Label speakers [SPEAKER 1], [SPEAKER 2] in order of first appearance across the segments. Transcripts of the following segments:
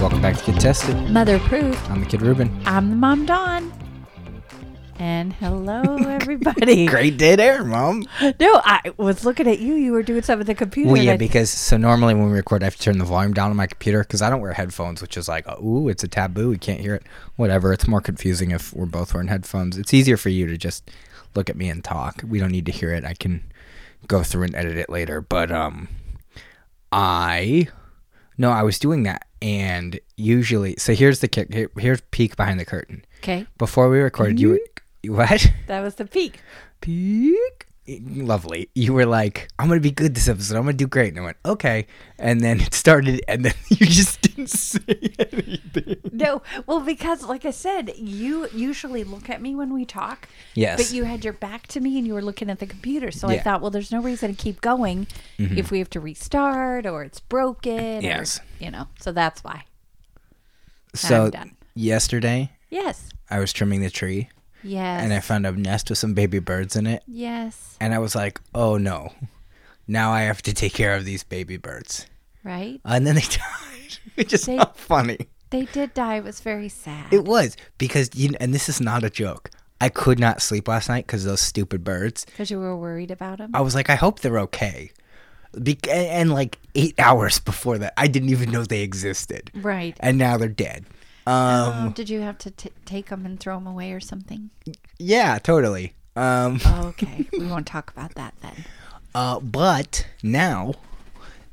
[SPEAKER 1] Welcome back to Get Tested.
[SPEAKER 2] Mother Proof.
[SPEAKER 1] I'm the Kid Ruben.
[SPEAKER 2] I'm the mom, Dawn. And hello, everybody.
[SPEAKER 1] Great day there, Mom.
[SPEAKER 2] No, I was looking at you. You were doing something with the computer.
[SPEAKER 1] Well, yeah,
[SPEAKER 2] and I-
[SPEAKER 1] because so normally when we record, I have to turn the volume down on my computer because I don't wear headphones, which is like, oh, ooh, it's a taboo. We can't hear it. Whatever. It's more confusing if we're both wearing headphones. It's easier for you to just look at me and talk. We don't need to hear it. I can go through and edit it later. But um, I no, I was doing that, and usually, so here's the kick. here- Here's peek behind the curtain.
[SPEAKER 2] okay,
[SPEAKER 1] Before we recorded, you were you- what?
[SPEAKER 2] that was the peak.
[SPEAKER 1] peek. Lovely. You were like, I'm going to be good this episode. I'm going to do great. And I went, okay. And then it started, and then you just didn't say anything.
[SPEAKER 2] No, well, because like I said, you usually look at me when we talk.
[SPEAKER 1] Yes.
[SPEAKER 2] But you had your back to me and you were looking at the computer. So I
[SPEAKER 1] Yeah. Mm-hmm.
[SPEAKER 2] thought, well, there's no reason to keep going if we have to restart or it's broken. or,
[SPEAKER 1] Yes.
[SPEAKER 2] you know, so that's why.
[SPEAKER 1] so,
[SPEAKER 2] I'm done.
[SPEAKER 1] yesterday,
[SPEAKER 2] Yes.
[SPEAKER 1] I was trimming the tree,
[SPEAKER 2] Yes.
[SPEAKER 1] and I found a nest with some baby birds in it.
[SPEAKER 2] yes.
[SPEAKER 1] And I was like, oh no. Now I have to take care of these baby birds.
[SPEAKER 2] Right?
[SPEAKER 1] And then they died. It's just
[SPEAKER 2] They-
[SPEAKER 1] not funny.
[SPEAKER 2] They did die. It was very sad.
[SPEAKER 1] It was because, you, and this is not a joke. I could not sleep last night because of those stupid birds.
[SPEAKER 2] Because you were worried about him?
[SPEAKER 1] I was like, I hope they're okay. Be- and, and like eight hours before that, I didn't even know they existed.
[SPEAKER 2] Right.
[SPEAKER 1] And now they're dead. Um,
[SPEAKER 2] Oh, did you have to t- take them and throw them away or something?
[SPEAKER 1] yeah, totally. Um,
[SPEAKER 2] okay. we won't talk about that then.
[SPEAKER 1] uh, but now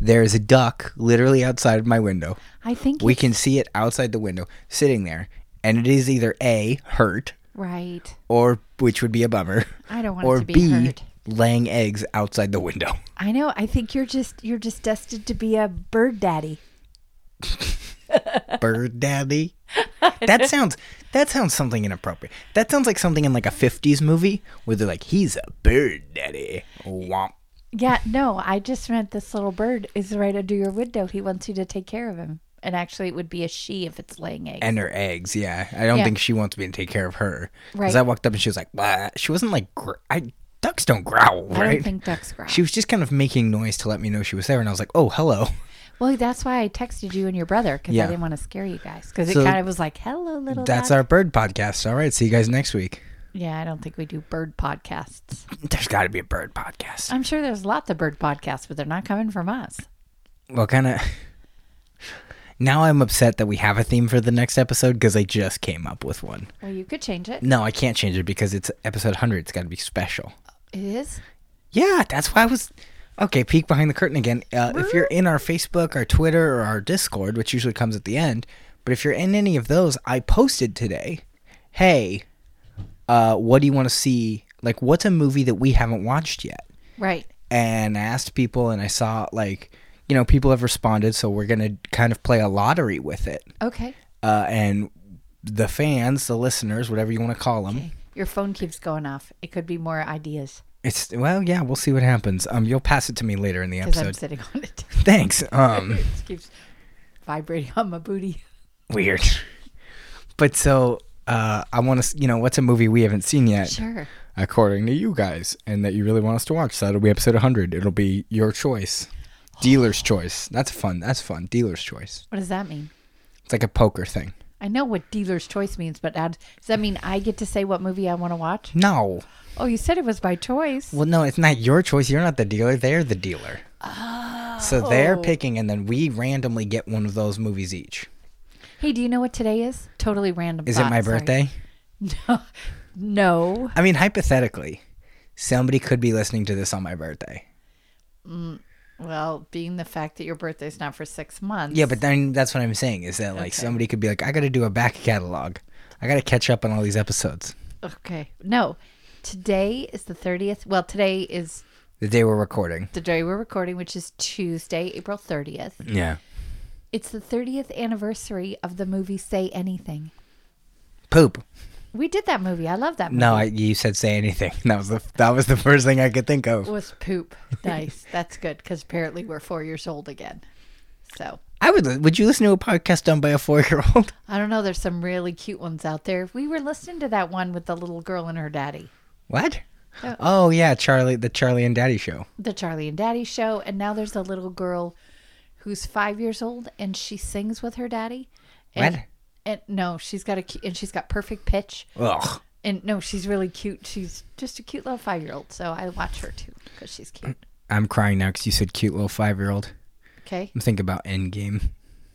[SPEAKER 1] there's a duck literally outside of my window.
[SPEAKER 2] I think
[SPEAKER 1] We
[SPEAKER 2] it's-
[SPEAKER 1] can see it outside the window, sitting there. And it is either A, hurt,
[SPEAKER 2] Right.
[SPEAKER 1] or which would be a bummer,
[SPEAKER 2] I don't want
[SPEAKER 1] or
[SPEAKER 2] it to be
[SPEAKER 1] B,
[SPEAKER 2] hurt.
[SPEAKER 1] laying eggs outside the window.
[SPEAKER 2] I know. I think you're just you're just destined to be a bird daddy.
[SPEAKER 1] bird daddy. That sounds that sounds something inappropriate. That sounds like something in like a fifties movie where they're like, he's a bird daddy. Womp.
[SPEAKER 2] Yeah, no, I just meant this little bird is right under your window. He wants you to take care of him. And actually it would be a she if it's laying eggs.
[SPEAKER 1] And her eggs, yeah. I don't
[SPEAKER 2] Yeah.
[SPEAKER 1] think she wants me to take care of her. Because
[SPEAKER 2] Right.
[SPEAKER 1] I walked up and she was like, "Bah." she wasn't like, gr- I ducks don't growl,
[SPEAKER 2] I
[SPEAKER 1] right?
[SPEAKER 2] don't think ducks growl.
[SPEAKER 1] she was just kind of making noise to let me know she was there, and I was like, "Oh, hello."
[SPEAKER 2] well, that's why I texted you and your brother because
[SPEAKER 1] Yeah.
[SPEAKER 2] I didn't want to scare you guys because
[SPEAKER 1] So-
[SPEAKER 2] it kind of was like, "Hello, little."
[SPEAKER 1] That's
[SPEAKER 2] duck."
[SPEAKER 1] our bird podcast. All right, see you guys next week.
[SPEAKER 2] Yeah, I don't think we do bird podcasts.
[SPEAKER 1] There's got to be a bird podcast.
[SPEAKER 2] I'm sure there's lots of bird podcasts, but they're not coming from us.
[SPEAKER 1] Well, kind of? Now I'm upset that we have a theme for the next episode because I just came up with one.
[SPEAKER 2] Well, you could change it.
[SPEAKER 1] No, I can't change it because it's episode 100. It's got to be special.
[SPEAKER 2] It is.
[SPEAKER 1] Yeah, that's why I was. Okay, peek behind the curtain again. Uh, if you're in our Facebook, our Twitter, or our Discord, which usually comes at the end, but if you're in any of those, I posted today, hey, uh, what do you want to see? Like, what's a movie that we haven't watched yet?
[SPEAKER 2] Right.
[SPEAKER 1] and I asked people and I saw like you know people have responded so we're going to kind of play a lottery with it
[SPEAKER 2] Okay.
[SPEAKER 1] uh, and the fans the listeners whatever you want to call them
[SPEAKER 2] Your phone keeps going off. It could be more ideas
[SPEAKER 1] it's well yeah we'll see what happens um you'll pass it to me later in the
[SPEAKER 2] because I'm
[SPEAKER 1] episode
[SPEAKER 2] sitting on it.
[SPEAKER 1] thanks um
[SPEAKER 2] it keeps vibrating on my booty.
[SPEAKER 1] weird but so uh I want to you know what's a movie we haven't seen yet
[SPEAKER 2] Sure.
[SPEAKER 1] according to you guys and that you really want us to watch so that'll be episode 100 it'll be your choice dealer's choice that's fun that's fun dealer's choice
[SPEAKER 2] What does that mean?
[SPEAKER 1] it's like a poker thing
[SPEAKER 2] I know what dealer's choice means, but ad- does that mean I get to say what movie I want to watch?
[SPEAKER 1] no
[SPEAKER 2] Oh, you said it was by choice.
[SPEAKER 1] Well, no, it's not your choice. You're not the dealer. They're the dealer. So they're
[SPEAKER 2] Oh.
[SPEAKER 1] picking, and then we randomly get one of those movies each.
[SPEAKER 2] Hey, do you know what today is? Totally random.
[SPEAKER 1] Is it
[SPEAKER 2] thought,
[SPEAKER 1] my
[SPEAKER 2] Ah, sorry.
[SPEAKER 1] birthday?
[SPEAKER 2] No. No.
[SPEAKER 1] I mean, hypothetically, somebody could be listening to this on my birthday.
[SPEAKER 2] Well, being the fact that your birthday's not for six months.
[SPEAKER 1] Yeah, but then that's what I'm saying is that like
[SPEAKER 2] Okay.
[SPEAKER 1] somebody could be like, I got to do a back catalog. I got to catch up on all these episodes.
[SPEAKER 2] Okay. No. Today is the 30th. Well, today is
[SPEAKER 1] The day we're recording.
[SPEAKER 2] the day we're recording, which is Tuesday, April 30th.
[SPEAKER 1] Yeah.
[SPEAKER 2] It's the 30th anniversary of the movie Say Anything.
[SPEAKER 1] Poop.
[SPEAKER 2] We did that movie. I love that movie.
[SPEAKER 1] No, I, you said say anything. That was the that was the first thing I could think
[SPEAKER 2] It
[SPEAKER 1] of.
[SPEAKER 2] was poop. Nice. That's good because apparently we're four years old again. So
[SPEAKER 1] I would. li- Would you listen to a podcast done by a four year old?
[SPEAKER 2] I don't know. There's some really cute ones out there. We were listening to that one with the little girl and her daddy,
[SPEAKER 1] What?
[SPEAKER 2] Yeah.
[SPEAKER 1] Oh yeah, Charlie, the Charlie and Daddy show.
[SPEAKER 2] the Charlie and Daddy show. And now there's a little girl who's five years old and she sings with her daddy. And,
[SPEAKER 1] What?
[SPEAKER 2] And no, she's got a cu- and she's got perfect pitch.
[SPEAKER 1] Ugh.
[SPEAKER 2] And no, she's really cute. She's just a cute little five year old. So I watch her too because she's cute.
[SPEAKER 1] I'm crying now because you said cute little five year old.
[SPEAKER 2] Okay.
[SPEAKER 1] I'm thinking about Endgame.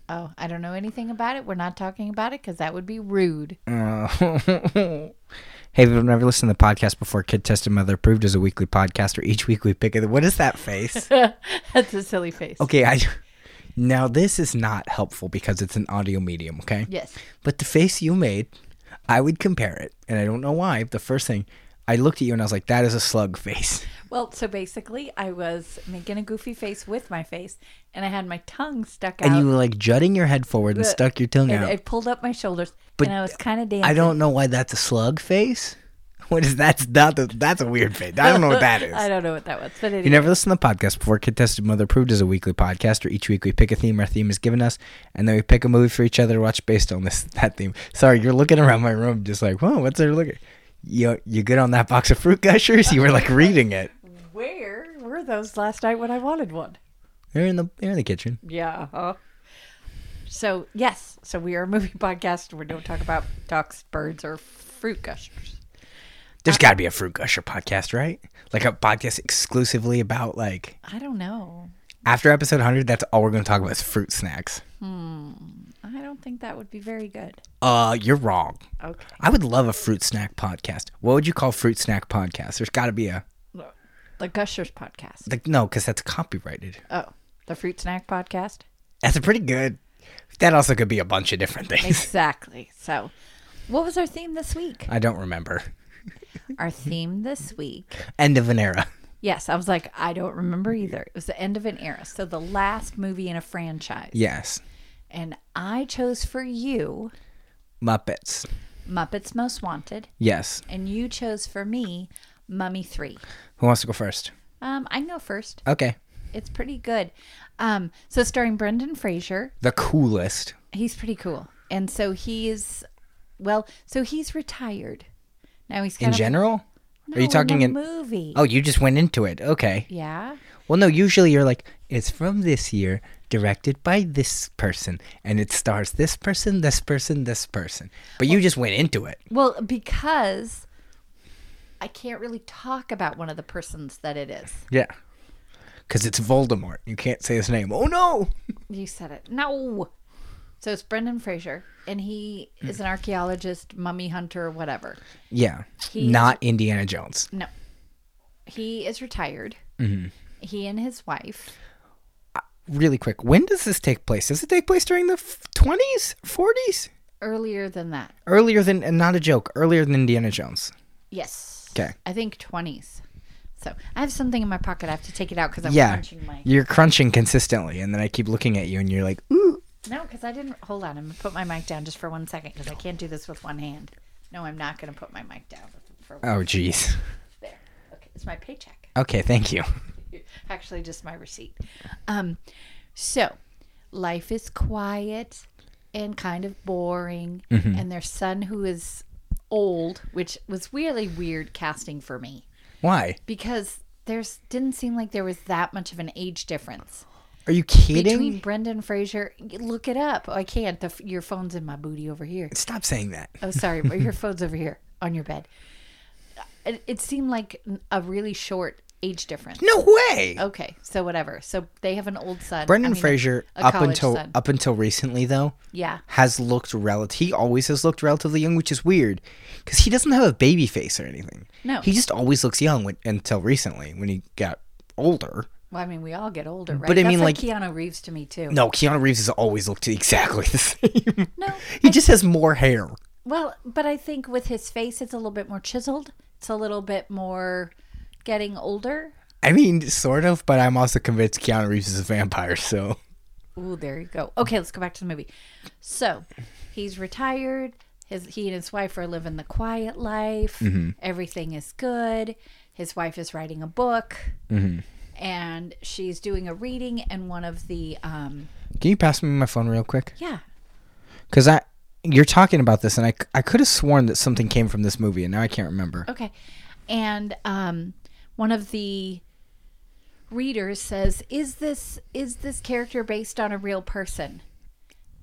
[SPEAKER 2] Oh, I don't know anything about it. We're not talking about it because that would be rude.
[SPEAKER 1] Uh, hey, if you've never listened to the podcast before, Kid Tested Mother Approved is a weekly podcast where each week we pick a. What is that face?
[SPEAKER 2] That's a silly face.
[SPEAKER 1] okay, I. Now, this is not helpful because it's an audio medium, okay?
[SPEAKER 2] Yes.
[SPEAKER 1] But the face you made, I would compare it, and I don't know why. The first thing, I looked at you and I was like, that is a slug face.
[SPEAKER 2] Well, so basically, I was making a goofy face with my face, and I had my tongue stuck out.
[SPEAKER 1] And you were like jutting your head forward and
[SPEAKER 2] Uh,
[SPEAKER 1] stuck your tongue
[SPEAKER 2] and
[SPEAKER 1] out.
[SPEAKER 2] I pulled up my shoulders,
[SPEAKER 1] But
[SPEAKER 2] and I was kind of dancing.
[SPEAKER 1] I don't know why that's a slug face. What is that? That's, not- that's a weird face. I don't know what that is.
[SPEAKER 2] I don't know what that was, but
[SPEAKER 1] You
[SPEAKER 2] anyway,
[SPEAKER 1] never listened to the podcast before. Contested Mother Approved is a weekly podcast where each week we pick a theme our theme is given us, and then we pick a movie for each other to watch based on this that theme. Sorry, you're looking around my room just like, whoa, what's there to look at? You, you good on that box of fruit gushers? You were like reading it.
[SPEAKER 2] where were those last night when I wanted one?
[SPEAKER 1] They're in the they're in the kitchen.
[SPEAKER 2] Yeah. huh? So yes, so we are a movie podcast. We don't talk about ducks, birds, or fruit gushers.
[SPEAKER 1] There's got to be a fruit gusher podcast, right? Like a podcast exclusively about like
[SPEAKER 2] I don't know.
[SPEAKER 1] after episode 100. That's all we're going to talk about is fruit snacks.
[SPEAKER 2] I don't think that would be very good.
[SPEAKER 1] Uh, you're wrong.
[SPEAKER 2] Okay.
[SPEAKER 1] I would love a fruit snack podcast. What would you call fruit snack podcast? There's got to be a
[SPEAKER 2] The Gushers podcast.
[SPEAKER 1] like no, because that's copyrighted.
[SPEAKER 2] Oh, the fruit snack podcast.
[SPEAKER 1] That's a pretty good. That also could be a bunch of different things.
[SPEAKER 2] Exactly. So, what was our theme this week?
[SPEAKER 1] I don't remember.
[SPEAKER 2] Our theme this week.
[SPEAKER 1] End of an era.
[SPEAKER 2] Yes, I was like, I don't remember either. It was the end of an era. So, the last movie in a franchise.
[SPEAKER 1] Yes,
[SPEAKER 2] And I chose for you
[SPEAKER 1] Muppets.
[SPEAKER 2] Muppets Most Wanted,
[SPEAKER 1] Yes.
[SPEAKER 2] and you chose for me Mummy 3.
[SPEAKER 1] Who wants to go first?
[SPEAKER 2] Um, I can go first.
[SPEAKER 1] Okay.
[SPEAKER 2] It's pretty good. Um, so, starring Brendan Fraser,
[SPEAKER 1] The coolest.
[SPEAKER 2] he's pretty cool. And so, he's, well, so he's retired. Now he's
[SPEAKER 1] In
[SPEAKER 2] kind of
[SPEAKER 1] general?
[SPEAKER 2] No,
[SPEAKER 1] Are you talking
[SPEAKER 2] in
[SPEAKER 1] in?
[SPEAKER 2] a movie?
[SPEAKER 1] Oh, you just went into it. Okay.
[SPEAKER 2] Yeah.
[SPEAKER 1] Well, no. Usually, you're like, it's from this year, directed by this person, and it stars this person, this person, this person. But you just went into it.
[SPEAKER 2] Well, because I can't really talk about one of the persons that it is.
[SPEAKER 1] Yeah. Because it's Voldemort. You can't say his name. Oh no.
[SPEAKER 2] You said it. No. So it's Brendan Fraser, and he
[SPEAKER 1] Hmm.
[SPEAKER 2] is an archaeologist, mummy hunter, whatever.
[SPEAKER 1] Yeah.
[SPEAKER 2] He-
[SPEAKER 1] Not Indiana Jones.
[SPEAKER 2] No. He is retired.
[SPEAKER 1] Mm-hmm.
[SPEAKER 2] He and his wife.
[SPEAKER 1] really quick. When does this take place? Does it take place during the twenties, forties,
[SPEAKER 2] Earlier than that.
[SPEAKER 1] earlier than? And not a joke. Earlier than Indiana Jones.
[SPEAKER 2] Yes.
[SPEAKER 1] 'Kay.
[SPEAKER 2] I think 20s. So I have something in my pocket. I have to take it out because I'm
[SPEAKER 1] yeah,
[SPEAKER 2] crunching my.
[SPEAKER 1] you're crunching consistently, and then I keep looking at you, and you're like, "Ooh,
[SPEAKER 2] No, because I didn't. Hold on. I'm going to put my mic down just for one second because I can't do this with one hand. No, I'm not going to put my mic down for
[SPEAKER 1] oh, jeez."
[SPEAKER 2] there. Okay, it's my paycheck.
[SPEAKER 1] Okay, thank you.
[SPEAKER 2] Actually, just my receipt. Um, so life is quiet and kind of boring, and their son who is old, which was really weird casting for me
[SPEAKER 1] Why?
[SPEAKER 2] because there's didn't seem like there was that much of an age difference
[SPEAKER 1] Are you kidding?
[SPEAKER 2] between Brendan Fraser. Look it up. Oh, I can't. The, f- your phone's in my booty over here.
[SPEAKER 1] Stop saying that.
[SPEAKER 2] Oh, sorry, but your phone's over here on your bed. It, it seemed like a really short age difference.
[SPEAKER 1] No way.
[SPEAKER 2] Okay, so whatever. So they have an old son.
[SPEAKER 1] Brendan
[SPEAKER 2] I Oh, mean,
[SPEAKER 1] Fraser,
[SPEAKER 2] a
[SPEAKER 1] up
[SPEAKER 2] college
[SPEAKER 1] until
[SPEAKER 2] son.
[SPEAKER 1] up until recently though,
[SPEAKER 2] yeah,
[SPEAKER 1] has looked relative. He always has looked relatively young, which is weird because he doesn't have a baby face or anything.
[SPEAKER 2] No.
[SPEAKER 1] he just always looks young when, until recently when he got older.
[SPEAKER 2] well, I mean, we all get older, right?
[SPEAKER 1] But I
[SPEAKER 2] That's
[SPEAKER 1] mean,
[SPEAKER 2] like,
[SPEAKER 1] like-
[SPEAKER 2] Keanu Reeves to me too.
[SPEAKER 1] No, Keanu Reeves has always looked exactly the same.
[SPEAKER 2] No,
[SPEAKER 1] he just has more hair.
[SPEAKER 2] well, but I think with his face, it's a little bit more chiseled. It's a little bit more getting older.
[SPEAKER 1] I mean, sort of, but I'm also convinced Keanu Reeves is a vampire, so.
[SPEAKER 2] Ooh, there you go. Okay, let's go back to the movie. So he's retired. His he and his wife are living the quiet life.
[SPEAKER 1] Mm-hmm.
[SPEAKER 2] Everything is good. His wife is writing a book,
[SPEAKER 1] Mm-hmm.
[SPEAKER 2] and she's doing a reading. And one of the um,
[SPEAKER 1] Can you pass me my phone real quick?
[SPEAKER 2] yeah,
[SPEAKER 1] Because I. You're talking about this, and I, c- I could have sworn that something came from this movie, and now I can't remember.
[SPEAKER 2] Okay. And um, one of the readers says, "Is this is this character based on a real person?"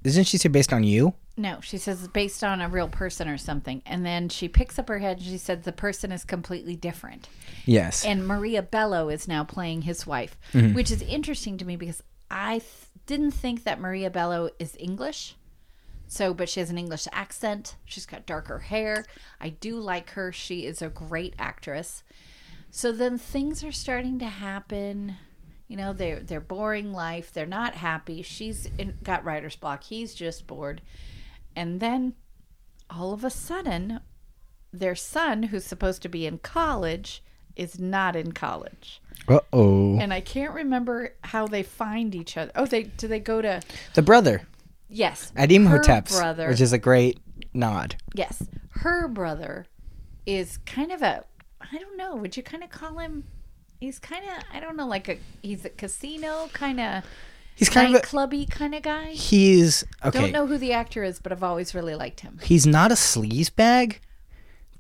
[SPEAKER 1] Isn't she say based on you?
[SPEAKER 2] No, she says it's based on a real person or something. And then she picks up her head and she said the person is completely different.
[SPEAKER 1] Yes.
[SPEAKER 2] And Maria Bello is now playing his wife, which is interesting to me because I th- didn't think that Maria Bello is English. So, but she has an English accent. She's got darker hair. I do like her. She is a great actress. So then things are starting to happen. You know, they're they're boring life. They're not happy. She's in, got writer's block. He's just bored. And then all of a sudden, their son, who's supposed to be in college, is not in college.
[SPEAKER 1] Uh oh.
[SPEAKER 2] And I can't remember how they find each other. Oh, they do they go to
[SPEAKER 1] The brother
[SPEAKER 2] yes
[SPEAKER 1] at
[SPEAKER 2] Her
[SPEAKER 1] Imhotep's,
[SPEAKER 2] brother.
[SPEAKER 1] which is a great nod.
[SPEAKER 2] yes, her brother is kind of a I don't know. Would you kind of call him? He's kind of I don't know like a he's a casino kind of
[SPEAKER 1] He's kind of. A,
[SPEAKER 2] nightclubby kind of guy.
[SPEAKER 1] he's
[SPEAKER 2] Don't
[SPEAKER 1] okay.
[SPEAKER 2] know who the actor is, but I've always really liked him.
[SPEAKER 1] He's not a sleaze bag,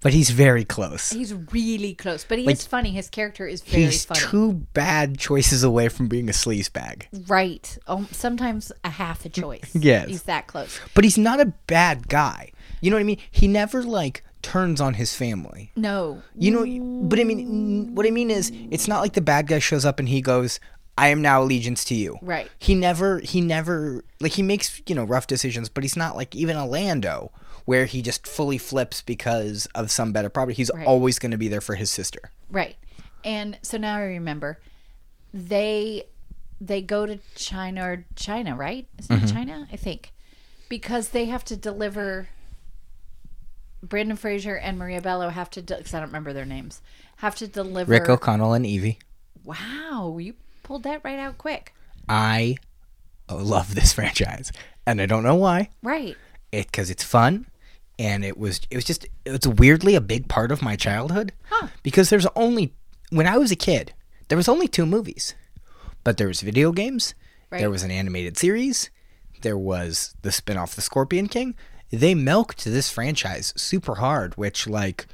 [SPEAKER 1] but he's very close.
[SPEAKER 2] He's really close, but he is funny. His character is very
[SPEAKER 1] He's
[SPEAKER 2] funny.
[SPEAKER 1] two bad choices away from being a sleaze bag.
[SPEAKER 2] right. Um, sometimes a half a choice.
[SPEAKER 1] Yes.
[SPEAKER 2] He's that close.
[SPEAKER 1] But he's not a bad guy. You know what I mean? He never like turns on his family.
[SPEAKER 2] No.
[SPEAKER 1] You know, but I mean, what I mean is, it's not like the bad guy shows up and he goes, "I am now allegiance to you."
[SPEAKER 2] Right.
[SPEAKER 1] He never, he never, like he makes you know rough decisions, but he's not like even a Lando where he just fully flips because of some better property. He's always going to be there for his sister.
[SPEAKER 2] Right. And so now I remember they they go to China or China, right? Isn't it China? I think. Because they have to deliver Brandon Fraser and Maria Bello have to because I don't remember their names. Have to deliver
[SPEAKER 1] Rick O'Connell and Evie.
[SPEAKER 2] Wow, you pulled that right out quick.
[SPEAKER 1] I love this franchise, and I don't know why.
[SPEAKER 2] Right.
[SPEAKER 1] it because it's fun and it was it was just it's weirdly a big part of my childhood
[SPEAKER 2] Huh.
[SPEAKER 1] because there's only when i was a kid there was only two movies but there was video games there
[SPEAKER 2] Right.
[SPEAKER 1] was an animated series there was the spin-off the scorpion king they milked this franchise super hard which like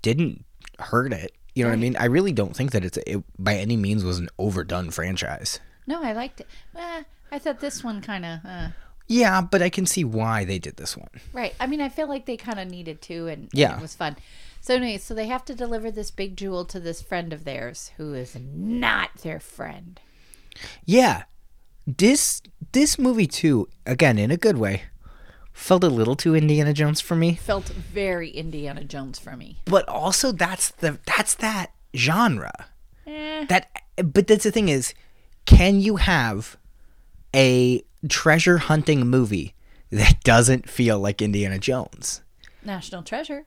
[SPEAKER 1] didn't hurt it you know what i mean i really don't think that it's it by any means was an overdone franchise
[SPEAKER 2] No, I liked it. Eh, I thought this one kind of uh,
[SPEAKER 1] yeah but i can see why they did this one
[SPEAKER 2] Right. I mean, I feel like they kind of needed to, and and
[SPEAKER 1] Yeah.
[SPEAKER 2] it was fun. So anyway, so they have to deliver this big jewel to this friend of theirs who is not their friend.
[SPEAKER 1] Yeah. This this movie too, again in a good way, felt a little too Indiana Jones for me.
[SPEAKER 2] Felt very Indiana Jones for me.
[SPEAKER 1] But also that's the that's that genre.
[SPEAKER 2] Eh,
[SPEAKER 1] That but that's the thing is, can you have a treasure hunting movie that doesn't feel like Indiana Jones?
[SPEAKER 2] National Treasure.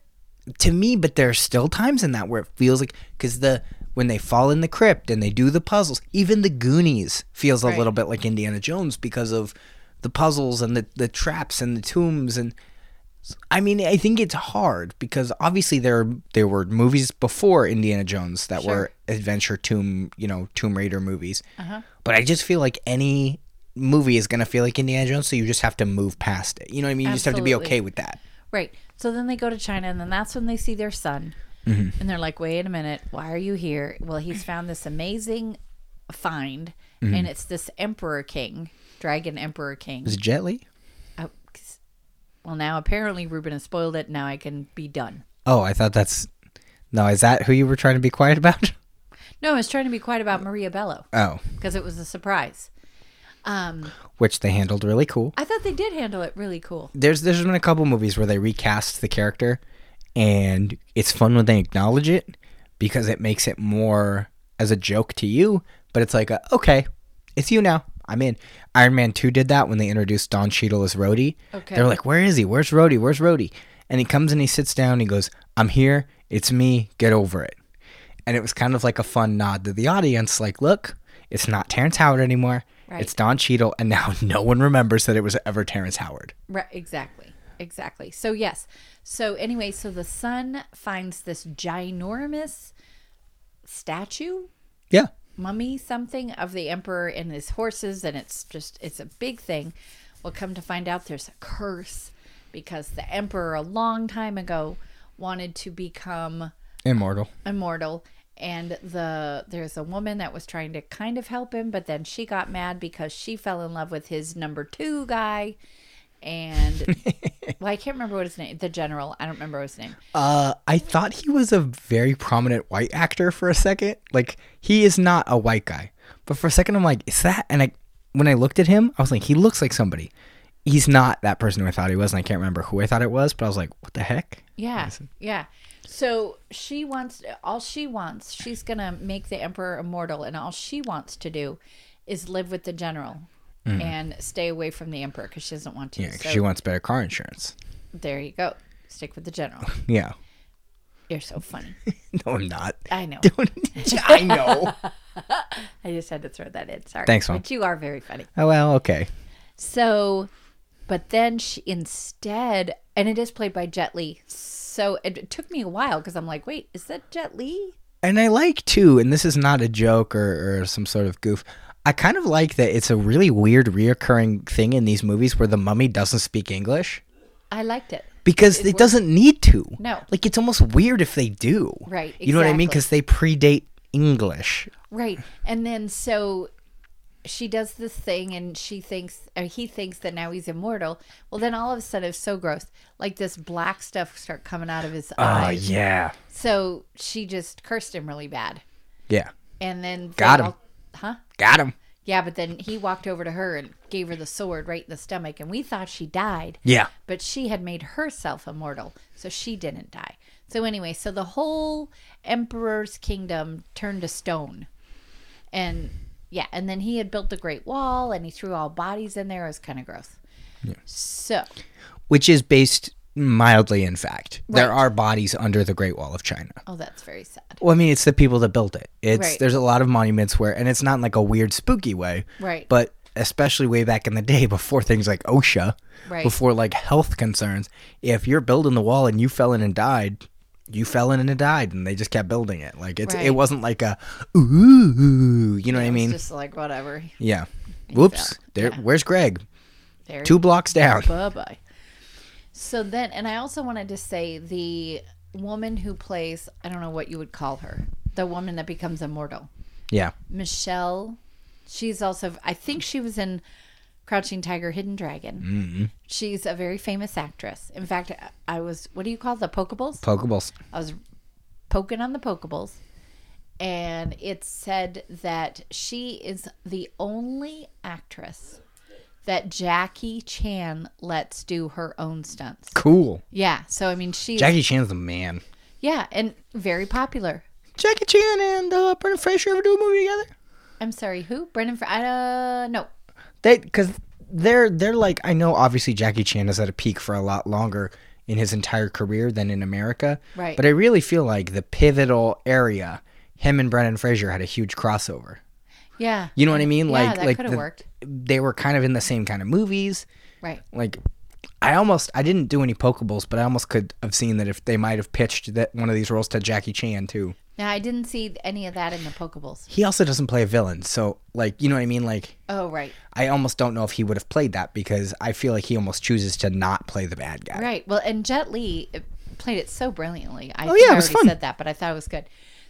[SPEAKER 1] to me, but there are still times in that where it feels like because the when they fall in the crypt and they do the puzzles, even the Goonies feels a
[SPEAKER 2] Right.
[SPEAKER 1] little bit like Indiana Jones because of the puzzles and the the traps and the tombs and I mean I think it's hard because obviously there there were movies before Indiana Jones that were adventure tomb you know Tomb Raider movies,
[SPEAKER 2] Uh-huh.
[SPEAKER 1] but I just feel like any movie is gonna feel like Indiana Jones, so you just have to move past it. You know what I mean? You just have to be
[SPEAKER 2] Absolutely.
[SPEAKER 1] okay with that.
[SPEAKER 2] Right. So then they go to China, and then that's when they see their son. And they're like, wait a minute, why are you here? Well, he's found this amazing find, and it's this Emperor King, Dragon Emperor King.
[SPEAKER 1] Is it Jet Li?
[SPEAKER 2] Oh, well, now apparently Ruben has spoiled it. Now I can be done.
[SPEAKER 1] Oh, I thought that's no. Is that who you were trying to be quiet about?
[SPEAKER 2] No, I was trying to be quiet about Maria Bello
[SPEAKER 1] Oh,
[SPEAKER 2] because it was a surprise. Um,
[SPEAKER 1] which they handled really cool.
[SPEAKER 2] I thought they did handle it really cool.
[SPEAKER 1] There's there's been a couple movies where they recast the character, and it's fun when they acknowledge it because it makes it more as a joke to you. But it's like, a, okay, it's you now. I'm in. Iron Man Two did that when they introduced Don Cheadle as Rhodey.
[SPEAKER 2] Okay.
[SPEAKER 1] They're like, where is he? Where's Rhodey? Where's Rhodey? And he comes and he sits down. and He goes, I'm here. It's me. Get over it. and it was kind of like a fun nod to the audience like look it's not terrence howard anymore
[SPEAKER 2] Right.
[SPEAKER 1] it's don Cheadle, and now no one remembers that it was ever terrence howard
[SPEAKER 2] Right, exactly. Exactly. So, yes. So, anyway, so the son finds this ginormous statue,
[SPEAKER 1] yeah
[SPEAKER 2] mummy, something of the emperor and his horses. And it's just, it's a big thing. Well, come to find out there's a curse because the emperor a long time ago wanted to become
[SPEAKER 1] immortal
[SPEAKER 2] immortal and the there's a woman that was trying to kind of help him but then she got mad because she fell in love with his number 2 guy and well, I can't remember what his name. The general, I don't remember his name.
[SPEAKER 1] Uh, I thought he was a very prominent white actor for a second. Like he is not a white guy, but for a second I'm like, is that? And I, when I looked at him, I was like, he looks like somebody. He's not that person who I thought he was, and I can't remember who I thought it was. But I was like, what the heck?
[SPEAKER 2] Yeah, yeah. So she wants all she wants. She's gonna make the emperor immortal, and all she wants to do is live with the general and stay away from the emperor because she doesn't want to.
[SPEAKER 1] Mm-hmm. Yeah, 'cause
[SPEAKER 2] so
[SPEAKER 1] she wants better car insurance.
[SPEAKER 2] there you go. Stick with the general.
[SPEAKER 1] Yeah.
[SPEAKER 2] You're so funny.
[SPEAKER 1] No, I'm not.
[SPEAKER 2] I know.
[SPEAKER 1] I know.
[SPEAKER 2] I just had to throw that in. Sorry.
[SPEAKER 1] Thanks, Mom.
[SPEAKER 2] But you are very funny.
[SPEAKER 1] Oh well, okay.
[SPEAKER 2] So, but then she instead, and it is played by Jet Li. So it, it took me a while because I'm like, wait, is that Jet Li?
[SPEAKER 1] And I like too, and this is not a joke or, or some sort of goof. I kind of like that it's a really weird reoccurring thing in these movies where the mummy doesn't speak English
[SPEAKER 2] I liked it.
[SPEAKER 1] because it, doesn't need to.
[SPEAKER 2] No.
[SPEAKER 1] Like it's almost weird if they do.
[SPEAKER 2] Right,
[SPEAKER 1] You know what I mean?
[SPEAKER 2] exactly.
[SPEAKER 1] Because they predate English.
[SPEAKER 2] Right. And then so she does this thing and she thinks, or he thinks that now he's immortal. Well, then all of a sudden, it's so gross. Like this black stuff start coming out of his
[SPEAKER 1] Oh
[SPEAKER 2] eyes.
[SPEAKER 1] yeah.
[SPEAKER 2] So she just cursed him really bad.
[SPEAKER 1] Yeah.
[SPEAKER 2] And then. they
[SPEAKER 1] Got him.
[SPEAKER 2] all- Huh?
[SPEAKER 1] Got him.
[SPEAKER 2] Yeah, but then he walked over to her and gave her the sword right in the stomach, and we thought she died.
[SPEAKER 1] Yeah.
[SPEAKER 2] But she had made herself immortal, so she didn't die. So, anyway, so the whole emperor's kingdom turned to stone. And yeah, and then he had built the Great Wall and he threw all bodies in there. It was kind of gross. So,
[SPEAKER 1] Which is based mildly in fact. There are bodies under the Great Wall of China.
[SPEAKER 2] oh, that's very sad.
[SPEAKER 1] Well, I mean, it's the people that built it. It's
[SPEAKER 2] Right.
[SPEAKER 1] there's a lot of monuments where, and it's not in like a weird spooky way,
[SPEAKER 2] Right.
[SPEAKER 1] But especially way back in the day, before things like OSHA,
[SPEAKER 2] Right.
[SPEAKER 1] before like health concerns, if you're building the wall and you fell in and died, you fell in and died, and they just kept building it. Like it's it
[SPEAKER 2] Right.
[SPEAKER 1] wasn't like a ooh, you know what I
[SPEAKER 2] It's
[SPEAKER 1] mean?
[SPEAKER 2] just like, whatever.
[SPEAKER 1] yeah. Whoops. There, where's Greg?
[SPEAKER 2] There
[SPEAKER 1] Two blocks down.
[SPEAKER 2] Bye bye. So then, and I also wanted to say the woman who plays, I don't know what you would call her, the woman that becomes immortal,
[SPEAKER 1] Yeah.
[SPEAKER 2] Michelle. She's also, I think she was in Crouching Tiger, Hidden Dragon. Mm-hmm. She's a very famous actress. In fact, I was, what do you call the Pokeballs?
[SPEAKER 1] Pokeballs.
[SPEAKER 2] I was poking on the Pokeballs, and it said that she is the only actress that Jackie Chan lets do her own stunts.
[SPEAKER 1] Cool.
[SPEAKER 2] Yeah, so I mean, she
[SPEAKER 1] Jackie Chan's the man.
[SPEAKER 2] yeah, and very popular.
[SPEAKER 1] Jackie Chan and uh, Brendan Fraser ever do a movie together?
[SPEAKER 2] I'm sorry, who? Brendan? Fra- I, uh, no,
[SPEAKER 1] they because they're they're like I know obviously Jackie Chan is at a peak for a lot longer in his entire career than in America.
[SPEAKER 2] Right.
[SPEAKER 1] But I really feel like the pivotal area, him and Brendan Fraser had a huge crossover.
[SPEAKER 2] yeah,
[SPEAKER 1] You know what I mean?
[SPEAKER 2] Yeah,
[SPEAKER 1] like
[SPEAKER 2] that
[SPEAKER 1] like
[SPEAKER 2] coulda
[SPEAKER 1] the-
[SPEAKER 2] worked.
[SPEAKER 1] They were kind of in the same kind of movies.
[SPEAKER 2] right,
[SPEAKER 1] Like I almost I didn't do any pokeballs, but I almost could have seen that if they might have pitched that one of these roles to Jackie Chan too.
[SPEAKER 2] now I didn't see any of that in the Pokeballs.
[SPEAKER 1] He also doesn't play a villain, so like you know what I mean? Like
[SPEAKER 2] Oh, right,
[SPEAKER 1] I almost don't know if he would have played that because I feel like he almost chooses to not play the bad guy.
[SPEAKER 2] Right. Well, and Jet Li uh, played it so brilliantly. I,
[SPEAKER 1] Oh, yeah,
[SPEAKER 2] I
[SPEAKER 1] it was
[SPEAKER 2] already
[SPEAKER 1] fun.
[SPEAKER 2] said that, but I thought it was good.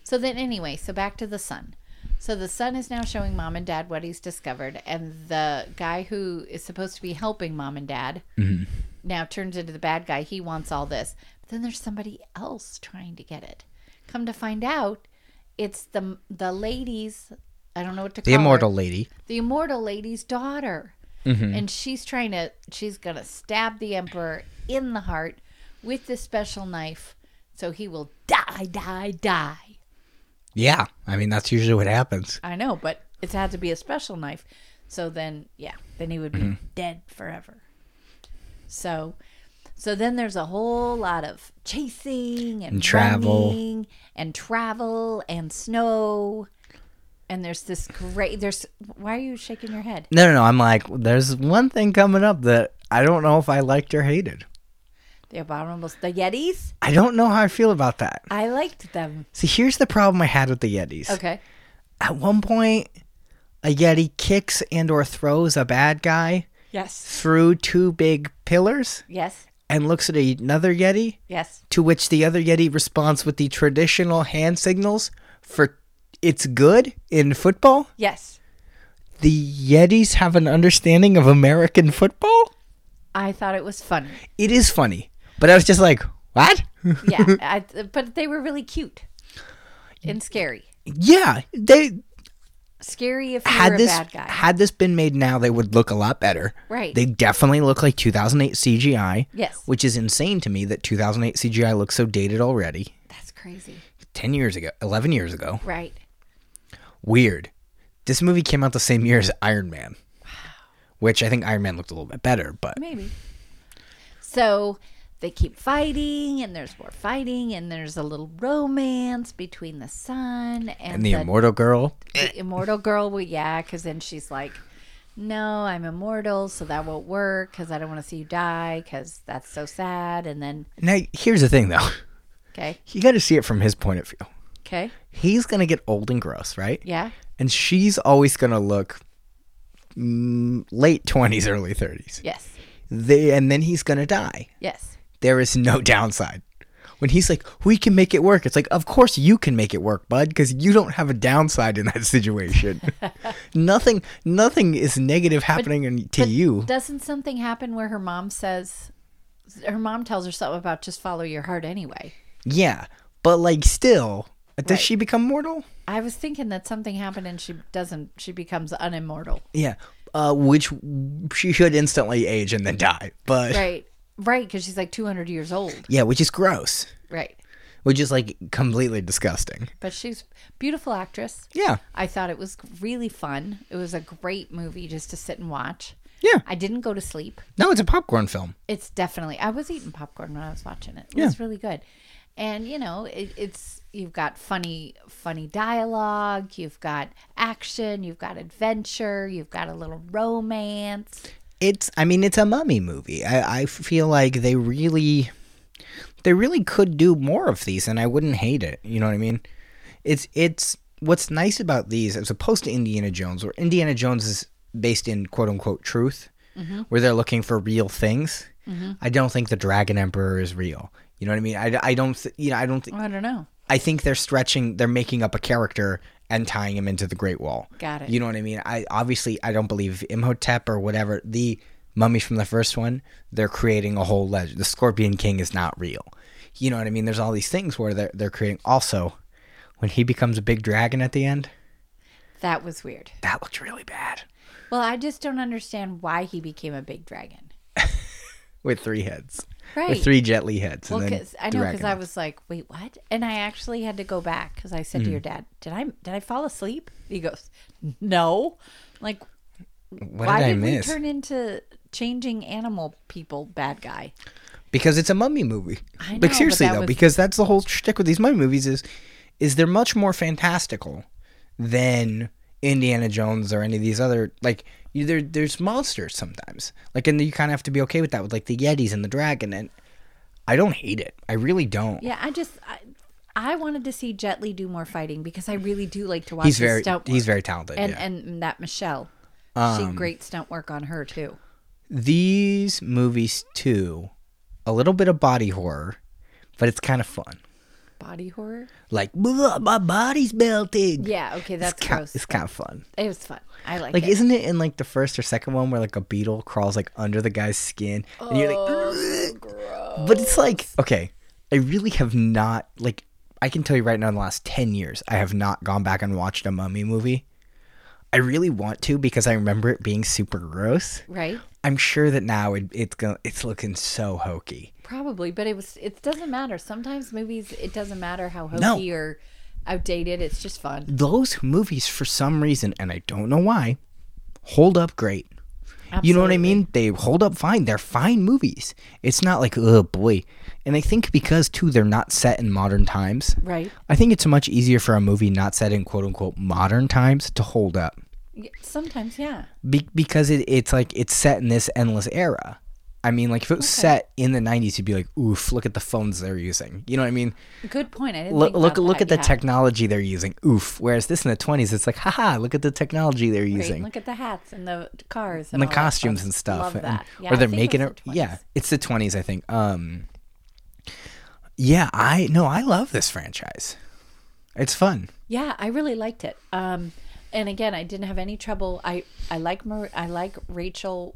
[SPEAKER 2] So then, anyway, so back to the sun. So the sun is now showing mom and dad what he's discovered, and the guy who is supposed to be helping mom and dad
[SPEAKER 1] Mm-hmm.
[SPEAKER 2] now turns into the bad guy. He wants all this, but then there's somebody else trying to get it. Come to find out, it's the the ladies. I don't know what to
[SPEAKER 1] The
[SPEAKER 2] call her
[SPEAKER 1] immortal lady.
[SPEAKER 2] the immortal lady's daughter. And she's trying to, she's going to stab the emperor in the heart with this special knife so he will die, die, die.
[SPEAKER 1] Yeah. I mean, that's usually what happens.
[SPEAKER 2] I know, but it's had to be a special knife. So then, yeah, then he would be dead forever. So, so then there's a whole lot of chasing and,
[SPEAKER 1] travel.
[SPEAKER 2] running and travel and snow. And there's this great, there's, why are you shaking your head?
[SPEAKER 1] No, no, no. I'm like, there's one thing coming up that I don't know if I liked or hated.
[SPEAKER 2] The abominables, the Yetis.
[SPEAKER 1] I don't know how I feel about that.
[SPEAKER 2] I liked them.
[SPEAKER 1] See, here's the problem I had with the Yetis.
[SPEAKER 2] Okay.
[SPEAKER 1] At one point, a Yeti kicks and or throws a bad guy
[SPEAKER 2] Yes.
[SPEAKER 1] through two big pillars
[SPEAKER 2] Yes.
[SPEAKER 1] and looks at another Yeti
[SPEAKER 2] Yes.
[SPEAKER 1] to which the other Yeti responds with the traditional hand signals for it's good in football.
[SPEAKER 2] Yes.
[SPEAKER 1] The Yetis have an understanding of American football?
[SPEAKER 2] I thought it was funny.
[SPEAKER 1] It is funny, but I was just like, what?
[SPEAKER 2] Yeah, I, but they were really cute and scary.
[SPEAKER 1] yeah, they
[SPEAKER 2] Scary if you were
[SPEAKER 1] had
[SPEAKER 2] a
[SPEAKER 1] this
[SPEAKER 2] bad guy.
[SPEAKER 1] had this been made now, they would look a lot better.
[SPEAKER 2] Right.
[SPEAKER 1] They definitely look like 2008 CGI.
[SPEAKER 2] Yes.
[SPEAKER 1] Which is insane to me that 2008 CGI looks so dated already.
[SPEAKER 2] That's crazy.
[SPEAKER 1] 10 years ago, 11 years ago.
[SPEAKER 2] Right.
[SPEAKER 1] Weird. This movie came out the same year as Iron Man. Which I think Iron Man looked a little bit better, but
[SPEAKER 2] Maybe. So they keep fighting, and there's more fighting, and there's a little romance between the son and,
[SPEAKER 1] and the Immortal Girl,
[SPEAKER 2] the immortal girl. Well, yeah, because then she's like, "No, I'm immortal, so that won't work because I don't want to see you die because that's so sad." And then,
[SPEAKER 1] Now, here's the thing, though.
[SPEAKER 2] okay,
[SPEAKER 1] You got to see it from his point of view.
[SPEAKER 2] okay,
[SPEAKER 1] He's going to get old and gross, right?
[SPEAKER 2] yeah,
[SPEAKER 1] And she's always going to look mm, late 20s, early 30s.
[SPEAKER 2] yes,
[SPEAKER 1] They, and then he's going to die.
[SPEAKER 2] yes,
[SPEAKER 1] There is no downside. When he's like, we can make it work, it's like, of course you can make it work, bud, because you don't have a downside in that situation. nothing, nothing is negative happening in- to
[SPEAKER 2] but
[SPEAKER 1] you.
[SPEAKER 2] Doesn't something happen where her mom says, her mom tells her something about just follow your heart anyway?
[SPEAKER 1] yeah, but like, still, does
[SPEAKER 2] Right.
[SPEAKER 1] she become mortal?
[SPEAKER 2] I was thinking that something happened and she doesn't. She becomes unimmortal.
[SPEAKER 1] Yeah, uh, which she should instantly age and then die. But
[SPEAKER 2] Right. Right, because she's like 200 years old.
[SPEAKER 1] yeah, which is gross,
[SPEAKER 2] Right.
[SPEAKER 1] which is like completely disgusting.
[SPEAKER 2] But she's beautiful actress.
[SPEAKER 1] Yeah,
[SPEAKER 2] I thought it was really fun. It was a great movie just to sit and watch.
[SPEAKER 1] yeah.
[SPEAKER 2] I didn't go to sleep.
[SPEAKER 1] No, it's a popcorn film.
[SPEAKER 2] It's definitely I was eating popcorn when I was watching it. It
[SPEAKER 1] Yeah.
[SPEAKER 2] was really good. And you know, it, it's you've got funny funny dialogue, you've got action, you've got adventure, you've got a little romance.
[SPEAKER 1] It's, I mean, it's a mummy movie. I, I feel like they really, they really could do more of these, and I wouldn't hate it. You know what I mean? It's, it's what's nice about these as opposed to Indiana Jones, where Indiana Jones is based in quote unquote truth, where they're looking for real things. I don't think the Dragon Emperor is real. You know what I mean? I, I don't, th- you know, I don't. Th-
[SPEAKER 2] I don't know.
[SPEAKER 1] I think they're stretching, they're making up a character and tying him into the Great Wall.
[SPEAKER 2] Got it.
[SPEAKER 1] You know what I mean? I obviously I don't believe Imhotep or whatever the mummies from the first one. They're creating a whole legend. The Scorpion King is not real. You know what I mean? There's all these things where they're they're creating. Also, when he becomes a big dragon at the end,
[SPEAKER 2] That was weird.
[SPEAKER 1] that looked really bad
[SPEAKER 2] Well, I just don't understand why he became a big dragon.
[SPEAKER 1] with three heads,
[SPEAKER 2] Right.
[SPEAKER 1] with three Jet Li heads.
[SPEAKER 2] Well,
[SPEAKER 1] and then
[SPEAKER 2] 'cause I know because
[SPEAKER 1] dragon
[SPEAKER 2] I
[SPEAKER 1] heads.
[SPEAKER 2] was like, wait, what? And I actually had to go back because I
[SPEAKER 1] Hmm.
[SPEAKER 2] said to your dad, did I did I fall asleep? He goes, no. I'm Like,
[SPEAKER 1] What
[SPEAKER 2] why
[SPEAKER 1] did I
[SPEAKER 2] did we
[SPEAKER 1] miss?
[SPEAKER 2] turn into changing animal people bad guy?
[SPEAKER 1] because it's a mummy movie.
[SPEAKER 2] I know,
[SPEAKER 1] like
[SPEAKER 2] but
[SPEAKER 1] seriously
[SPEAKER 2] that
[SPEAKER 1] though,
[SPEAKER 2] was-
[SPEAKER 1] because that's the whole shtick with these mummy movies is is they're much more fantastical than Indiana Jones or any of these other like you, there there's monsters sometimes like and you kind of have to be okay with that with like the Yetis and the dragon and I don't hate it I really don't
[SPEAKER 2] Yeah, I just I, I wanted to see Jet Li do more fighting because I really do like to watch
[SPEAKER 1] he's
[SPEAKER 2] his
[SPEAKER 1] very
[SPEAKER 2] stunt work.
[SPEAKER 1] he's very talented
[SPEAKER 2] and
[SPEAKER 1] yeah. Um,
[SPEAKER 2] and that Michelle, she great stunt work on her too.
[SPEAKER 1] these movies too a little bit of body horror but it's kind of fun
[SPEAKER 2] Body horror.
[SPEAKER 1] like "Blah, my body's melting
[SPEAKER 2] Yeah. Okay, that's
[SPEAKER 1] it's kind,
[SPEAKER 2] gross.
[SPEAKER 1] it's kind of fun
[SPEAKER 2] It was fun. I liked
[SPEAKER 1] Like,
[SPEAKER 2] it.
[SPEAKER 1] isn't it in like the first or second one where like a beetle crawls like under the guy's skin and you're like, but it's like okay, I really have not like I can tell you right now in the last ten years I have not gone back and watched a mummy movie. I really want to because I remember it being super gross.
[SPEAKER 2] Right.
[SPEAKER 1] I'm sure that now it, it's going it's looking so hokey.
[SPEAKER 2] Probably, but it was. It doesn't matter. Sometimes movies, it doesn't matter how
[SPEAKER 1] No.
[SPEAKER 2] hokey or outdated. It's just fun.
[SPEAKER 1] Those movies for some reason and I don't know why hold up great. You know what I
[SPEAKER 2] Absolutely.
[SPEAKER 1] mean? They hold up fine. They're fine movies. It's not like, oh boy. And I think because, too, they're not set in modern times,
[SPEAKER 2] Right.
[SPEAKER 1] I think it's much easier for a movie not set in quote unquote modern times to hold up
[SPEAKER 2] Y- Sometimes, yeah.
[SPEAKER 1] Be- because it, it's like it's set in this endless era. I mean, like if it was set in the 90s, you'd be like, oof, look at the phones they're using. You know what I mean?
[SPEAKER 2] Good point. I didn't
[SPEAKER 1] Look,
[SPEAKER 2] think
[SPEAKER 1] look,
[SPEAKER 2] about
[SPEAKER 1] look
[SPEAKER 2] that.
[SPEAKER 1] at the
[SPEAKER 2] yeah.
[SPEAKER 1] technology they're using. Oof. Whereas this in the 20s, it's like, haha, look at the technology they're
[SPEAKER 2] Right,
[SPEAKER 1] using.
[SPEAKER 2] Look at the hats and the cars
[SPEAKER 1] and
[SPEAKER 2] and,
[SPEAKER 1] the
[SPEAKER 2] all that fun
[SPEAKER 1] costumes and stuff
[SPEAKER 2] Love
[SPEAKER 1] and-
[SPEAKER 2] that. Yeah,
[SPEAKER 1] or
[SPEAKER 2] I
[SPEAKER 1] they're
[SPEAKER 2] think
[SPEAKER 1] making
[SPEAKER 2] was
[SPEAKER 1] it
[SPEAKER 2] the 20s.
[SPEAKER 1] yeah it's the 20s i think um yeah i no i love this franchise it's fun
[SPEAKER 2] Yeah, I really liked it. Um, and again, I didn't have any trouble. I I like Mar- I like Rachel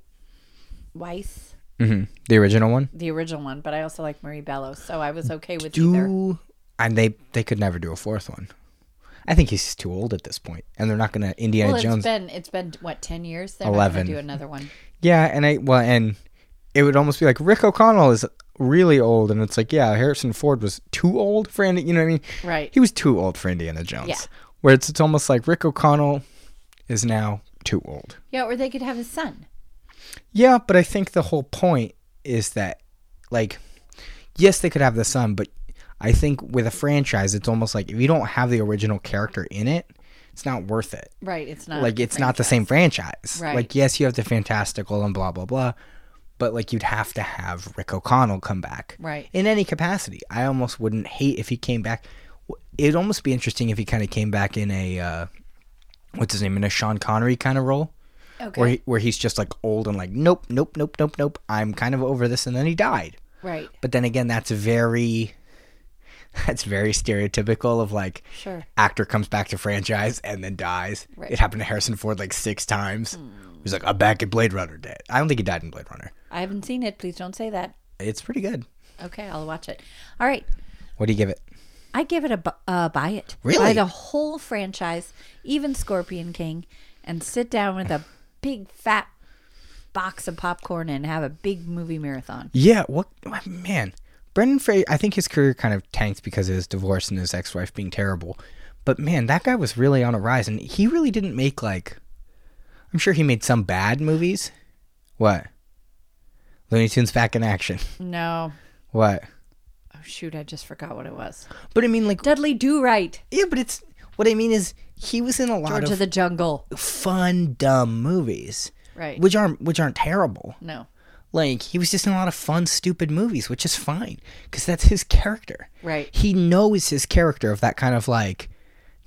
[SPEAKER 2] Weiss.
[SPEAKER 1] hmm The original one.
[SPEAKER 2] the original one, but I also like Marie Bello, so I was okay with either.
[SPEAKER 1] Do and they they could never do a fourth one. I think he's too old at this point, and they're not gonna Indiana
[SPEAKER 2] Well, it's
[SPEAKER 1] Jones.
[SPEAKER 2] been it's been what ten years. They're
[SPEAKER 1] Eleven.
[SPEAKER 2] not gonna do another one.
[SPEAKER 1] Yeah, and I well, and it would almost be like Rick O'Connell is really old, and it's like yeah, Harrison Ford was too old for Indi- You know what I mean?
[SPEAKER 2] Right.
[SPEAKER 1] He was too old for Indiana Jones.
[SPEAKER 2] Yeah.
[SPEAKER 1] Where it's it's almost like Rick O'Connell is now too old.
[SPEAKER 2] Yeah, or they could have his son.
[SPEAKER 1] Yeah, but I think the whole point is that, like, yes, they could have the son, but I think with a franchise, it's almost like if you don't have the original character in it, it's not worth it.
[SPEAKER 2] Right. It's not
[SPEAKER 1] like, it's not the same franchise.
[SPEAKER 2] Right.
[SPEAKER 1] Like, yes, you have the fantastical and blah, blah, blah, but, like, you'd have to have Rick O'Connell come back
[SPEAKER 2] Right.
[SPEAKER 1] in any capacity. I almost wouldn't hate if he came back. It'd almost be interesting if he kind of came back in a, uh, what's his name, in a Sean Connery kind of role
[SPEAKER 2] Okay.
[SPEAKER 1] where he, where he's just like old and like nope nope nope nope nope I'm kind of over this and then he died.
[SPEAKER 2] right.
[SPEAKER 1] But then again that's very that's very stereotypical of like
[SPEAKER 2] Sure.
[SPEAKER 1] actor comes back to franchise and then dies.
[SPEAKER 2] Right. Hmm.
[SPEAKER 1] It happened to Harrison Ford like 6 times. He's like I'm back in Blade Runner dead. I don't think he died in Blade Runner.
[SPEAKER 2] I haven't seen it. Please don't say that.
[SPEAKER 1] It's pretty good.
[SPEAKER 2] Okay, I'll watch it. All right.
[SPEAKER 1] What do you give it?
[SPEAKER 2] I give it a bu- uh, buy it.
[SPEAKER 1] Really?
[SPEAKER 2] Buy the whole franchise, even Scorpion King, and sit down with a big fat box of popcorn and have a big movie marathon.
[SPEAKER 1] Yeah, what man. Brendan Fraser I think his career kind of tanked because of his divorce and his ex-wife being terrible. But man, that guy was really on a rise and he really didn't make like I'm sure he made some bad movies. What? Looney Tunes back in action.
[SPEAKER 2] No.
[SPEAKER 1] What?
[SPEAKER 2] Oh, shoot. I just forgot what it was.
[SPEAKER 1] But I mean like
[SPEAKER 2] Dudley Do Right.
[SPEAKER 1] yeah, but it's what I mean is he was in a lot
[SPEAKER 2] George
[SPEAKER 1] of
[SPEAKER 2] of the Jungle.
[SPEAKER 1] fun dumb movies.
[SPEAKER 2] Right.
[SPEAKER 1] Which aren't which aren't terrible.
[SPEAKER 2] No.
[SPEAKER 1] Like he was just in a lot of fun, stupid movies, which is fine because that's his character.
[SPEAKER 2] Right.
[SPEAKER 1] He knows his character of that kind of like,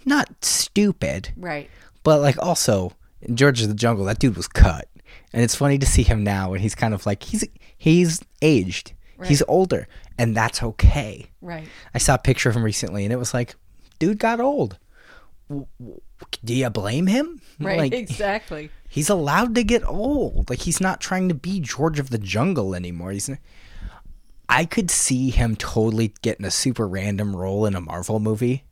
[SPEAKER 1] not stupid,
[SPEAKER 2] Right.
[SPEAKER 1] but like also in George of the Jungle, that dude was cut, and it's funny to see him now when he's kind of like he's he's aged, he's older, and that's okay.
[SPEAKER 2] Right.
[SPEAKER 1] I saw a picture of him recently, and it was like, dude got old. W- w- Do you blame him?
[SPEAKER 2] Right.
[SPEAKER 1] Like,
[SPEAKER 2] exactly.
[SPEAKER 1] He's allowed to get old. Like he's not trying to be George of the Jungle anymore. He's I could see him totally getting a super random role in a Marvel movie.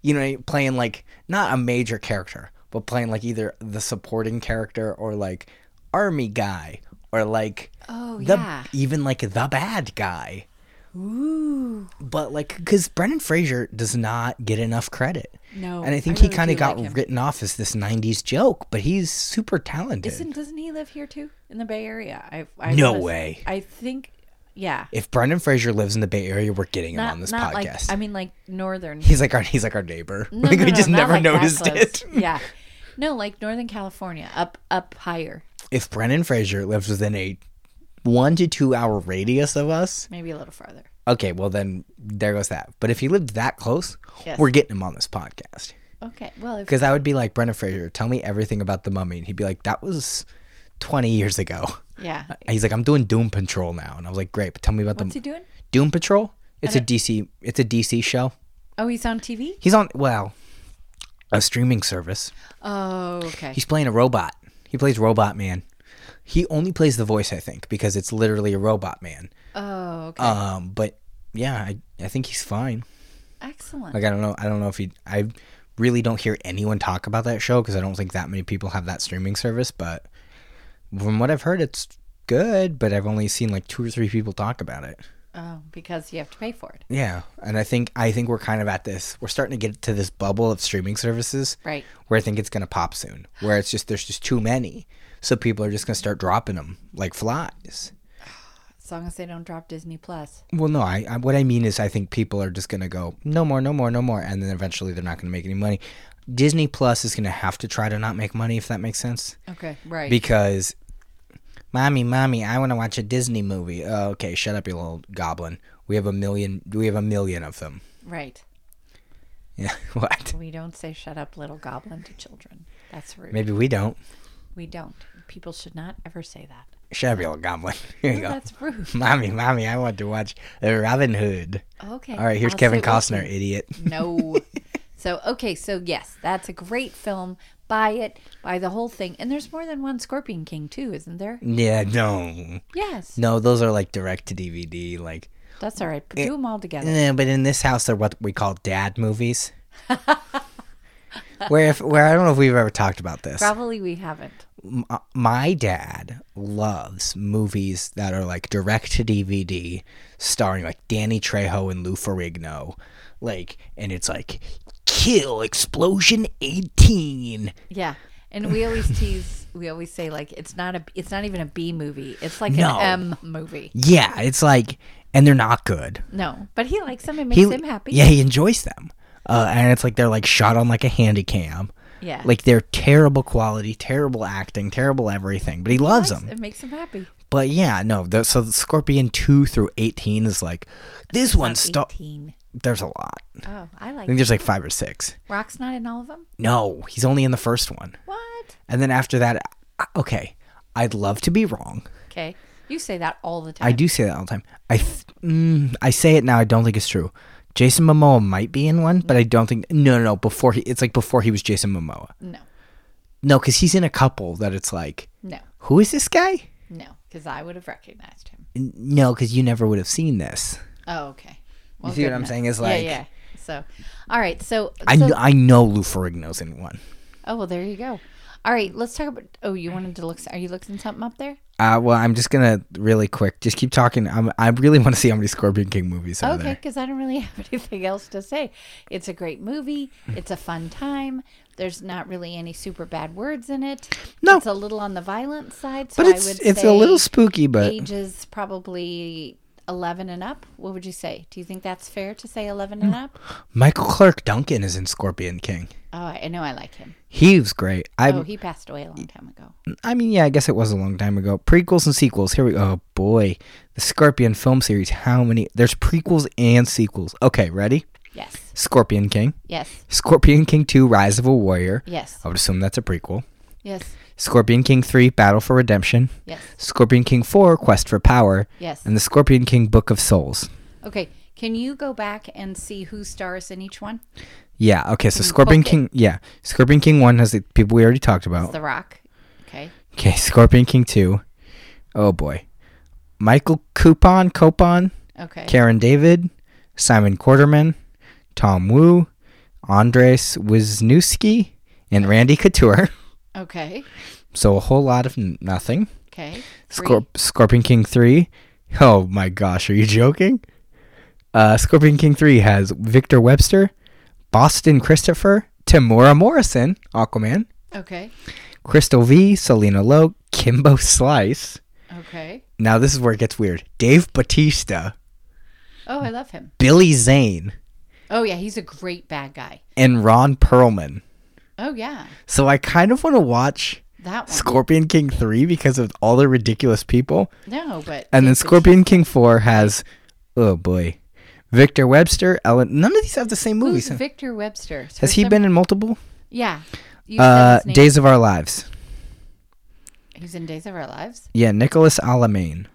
[SPEAKER 1] You know, playing like not a major character, but playing like either the supporting character or like army guy or like
[SPEAKER 2] Oh,
[SPEAKER 1] the
[SPEAKER 2] yeah.
[SPEAKER 1] even like the bad guy.
[SPEAKER 2] Ooh.
[SPEAKER 1] But like cuz Brendan Fraser does not get enough credit.
[SPEAKER 2] No,
[SPEAKER 1] And I think
[SPEAKER 2] I
[SPEAKER 1] he
[SPEAKER 2] really
[SPEAKER 1] kind of
[SPEAKER 2] do
[SPEAKER 1] got
[SPEAKER 2] like him.
[SPEAKER 1] written off as this 90s joke, but he's super talented.
[SPEAKER 2] Isn't, doesn't he live here too in the Bay Area? I, I
[SPEAKER 1] No
[SPEAKER 2] was-
[SPEAKER 1] way.
[SPEAKER 2] I think, yeah.
[SPEAKER 1] if Brendan Fraser lives in the Bay Area, we're getting him
[SPEAKER 2] Not,
[SPEAKER 1] on this
[SPEAKER 2] not
[SPEAKER 1] podcast.
[SPEAKER 2] like, I mean, like northern.
[SPEAKER 1] he's like our he's like our neighbor.
[SPEAKER 2] No,
[SPEAKER 1] like
[SPEAKER 2] no,
[SPEAKER 1] we
[SPEAKER 2] no,
[SPEAKER 1] just
[SPEAKER 2] not
[SPEAKER 1] never
[SPEAKER 2] like that
[SPEAKER 1] noticed
[SPEAKER 2] close.
[SPEAKER 1] it.
[SPEAKER 2] yeah. No, like Northern California, up up higher,
[SPEAKER 1] If Brendan Fraser lives within a one to two hour radius of us,
[SPEAKER 2] maybe a little farther.
[SPEAKER 1] okay, well then there goes that. But if he lived that close,
[SPEAKER 2] Yes.
[SPEAKER 1] we're getting him on this podcast.
[SPEAKER 2] Okay. Well, if,
[SPEAKER 1] Because I would be like Brendan Fraser, tell me everything about the mummy, and he'd be like, that was twenty years ago.
[SPEAKER 2] yeah.
[SPEAKER 1] And he's like, I'm doing Doom Patrol now, and I was like, great, but tell me about
[SPEAKER 2] What's
[SPEAKER 1] the
[SPEAKER 2] he doing?
[SPEAKER 1] Doom Patrol. It's a DC. It's a DC show.
[SPEAKER 2] Oh, he's on TV.
[SPEAKER 1] He's on well, a streaming service.
[SPEAKER 2] Oh, okay.
[SPEAKER 1] He's playing a robot. He plays Robot Man. He only plays the voice, I think, because it's literally a robot man.
[SPEAKER 2] Oh, okay.
[SPEAKER 1] Um, but yeah, I, I think he's fine.
[SPEAKER 2] Excellent.
[SPEAKER 1] Like I don't know, I don't know if he. I really don't hear anyone talk about that show because I don't think that many people have that streaming service. But from what I've heard, it's good. But I've only seen like two or three people talk about it.
[SPEAKER 2] Oh, because you have to pay for it,
[SPEAKER 1] Yeah, and I think I think we're kind of at this. We're starting to get to this bubble of streaming services,
[SPEAKER 2] right?
[SPEAKER 1] where I think it's going to pop soon, where it's just there's just too many. So people are just going to start dropping them like flies.
[SPEAKER 2] As long as they don't drop Disney Plus.
[SPEAKER 1] Well, no, I, I what I mean is I think people are just going to go no more, no more, no more, and then eventually they're not going to make any money. Disney Plus is going to have to try to not make money if that makes sense
[SPEAKER 2] Okay. Right.
[SPEAKER 1] because mommy, mommy, I want to watch a Disney movie. Oh, okay, shut up, you little goblin. We have a million. We have a million of them.
[SPEAKER 2] right.
[SPEAKER 1] Yeah, what?
[SPEAKER 2] We don't say "shut up, little goblin" to children. That's rude.
[SPEAKER 1] Maybe we don't.
[SPEAKER 2] We don't. People should not ever say that.
[SPEAKER 1] Shut up, you little goblin. Here you
[SPEAKER 2] No,
[SPEAKER 1] go.
[SPEAKER 2] That's rude.
[SPEAKER 1] Mommy, mommy, I want to watch Robin Hood.
[SPEAKER 2] Okay.
[SPEAKER 1] All right, here's
[SPEAKER 2] I'll
[SPEAKER 1] Kevin
[SPEAKER 2] sit with
[SPEAKER 1] Costner, idiot.
[SPEAKER 2] you. No. So okay, so yes, that's a great film. Buy it, buy the whole thing, and there's more than one Scorpion King too, isn't there?
[SPEAKER 1] Yeah, no,
[SPEAKER 2] Yes,
[SPEAKER 1] no, those are like direct to DVD. Like,
[SPEAKER 2] that's all right. But do them all together.
[SPEAKER 1] eh, but in this house, they're what we call dad movies. where if where I don't know if we've ever talked about this.
[SPEAKER 2] Probably we haven't.
[SPEAKER 1] M- my dad loves movies that are like direct to DVD, starring like Danny Trejo and Lou Ferrigno, like, and it's like Kill Explosion 18.
[SPEAKER 2] Yeah, and we always tease. We always say like it's not a. It's not even a B movie. It's like
[SPEAKER 1] No.
[SPEAKER 2] an M movie.
[SPEAKER 1] Yeah, it's like, and they're not good.
[SPEAKER 2] No, but he likes them. It makes
[SPEAKER 1] He-
[SPEAKER 2] him happy.
[SPEAKER 1] Yeah, he enjoys them, uh, and it's like they're like shot on like a handy cam.
[SPEAKER 2] Yeah.
[SPEAKER 1] Like they're terrible quality, terrible acting, terrible everything, but he loves them.
[SPEAKER 2] It makes him happy.
[SPEAKER 1] But yeah, no. The, so the Scorpion two through eighteen is like this one. Sta-
[SPEAKER 2] Eighteen.
[SPEAKER 1] there's a lot. I
[SPEAKER 2] Oh, I like.
[SPEAKER 1] think there's like five or six.
[SPEAKER 2] Rock's not in all of them.
[SPEAKER 1] No, he's only in the first one,
[SPEAKER 2] What?
[SPEAKER 1] and then after that, I- okay. I'd love to be wrong.
[SPEAKER 2] Okay, you say that all the time.
[SPEAKER 1] I do say that all the time. I th- mm, I say it now. I don't think it's true. Jason Momoa might be in one, but I don't think. No, no, no. Before he, it's like before he was Jason Momoa.
[SPEAKER 2] No,
[SPEAKER 1] No, because he's in a couple that it's like,
[SPEAKER 2] no,
[SPEAKER 1] who is this guy?
[SPEAKER 2] no, because I would have recognized him.
[SPEAKER 1] N- No, because you never would have seen this.
[SPEAKER 2] Oh, okay. Well,
[SPEAKER 1] see what
[SPEAKER 2] good
[SPEAKER 1] I'm saying? It's like-
[SPEAKER 2] yeah, yeah. So, all right. So,
[SPEAKER 1] I
[SPEAKER 2] so-
[SPEAKER 1] kn- I know Lou Ferrigno's in one.
[SPEAKER 2] oh well, there you go. All right, let's talk about. Oh, you wanted to look. Are you looking something up there?
[SPEAKER 1] Uh, well, I'm just gonna really quick. Just keep talking. I'm, I really want to see how many Scorpion King movies are
[SPEAKER 2] Okay,
[SPEAKER 1] there.
[SPEAKER 2] because I don't really have anything else to say. It's a great movie. It's a fun time. There's not really any super bad words in it.
[SPEAKER 1] No.
[SPEAKER 2] it's a little on the violent side. So
[SPEAKER 1] But it's
[SPEAKER 2] I would
[SPEAKER 1] it's
[SPEAKER 2] say
[SPEAKER 1] a little spooky, but
[SPEAKER 2] ages probably eleven and up. What would you say? Do you think that's fair to say eleven and up?
[SPEAKER 1] Michael Clark Duncan is in Scorpion King.
[SPEAKER 2] Oh, I know I like him.
[SPEAKER 1] He was great. I
[SPEAKER 2] Oh, he passed away a long time ago.
[SPEAKER 1] I mean, yeah, I guess it was a long time ago. Prequels and sequels. Here we go. Oh boy, the Scorpion film series. How many? There's prequels and sequels. Okay, ready?
[SPEAKER 2] Yes,
[SPEAKER 1] Scorpion King.
[SPEAKER 2] yes,
[SPEAKER 1] Scorpion King 2 Rise of a Warrior.
[SPEAKER 2] yes,
[SPEAKER 1] I would assume that's a prequel.
[SPEAKER 2] yes,
[SPEAKER 1] Scorpion King 3 Battle for Redemption.
[SPEAKER 2] yes,
[SPEAKER 1] Scorpion King 4 Quest for Power.
[SPEAKER 2] yes.
[SPEAKER 1] And the Scorpion King Book of Souls.
[SPEAKER 2] Okay, can you go back and see who stars in each one?
[SPEAKER 1] Yeah, okay, so Scorpion
[SPEAKER 2] book it.
[SPEAKER 1] King. Yeah. Scorpion King 1 has the people we already talked about.
[SPEAKER 2] The Rock. Okay.
[SPEAKER 1] Okay, Scorpion King 2. Oh boy. Michael Coupon, Copon.
[SPEAKER 2] Okay.
[SPEAKER 1] Karen David, Simon Quarterman, Tom Wu, Andres Wisniewski, and Randy Couture.
[SPEAKER 2] Okay.
[SPEAKER 1] So a whole lot of n- nothing.
[SPEAKER 2] Okay. Three.
[SPEAKER 1] Scorp- Scorpion King 3. Oh my gosh, are you joking? Uh, Scorpion King 3 has Victor Webster, Boston Christopher, Tamora Morrison, Aquaman,
[SPEAKER 2] Okay.
[SPEAKER 1] Crystal V, Selena Lowe, Kimbo Slice.
[SPEAKER 2] Okay.
[SPEAKER 1] Now this is where it gets weird. Dave Batista,
[SPEAKER 2] Oh, I love him.
[SPEAKER 1] Billy Zane,
[SPEAKER 2] Oh yeah, he's a great bad guy.
[SPEAKER 1] and Ron Perlman.
[SPEAKER 2] Oh yeah,
[SPEAKER 1] So I kind of want to watch
[SPEAKER 2] that one.
[SPEAKER 1] Scorpion King 3 because of all the ridiculous people.
[SPEAKER 2] no, but
[SPEAKER 1] And then
[SPEAKER 2] David-
[SPEAKER 1] Scorpion King 4 has, oh boy, Victor Webster, Ellen. None of these have the same
[SPEAKER 2] Who's
[SPEAKER 1] movies. huh?
[SPEAKER 2] Victor Webster? For
[SPEAKER 1] Has he
[SPEAKER 2] some-
[SPEAKER 1] been in multiple?
[SPEAKER 2] Yeah. You said
[SPEAKER 1] Uh,
[SPEAKER 2] his name.
[SPEAKER 1] Days of Our Lives.
[SPEAKER 2] He's in Days of Our Lives.
[SPEAKER 1] Yeah, Nicholas Alamein.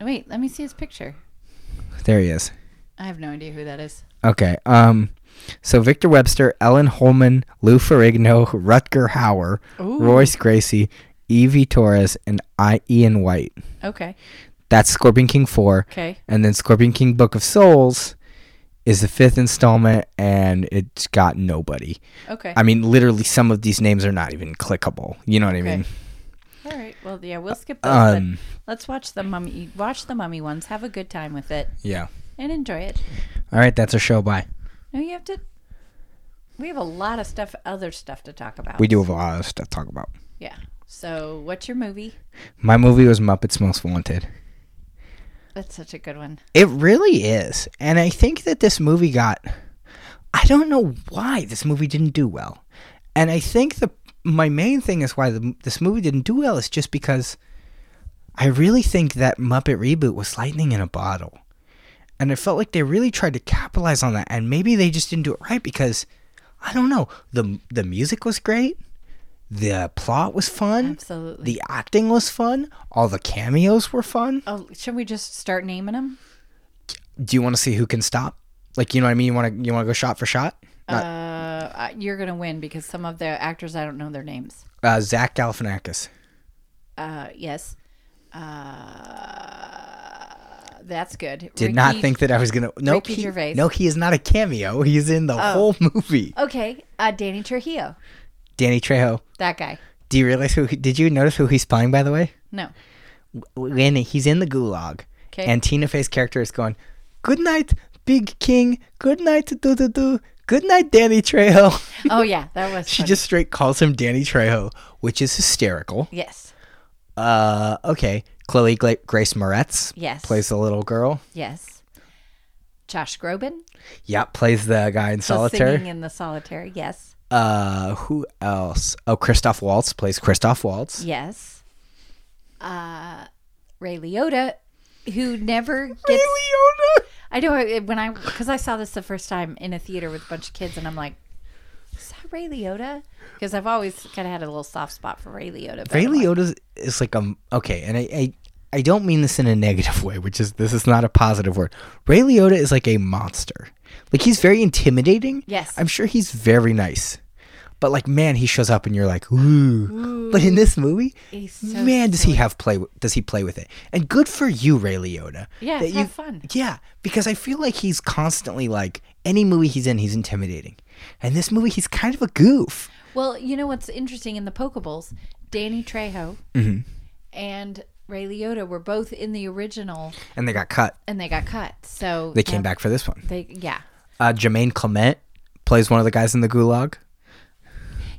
[SPEAKER 2] Wait, let me see his picture.
[SPEAKER 1] There he is.
[SPEAKER 2] I have no idea who that is.
[SPEAKER 1] Okay. Um, so Victor Webster, Ellen Holman, Lou Ferrigno, Rutger Hauer, Royce Gracie, Evie Torres, and I- Ian White.
[SPEAKER 2] Okay.
[SPEAKER 1] That's Scorpion King 4.
[SPEAKER 2] Okay.
[SPEAKER 1] And then Scorpion King Book of Souls is the fifth installment, and it's got nobody.
[SPEAKER 2] Okay.
[SPEAKER 1] I mean, literally, some of these names are not even clickable. You know what I mean?
[SPEAKER 2] All right. Well, yeah, we'll skip those.
[SPEAKER 1] Um,
[SPEAKER 2] but let's watch the mummy. Watch the mummy ones. Have a good time with it
[SPEAKER 1] Yeah.
[SPEAKER 2] and enjoy it.
[SPEAKER 1] All right, that's our show. Bye.
[SPEAKER 2] No, you have to. We have a lot of stuff, other stuff to talk about.
[SPEAKER 1] We do have a lot of stuff to talk about.
[SPEAKER 2] Yeah. So, what's your movie?
[SPEAKER 1] My movie was Muppets Most Wanted.
[SPEAKER 2] That's such a good one.
[SPEAKER 1] It really is. And I think that this movie got I don't know why this movie didn't do well. And I think the my main thing is why the, this movie didn't do well is just because I really think that Muppet reboot was lightning in a bottle. And I felt like they really tried to capitalize on that and maybe they just didn't do it right because I don't know. The the music was great. The plot was fun.
[SPEAKER 2] Absolutely.
[SPEAKER 1] The acting was fun. All the cameos were fun.
[SPEAKER 2] Oh, should we just start naming them?
[SPEAKER 1] do you want to see who can stop? Like, you know what I mean? You want to you want to go shot for shot? Not
[SPEAKER 2] gonna uh, you're gonna win because some of the actors I don't know their names.
[SPEAKER 1] Uh, Zach Galifianakis.
[SPEAKER 2] Uh, yes, uh, that's good.
[SPEAKER 1] Did not think that I was gonna. No,
[SPEAKER 2] Ricky
[SPEAKER 1] he,
[SPEAKER 2] Gervais. Oh.
[SPEAKER 1] no, he is not a cameo. He's in the whole movie.
[SPEAKER 2] Okay, uh, Danny Trujillo,
[SPEAKER 1] Danny Trejo.
[SPEAKER 2] that guy.
[SPEAKER 1] Do you realize who? He, did you notice who he's playing? By the way,
[SPEAKER 2] No,
[SPEAKER 1] when he's in the gulag,
[SPEAKER 2] 'Kay.
[SPEAKER 1] and Tina Fey's character is going, "Good night, Big King. Good night, doo doo doo. Good night, Danny Trejo."
[SPEAKER 2] oh yeah, that was.
[SPEAKER 1] she
[SPEAKER 2] funny.
[SPEAKER 1] just straight calls him Danny Trejo, which is hysterical.
[SPEAKER 2] yes,
[SPEAKER 1] Uh, okay. Chloe Gla- Grace Moretz
[SPEAKER 2] yes,
[SPEAKER 1] plays the little girl.
[SPEAKER 2] yes. Josh Groban,
[SPEAKER 1] Yep, plays the guy in
[SPEAKER 2] the
[SPEAKER 1] solitaire.
[SPEAKER 2] singing in the solitaire. Yes,
[SPEAKER 1] Uh, who else? Oh, Christoph Waltz plays Christoph Waltz.
[SPEAKER 2] yes. Uh, Ray Liotta, who never gets.
[SPEAKER 1] Leona.
[SPEAKER 2] I know I- when I because I saw this the first time in a theater with a bunch of kids, and I'm like, "Is that Ray Liotta?" Because I've always kind of had a little soft spot for Ray Liotta. but
[SPEAKER 1] Ray
[SPEAKER 2] I'm like,
[SPEAKER 1] Liotta is like um okay, and I, I I don't mean this in a negative way, which is this is not a positive word. Ray Liotta is like a monster. Like he's very intimidating.
[SPEAKER 2] Yes.
[SPEAKER 1] I'm sure he's very nice, but like man, he shows up and you're like ooh. But in this movie,
[SPEAKER 2] He's so
[SPEAKER 1] man, does he have play? Does he play with it? And good for you, Ray Liotta.
[SPEAKER 2] Yeah,
[SPEAKER 1] that
[SPEAKER 2] have
[SPEAKER 1] you-
[SPEAKER 2] fun.
[SPEAKER 1] Yeah, because I feel like he's constantly like any movie he's in, he's intimidating, and this movie he's kind of a goof.
[SPEAKER 2] Well, you know what's interesting in the Pokeballs? Danny Trejo
[SPEAKER 1] Mm-hmm.
[SPEAKER 2] and Ray Liotta were both in the original,
[SPEAKER 1] And they got cut.
[SPEAKER 2] and they got cut. So
[SPEAKER 1] They came back for this one.
[SPEAKER 2] They yeah.
[SPEAKER 1] Uh, Jermaine Clement plays one of the guys in the Gulag,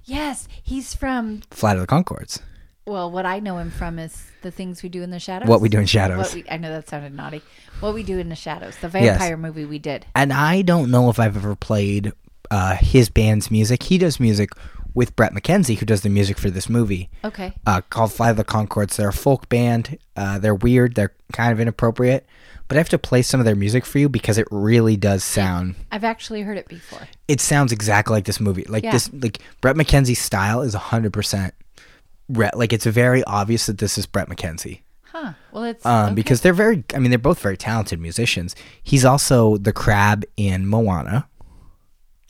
[SPEAKER 2] Yes, he's from.
[SPEAKER 1] Flight of the Concords.
[SPEAKER 2] Well, what I know him from is the things we do in the shadows.
[SPEAKER 1] What we do in shadows.
[SPEAKER 2] What we, I know that sounded naughty. What we do in the shadows, the vampire movie we did.
[SPEAKER 1] and I don't know if I've ever played uh, his band's music. He does music with Brett McKenzie, who does the music for this movie.
[SPEAKER 2] Okay.
[SPEAKER 1] uh, called Fly of the Concords. They're a folk band. Uh, they're weird. They're kind of inappropriate. But I have to play some of their music for you because it really does sound.
[SPEAKER 2] I've actually heard it before.
[SPEAKER 1] It sounds exactly like this movie. Like
[SPEAKER 2] Yeah.
[SPEAKER 1] this, like Brett McKenzie's style is hundred percent. Like it's very obvious that this is Brett McKenzie
[SPEAKER 2] Huh. Well, it's
[SPEAKER 1] um,
[SPEAKER 2] okay.
[SPEAKER 1] because they're very. I mean, they're both very talented musicians. He's also the crab in Moana.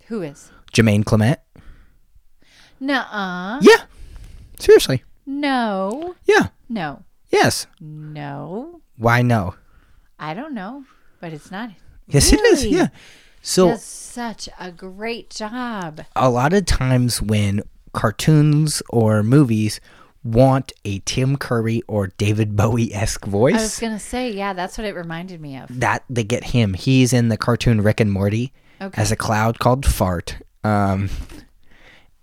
[SPEAKER 2] who is?
[SPEAKER 1] Jermaine Clement.
[SPEAKER 2] Nuh-uh.
[SPEAKER 1] Yeah. Seriously.
[SPEAKER 2] No.
[SPEAKER 1] Yeah.
[SPEAKER 2] No.
[SPEAKER 1] Yes.
[SPEAKER 2] No.
[SPEAKER 1] Why no?
[SPEAKER 2] I don't know, but it's not.
[SPEAKER 1] Yes, it is.
[SPEAKER 2] Really?
[SPEAKER 1] Yeah. So
[SPEAKER 2] Does such a great job.
[SPEAKER 1] a lot of times when cartoons or movies want a Tim Curry or David Bowie esque
[SPEAKER 2] I was
[SPEAKER 1] voice,
[SPEAKER 2] gonna say, yeah, that's what it reminded me of.
[SPEAKER 1] that they get him. He's in the cartoon Rick and Morty
[SPEAKER 2] Okay.
[SPEAKER 1] as a cloud called Fart, um,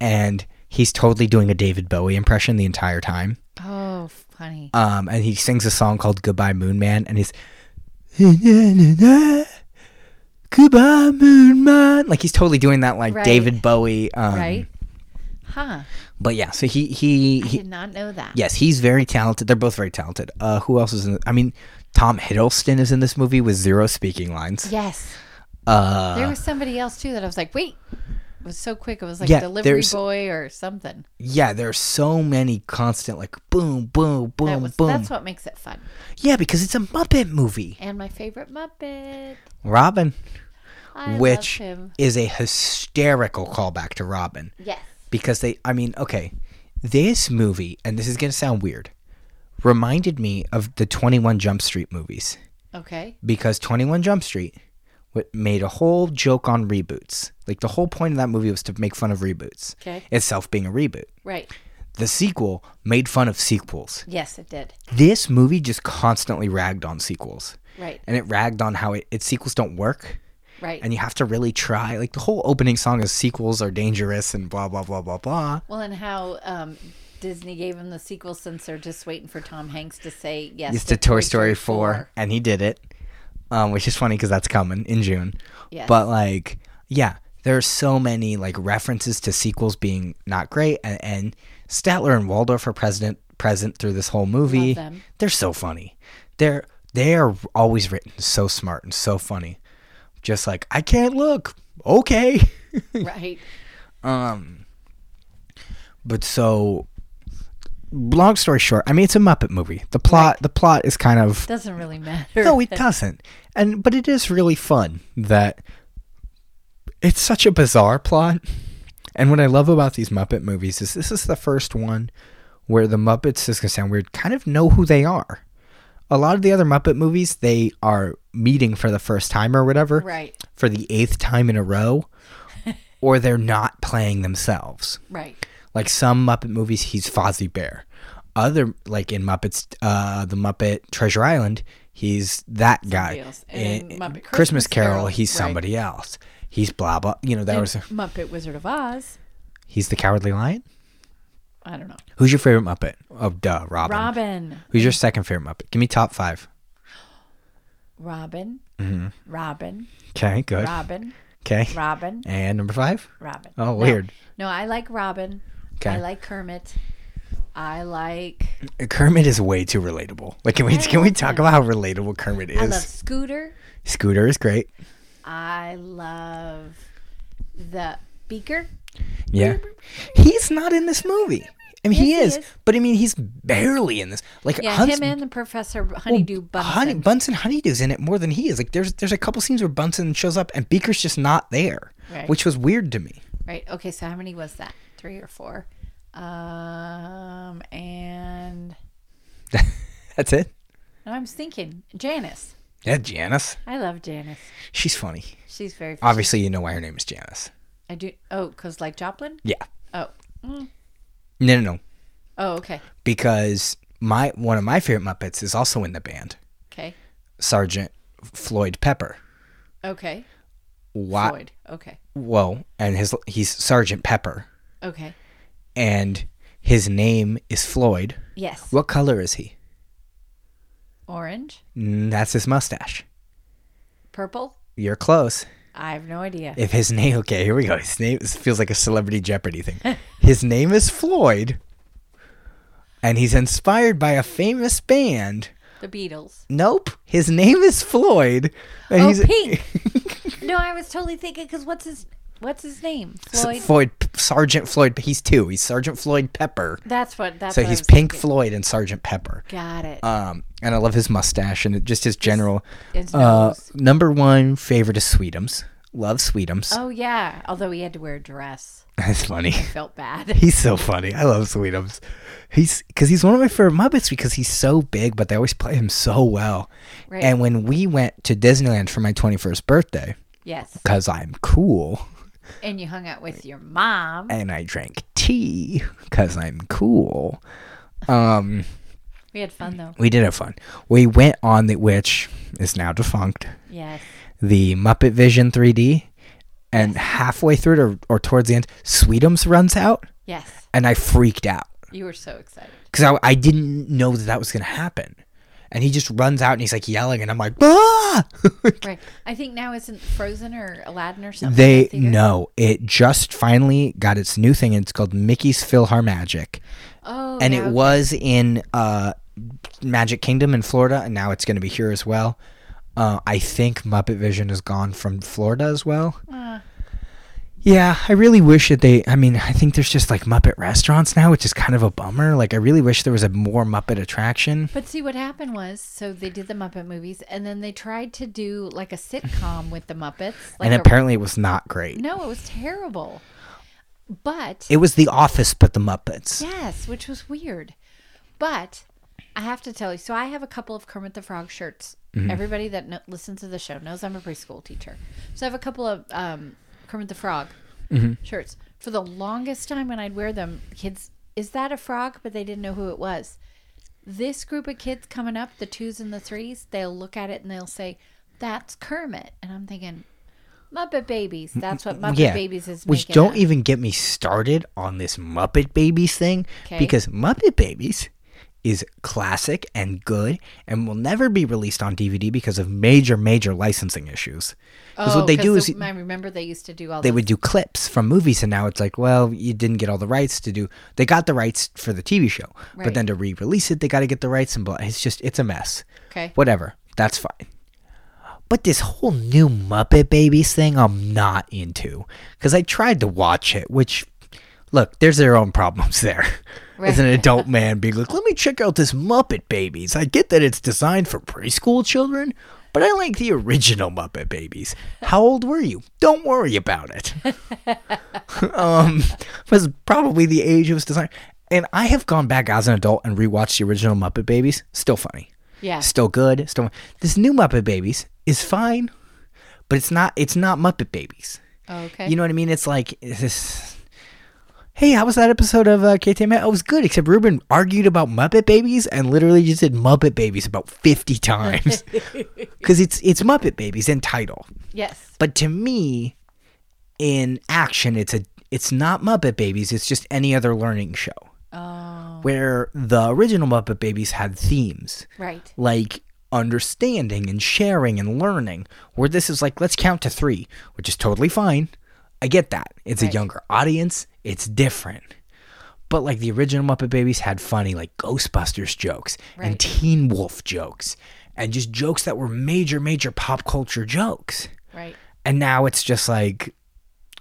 [SPEAKER 1] and he's totally doing a David Bowie impression the entire time.
[SPEAKER 2] Oh, funny.
[SPEAKER 1] Um, and he sings a song called "Goodbye Moon Man," and he's "Goodbye Moon Man," like he's totally doing that like
[SPEAKER 2] Right.
[SPEAKER 1] David Bowie. Um,
[SPEAKER 2] right? Huh.
[SPEAKER 1] But yeah, so he he,
[SPEAKER 2] I
[SPEAKER 1] he
[SPEAKER 2] did not know that.
[SPEAKER 1] Yes, he's very talented. They're both very talented. Uh, who else is in? I mean, Tom Hiddleston is in this movie with zero speaking lines.
[SPEAKER 2] Yes.
[SPEAKER 1] Uh,
[SPEAKER 2] There was somebody else too that I was like, wait. It was so quick. It was like
[SPEAKER 1] Yeah,
[SPEAKER 2] delivery
[SPEAKER 1] there's-
[SPEAKER 2] boy or something.
[SPEAKER 1] yeah, there are so many constant like boom, boom, boom,
[SPEAKER 2] That was
[SPEAKER 1] boom.
[SPEAKER 2] that's what makes it fun.
[SPEAKER 1] Yeah, because it's a Muppet movie.
[SPEAKER 2] And my favorite Muppet.
[SPEAKER 1] Robin,
[SPEAKER 2] I
[SPEAKER 1] which
[SPEAKER 2] love him.
[SPEAKER 1] is a hysterical callback to Robin,
[SPEAKER 2] Yes.
[SPEAKER 1] because they. I mean, okay, this movie, and this is gonna sound weird, reminded me of the Twenty One Jump Street movies.
[SPEAKER 2] Okay.
[SPEAKER 1] because 21 Jump Street w- made a whole joke on reboots. Like the whole point of that movie was to make fun of reboots.
[SPEAKER 2] Okay.
[SPEAKER 1] Itself being a reboot.
[SPEAKER 2] Right.
[SPEAKER 1] The sequel made fun of sequels.
[SPEAKER 2] Yes, it did.
[SPEAKER 1] This movie just constantly ragged on sequels.
[SPEAKER 2] Right.
[SPEAKER 1] And it ragged on how it, its sequels don't work
[SPEAKER 2] Right.
[SPEAKER 1] and you have to really try. Like the whole opening song is sequels are dangerous and blah blah blah blah blah.
[SPEAKER 2] well, and how um, Disney gave him the sequel since they're just waiting for Tom Hanks to say yes.
[SPEAKER 1] It's to Toy Story 4 and he did it. Um, which is funny because that's coming in June.
[SPEAKER 2] Yes.
[SPEAKER 1] But like, yeah, there are so many like references to sequels being not great, and, and Statler and Waldorf are president present through this whole movie.
[SPEAKER 2] Love them.
[SPEAKER 1] They're so funny. They're they are always written so smart and so funny. Just like I can't look. Okay.
[SPEAKER 2] right.
[SPEAKER 1] Um. But so, long story short, I mean, it's a Muppet movie. The plot the plot is kind of
[SPEAKER 2] Doesn't really matter.
[SPEAKER 1] no, it doesn't. And but it is really fun that it's such a bizarre plot And what I love about these Muppet movies is this is the first one where the Muppets, this is going to sound weird, kind of know who they are. A lot of the other Muppet movies, they are meeting for the first time or whatever
[SPEAKER 2] Right.
[SPEAKER 1] for the eighth time in a row, or they're not playing themselves.
[SPEAKER 2] Right.
[SPEAKER 1] Like some Muppet movies, he's Fozzie Bear. Other, like in Muppets, uh, the Muppet Treasure Island, he's that guy.
[SPEAKER 2] else.
[SPEAKER 1] In
[SPEAKER 2] And Muppet
[SPEAKER 1] Christmas,
[SPEAKER 2] Christmas
[SPEAKER 1] Carol,
[SPEAKER 2] Carol,
[SPEAKER 1] he's
[SPEAKER 2] right.
[SPEAKER 1] somebody else. He's blah blah. You know, that
[SPEAKER 2] And
[SPEAKER 1] was
[SPEAKER 2] Muppet Wizard of Oz.
[SPEAKER 1] he's the Cowardly Lion.
[SPEAKER 2] I don't know.
[SPEAKER 1] Who's your favorite Muppet? Oh, duh, Robin.
[SPEAKER 2] Robin.
[SPEAKER 1] Who's your second favorite Muppet? Give me top five.
[SPEAKER 2] Robin.
[SPEAKER 1] Mm-hmm.
[SPEAKER 2] Robin.
[SPEAKER 1] Okay, good.
[SPEAKER 2] Robin.
[SPEAKER 1] Okay,
[SPEAKER 2] Robin.
[SPEAKER 1] and number five.
[SPEAKER 2] Robin.
[SPEAKER 1] Oh,
[SPEAKER 2] No.
[SPEAKER 1] weird.
[SPEAKER 2] No, I like Robin.
[SPEAKER 1] 'Kay.
[SPEAKER 2] I like Kermit. I like.
[SPEAKER 1] Kermit is way too relatable. Like, can we can we talk about how relatable Kermit is?
[SPEAKER 2] I love Scooter.
[SPEAKER 1] Scooter is great.
[SPEAKER 2] I love the Beaker.
[SPEAKER 1] Yeah. He's not in this movie. I mean, he,
[SPEAKER 2] Yes,
[SPEAKER 1] is,
[SPEAKER 2] he is.
[SPEAKER 1] but I mean, he's barely in this. Like,
[SPEAKER 2] Yeah,
[SPEAKER 1] Hunts,
[SPEAKER 2] him and the Professor Honeydew Bunsen.
[SPEAKER 1] Honey, Bunsen Honeydew's in it more than he is. Like, there's there's a couple scenes where Bunsen shows up and Beaker's just not there,
[SPEAKER 2] Right.
[SPEAKER 1] which was weird to me.
[SPEAKER 2] Right. Okay. So how many was that? Three or four? Um, and
[SPEAKER 1] That's it.
[SPEAKER 2] no, I'm thinking Janice.
[SPEAKER 1] Yeah, Janice.
[SPEAKER 2] I love Janice.
[SPEAKER 1] She's funny.
[SPEAKER 2] She's very. Funny.
[SPEAKER 1] Obviously, you know why her name is Janice.
[SPEAKER 2] I do. Oh, cause like Joplin.
[SPEAKER 1] Yeah.
[SPEAKER 2] Oh. Mm.
[SPEAKER 1] No, no, no.
[SPEAKER 2] Oh. Okay.
[SPEAKER 1] Because my one of my favorite Muppets is also in the band,
[SPEAKER 2] Okay.
[SPEAKER 1] Sergeant Floyd Pepper.
[SPEAKER 2] Okay.
[SPEAKER 1] Why?
[SPEAKER 2] Floyd. Okay.
[SPEAKER 1] Whoa, and his he's Sergeant Pepper,
[SPEAKER 2] Okay.
[SPEAKER 1] and his name is Floyd.
[SPEAKER 2] Yes.
[SPEAKER 1] What color is he?
[SPEAKER 2] Orange.
[SPEAKER 1] Mm, That's his mustache.
[SPEAKER 2] Purple.
[SPEAKER 1] You're close.
[SPEAKER 2] I have no idea.
[SPEAKER 1] If his name, okay, here we go. His name this feels like a celebrity Jeopardy thing. His name is Floyd, and he's inspired by a famous band.
[SPEAKER 2] The Beatles.
[SPEAKER 1] Nope, his name is Floyd. And
[SPEAKER 2] Oh,
[SPEAKER 1] he's-
[SPEAKER 2] pink. no, I was totally thinking. Cause what's his what's his name?
[SPEAKER 1] S-
[SPEAKER 2] Floyd.
[SPEAKER 1] Floyd, P- Sergeant Floyd. He's two. He's Sergeant Floyd Pepper.
[SPEAKER 2] that's what. That's
[SPEAKER 1] So
[SPEAKER 2] what I
[SPEAKER 1] he's
[SPEAKER 2] was
[SPEAKER 1] Pink
[SPEAKER 2] thinking.
[SPEAKER 1] Floyd and Sergeant Pepper.
[SPEAKER 2] Got it.
[SPEAKER 1] Um, and I love his mustache and just his general.
[SPEAKER 2] His
[SPEAKER 1] Uh,
[SPEAKER 2] nose.
[SPEAKER 1] number one favorite is Sweetums. Love Sweetums.
[SPEAKER 2] oh yeah. Although he had to wear a dress,
[SPEAKER 1] That's funny.
[SPEAKER 2] felt bad.
[SPEAKER 1] He's so funny. I love Sweetums. He's because he's one of my favorite Muppets because he's so big, but they always play him so well.
[SPEAKER 2] Right.
[SPEAKER 1] And when we went to Disneyland for my 21st birthday,
[SPEAKER 2] yes.
[SPEAKER 1] because I'm cool
[SPEAKER 2] And you hung out with your mom.
[SPEAKER 1] and I drank tea because I'm cool, um,
[SPEAKER 2] We had fun though.
[SPEAKER 1] we did have fun. We went on the, which is now defunct,
[SPEAKER 2] Yes.
[SPEAKER 1] the Muppet Vision 3D, and halfway through it or, or towards the end, Sweetums runs out,
[SPEAKER 2] Yes.
[SPEAKER 1] and I freaked out
[SPEAKER 2] You were so excited.
[SPEAKER 1] because I, I didn't know that that was going to happen. And he just runs out and he's like yelling, and I'm like, ah!
[SPEAKER 2] Right. I think now isn't Frozen or Aladdin or something. in
[SPEAKER 1] they
[SPEAKER 2] the theater?
[SPEAKER 1] no, it just finally got its new thing, and it's called Mickey's Philhar Magic,
[SPEAKER 2] Oh.
[SPEAKER 1] and
[SPEAKER 2] now-
[SPEAKER 1] it was in uh, Magic Kingdom in Florida, and now it's going to be here as well. Uh, I think Muppet Vision is gone from Florida as well.
[SPEAKER 2] Ah,
[SPEAKER 1] Yeah, I really wish that they. I mean, I think there's just like Muppet restaurants now, which is kind of a bummer. Like, I really wish there was a more Muppet attraction.
[SPEAKER 2] but see what happened was so they did the Muppet movies and then they tried to do like a sitcom with the Muppets. Like
[SPEAKER 1] and
[SPEAKER 2] a-
[SPEAKER 1] apparently, it was not great.
[SPEAKER 2] no, it was terrible. But
[SPEAKER 1] It was The Office, but the Muppets.
[SPEAKER 2] yes, which was weird. But I have to tell you, so I have a couple of Kermit the Frog shirts.
[SPEAKER 1] Mm-hmm.
[SPEAKER 2] Everybody that kno listens to the show knows I'm a preschool teacher. So I have a couple of um, Kermit the Frog
[SPEAKER 1] Mm-hmm.
[SPEAKER 2] shirts. For the longest time when I'd wear them, kids, is that a frog? But they didn't know who it was. This group of kids coming up, the twos and the threes, they'll look at it and they'll say, that's Kermit. And I'm thinking, Muppet Babies. That's what Muppet
[SPEAKER 1] Mm, yeah,
[SPEAKER 2] Babies is
[SPEAKER 1] Which
[SPEAKER 2] making
[SPEAKER 1] don't e-,
[SPEAKER 2] up.
[SPEAKER 1] even get me started on this Muppet Babies thing,
[SPEAKER 2] 'Kay.
[SPEAKER 1] because Muppet Babies is classic and good and will never be released on DVD because of major, major licensing issues. Because
[SPEAKER 2] Oh,
[SPEAKER 1] what they
[SPEAKER 2] 'cause
[SPEAKER 1] do
[SPEAKER 2] the-
[SPEAKER 1] is
[SPEAKER 2] I remember they used to do all
[SPEAKER 1] they
[SPEAKER 2] the
[SPEAKER 1] would do clips from movies and now it's like well you didn't get all the rights to do they got the rights for the tv show but
[SPEAKER 2] Right.
[SPEAKER 1] then to re-release it they got to get the rights and blah it's just it's a mess
[SPEAKER 2] Okay.
[SPEAKER 1] whatever that's fine but this whole new muppet babies thing i'm not into because i tried to watch it which look there's their own problems there as an
[SPEAKER 2] Right.
[SPEAKER 1] adult man being like let me check out this muppet babies i get that it's designed for preschool children But I like the original Muppet Babies. How old were you? Don't worry about it. um, was probably the age it was designed. And I have gone back as an adult and rewatched the original Muppet Babies. Still funny.
[SPEAKER 2] Yeah.
[SPEAKER 1] Still good. Still this new Muppet Babies is fine, but it's not. It's not Muppet Babies.
[SPEAKER 2] Okay.
[SPEAKER 1] You know what I mean? It's like it's this. Hey, how was that episode of uh, KTM? Oh, it was good, except Ruben argued about Muppet Babies and literally just did Muppet Babies about fifty times because it's it's Muppet Babies in title.
[SPEAKER 2] yes.
[SPEAKER 1] But to me, in action, it's a it's not Muppet Babies. It's just any other learning show
[SPEAKER 2] Oh,
[SPEAKER 1] where the original Muppet Babies had themes
[SPEAKER 2] right.
[SPEAKER 1] like understanding and sharing and learning. Where this is like, let's count to three, which is totally fine. I get that. It's
[SPEAKER 2] Right.
[SPEAKER 1] a younger audience, it's different. But like the original Muppet Babies had funny, like Ghostbusters jokes
[SPEAKER 2] Right.
[SPEAKER 1] and Teen Wolf jokes and just jokes that were major, major pop culture jokes.
[SPEAKER 2] Right.
[SPEAKER 1] And now it's just like,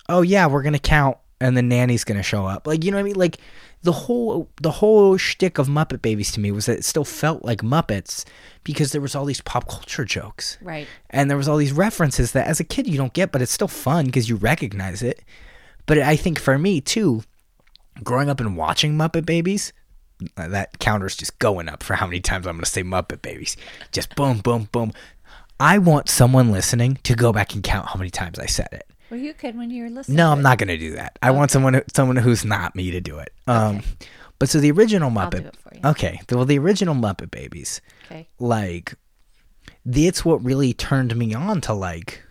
[SPEAKER 1] oh yeah, we're gonna count, and the nanny's gonna show up. Like you know what I mean? Like the whole the whole shtick of Muppet Babies to me was that it still felt like Muppets because there was all these pop culture jokes,
[SPEAKER 2] Right.
[SPEAKER 1] and there was all these references that as a kid you don't get, but it's still fun because you recognize it. But I think for me too, growing up and watching Muppet Babies. uh, That counter's just going up for how many times I'm going to say Muppet Babies. Just boom, boom, boom. I want someone listening to go back and count how many times I said it.
[SPEAKER 2] Were you could when you were listening?
[SPEAKER 1] No, I'm not going to do that. I want someone who- someone who's not me to do it. Um, but so the original Muppet.
[SPEAKER 2] do it for you.
[SPEAKER 1] Okay, well the original Muppet Babies,
[SPEAKER 2] Okay.
[SPEAKER 1] like, that's what really turned me on to like,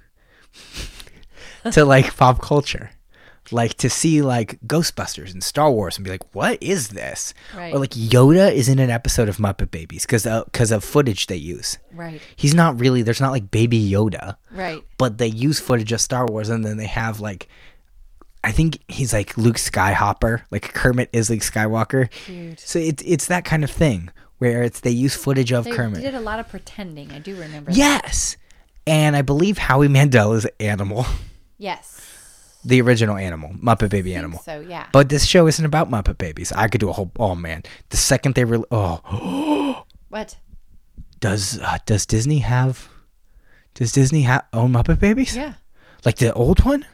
[SPEAKER 1] to like pop culture, like to see like Ghostbusters and Star Wars and be like, what is this?
[SPEAKER 2] Right.
[SPEAKER 1] Or like Yoda is in an episode of Muppet Babies because because of footage they use.
[SPEAKER 2] Right.
[SPEAKER 1] He's not really there's not like Baby Yoda
[SPEAKER 2] Right.
[SPEAKER 1] but they use footage of Star Wars, and then they have like, I think he's like Luke Skyhopper, like Kermit is Luke Skywalker.
[SPEAKER 2] Cute.
[SPEAKER 1] So it's it's that kind of thing where it's they use footage of
[SPEAKER 2] They
[SPEAKER 1] Kermit.
[SPEAKER 2] did a lot of pretending. I do remember. that.
[SPEAKER 1] yes, and I believe Howie Mandela's animal,
[SPEAKER 2] Yes.
[SPEAKER 1] the original animal, Muppet Baby
[SPEAKER 2] I think
[SPEAKER 1] animal.
[SPEAKER 2] So yeah.
[SPEAKER 1] But this show isn't about Muppet Babies. I could do a whole. Oh man, the second they re- oh
[SPEAKER 2] what?
[SPEAKER 1] does uh, does Disney have does Disney have own Muppet Babies
[SPEAKER 2] Yeah.
[SPEAKER 1] like the old one?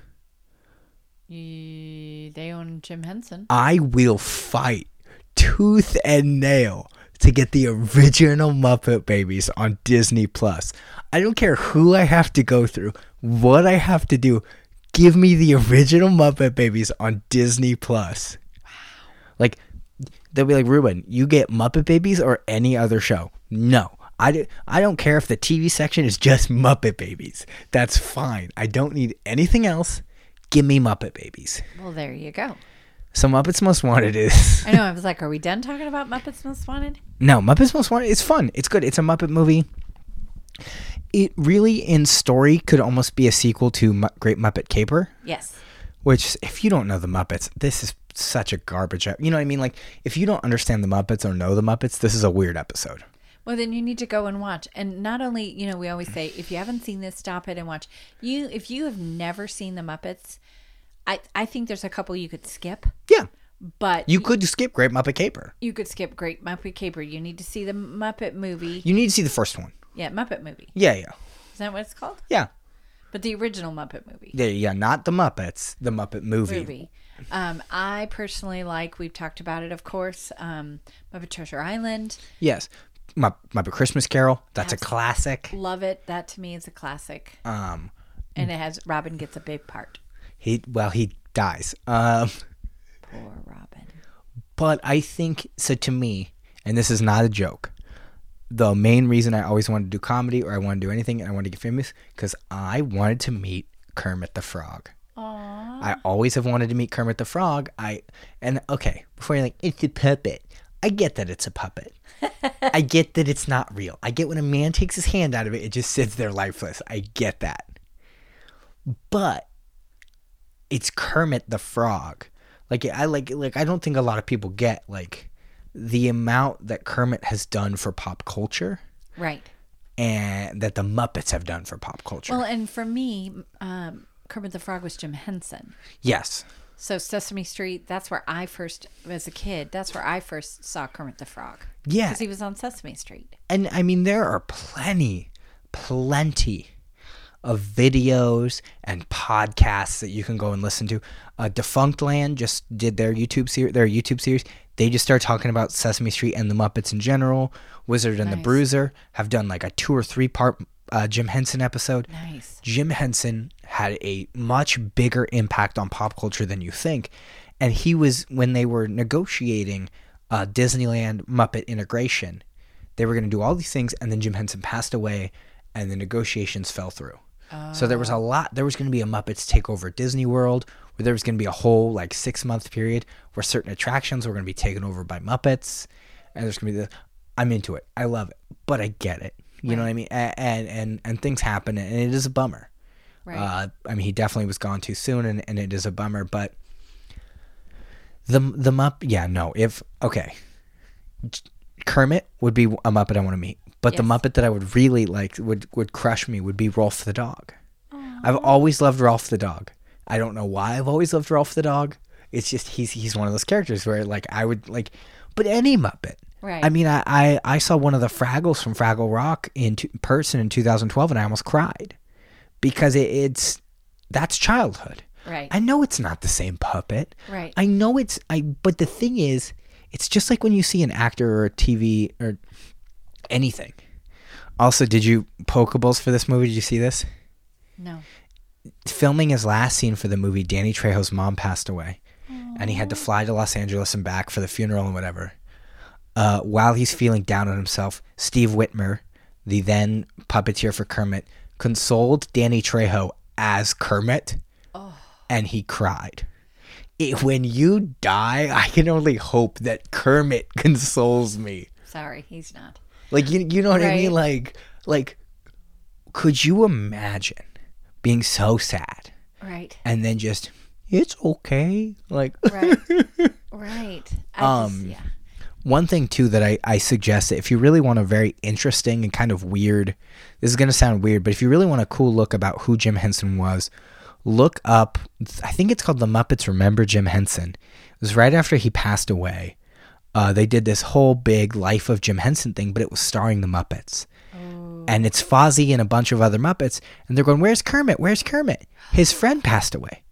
[SPEAKER 2] Ye- They own Jim Henson.
[SPEAKER 1] I will fight tooth and nail to get the original Muppet Babies on Disney Plus. I don't care who I have to go through, what I have to do. Give me the original Muppet Babies on Disney Plus. Like they'll be like, Ruben, you get Muppet Babies or any other show. No. I, do, I don't care if the TV section is just Muppet Babies. That's fine. I don't need anything else. Give me Muppet Babies.
[SPEAKER 2] Well, there you go.
[SPEAKER 1] So Muppets Most Wanted is
[SPEAKER 2] I know. I was like, are we done talking about Muppets Most Wanted?
[SPEAKER 1] no Muppets Most Wanted. It's fun. It's good. It's a Muppet movie. It really, in story, could almost be a sequel to Mu- Great Muppet Caper.
[SPEAKER 2] Yes.
[SPEAKER 1] Which, if you don't know the Muppets, this is such a garbage. ep- You know what I mean? Like, if you don't understand the Muppets or know the Muppets, this is a weird episode.
[SPEAKER 2] Well, then you need to go and watch. And not only, you know, we always say if you haven't seen this, stop it and watch. You, if you have never seen the Muppets, I, I think there's a couple you could skip,
[SPEAKER 1] Yeah,
[SPEAKER 2] but
[SPEAKER 1] you could skip Great Muppet Caper.
[SPEAKER 2] you could skip Great Muppet Caper. You need to see the Muppet movie.
[SPEAKER 1] You need to see the first one.
[SPEAKER 2] Yeah, Muppet movie.
[SPEAKER 1] Yeah, yeah,
[SPEAKER 2] Is that what it's called?
[SPEAKER 1] yeah,
[SPEAKER 2] But the original Muppet movie.
[SPEAKER 1] yeah, yeah. Not the Muppets, the Muppet movie.
[SPEAKER 2] Movie. Um, I personally like. We've talked about it, of course. Um, Muppet Treasure Island.
[SPEAKER 1] Yes, Mu- Muppet Christmas Carol. That's a classic.
[SPEAKER 2] Love it. That to me is a classic,
[SPEAKER 1] Um,
[SPEAKER 2] and it has Robin gets a big part.
[SPEAKER 1] he well, he dies. Um.
[SPEAKER 2] Poor Robin.
[SPEAKER 1] But I think so to me, and this is not a joke. The main reason I always wanted to do comedy or I wanted to do anything and I wanted to get famous because I wanted to meet Kermit the Frog.
[SPEAKER 2] Aww.
[SPEAKER 1] I always have wanted to meet Kermit the Frog. I and okay, before you're like, it's a puppet. I get that it's a puppet. I get that it's not real. I get when a man takes his hand out of it, it just sits there lifeless. I get that. But it's Kermit the Frog. Like I like like I don't think a lot of people get like the amount that Kermit has done for pop culture
[SPEAKER 2] Right.
[SPEAKER 1] and that the Muppets have done for pop culture.
[SPEAKER 2] Well, and for me, um, Kermit the Frog was Jim Henson.
[SPEAKER 1] yes.
[SPEAKER 2] So Sesame Street, that's where I first, as a kid, that's where I first saw Kermit the Frog.
[SPEAKER 1] Yeah.
[SPEAKER 2] Because he was on Sesame Street.
[SPEAKER 1] and I mean there are plenty plenty of videos and podcasts that you can go and listen to. Uh, Defunct Land just did their YouTube series. Their YouTube series. They just start talking about Sesame Street and the Muppets in general. Wizard and the
[SPEAKER 2] Nice.
[SPEAKER 1] Bruiser have done like a two or three part uh, Jim Henson episode.
[SPEAKER 2] Nice.
[SPEAKER 1] Jim Henson had a much bigger impact on pop culture than you think. And he was, when they were negotiating uh, Disneyland Muppet integration, they were going to do all these things. And then Jim Henson passed away and the negotiations fell through. So there was a lot. There was going to be a Muppets takeover at Disney World, where there was going to be a whole like six month period where certain attractions were going to be taken over by Muppets, and there's going to be the. I'm into it. I love it, but I get it. You know what I mean? A- And and and things happen, and it is a bummer.
[SPEAKER 2] Right.
[SPEAKER 1] Uh, I mean, he definitely was gone too soon, and, and it is a bummer. But the the Mupp, yeah, no. If okay, J- Kermit would be a Muppet I want to meet, but the
[SPEAKER 2] Yes.
[SPEAKER 1] Muppet that I would really like would would crush me would be Rolf the dog. I've always loved Rolf the dog. I don't know why I've always loved Rolf the dog. It's just he's he's one of those characters where like I would like, but any Muppet.
[SPEAKER 2] Right.
[SPEAKER 1] I mean, I, I, I saw one of the Fraggles from Fraggle Rock in t- person in 2012, and I almost cried because it, it's that's childhood.
[SPEAKER 2] right.
[SPEAKER 1] I know it's not the same puppet.
[SPEAKER 2] Right.
[SPEAKER 1] I know it's I but the thing is, it's just like when you see an actor or a TV or anything. Also, did you pokeballs for this movie? Did you see this?
[SPEAKER 2] no.
[SPEAKER 1] Filming his last scene for the movie, Danny Trejo's mom passed away, and he had to fly to Los Angeles and back for the funeral and whatever. Uh, while he's feeling down on himself, Steve Whitmer, the then puppeteer for Kermit, consoled Danny Trejo as Kermit, and he cried. It, when you die, I can only hope that Kermit consoles me.
[SPEAKER 2] Sorry, he's not.
[SPEAKER 1] Like you, you know what I
[SPEAKER 2] Right.
[SPEAKER 1] mean? Like, like, could you imagine being so sad
[SPEAKER 2] Right.
[SPEAKER 1] and then just it's okay? Like,
[SPEAKER 2] Right. right.
[SPEAKER 1] Um,
[SPEAKER 2] I just, yeah.
[SPEAKER 1] one thing too that I, I suggest that if you really want a very interesting and kind of weird this is going to sound weird but if you really want a cool look about who jim henson was look up i think it's called the muppets remember jim henson it was right after he passed away uh, they did this whole big life of jim henson thing but it was starring the muppets and it's Fozzie and a bunch of other Muppets, and they're going, "Where's Kermit? Where's Kermit? His friend passed away."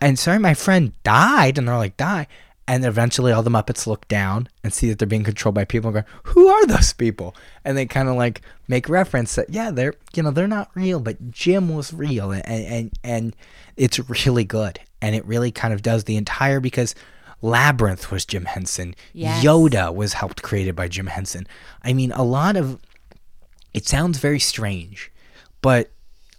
[SPEAKER 1] And sorry, my friend died, and they're like, "Die!" And eventually, all the Muppets look down and see that they're being controlled by people, and go, "Who are those people?" And they kind of like make reference that, yeah, they're you know they're not real, but Jim was real, and and and it's really good, and it really kind of does the entire because. Labyrinth was Jim Henson.
[SPEAKER 2] Yes.
[SPEAKER 1] Yoda was helped created by Jim Henson. I mean, a lot of it sounds very strange, but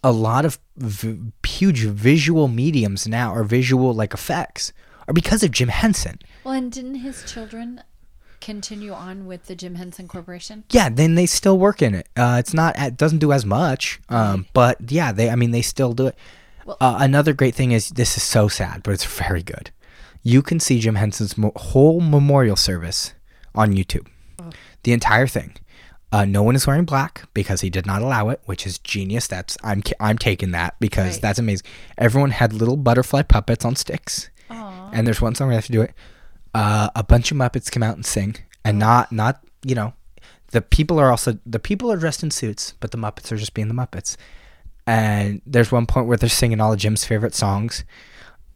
[SPEAKER 1] a lot of v- huge visual mediums now are visual like effects are because of Jim Henson.
[SPEAKER 2] Well, and didn't his children continue on with the Jim Henson Corporation?
[SPEAKER 1] Yeah, then they still work in it. Uh, it's not it doesn't do as much, um, but yeah, they I mean they still do it. uh, another great thing is this is so sad, but it's very good. You can see Jim Henson's mo- whole memorial service on YouTube, the entire thing. Uh, no one is wearing black because he did not allow it, which is genius. That's I'm ki- I'm taking that because
[SPEAKER 2] Right.
[SPEAKER 1] that's amazing. Everyone had little butterfly puppets on sticks, and there's one song where I have to do it. Uh, a bunch of Muppets come out and sing, and not not you know, the people are also the people are dressed in suits, but the Muppets are just being the Muppets. And there's one point where they're singing all of Jim's favorite songs,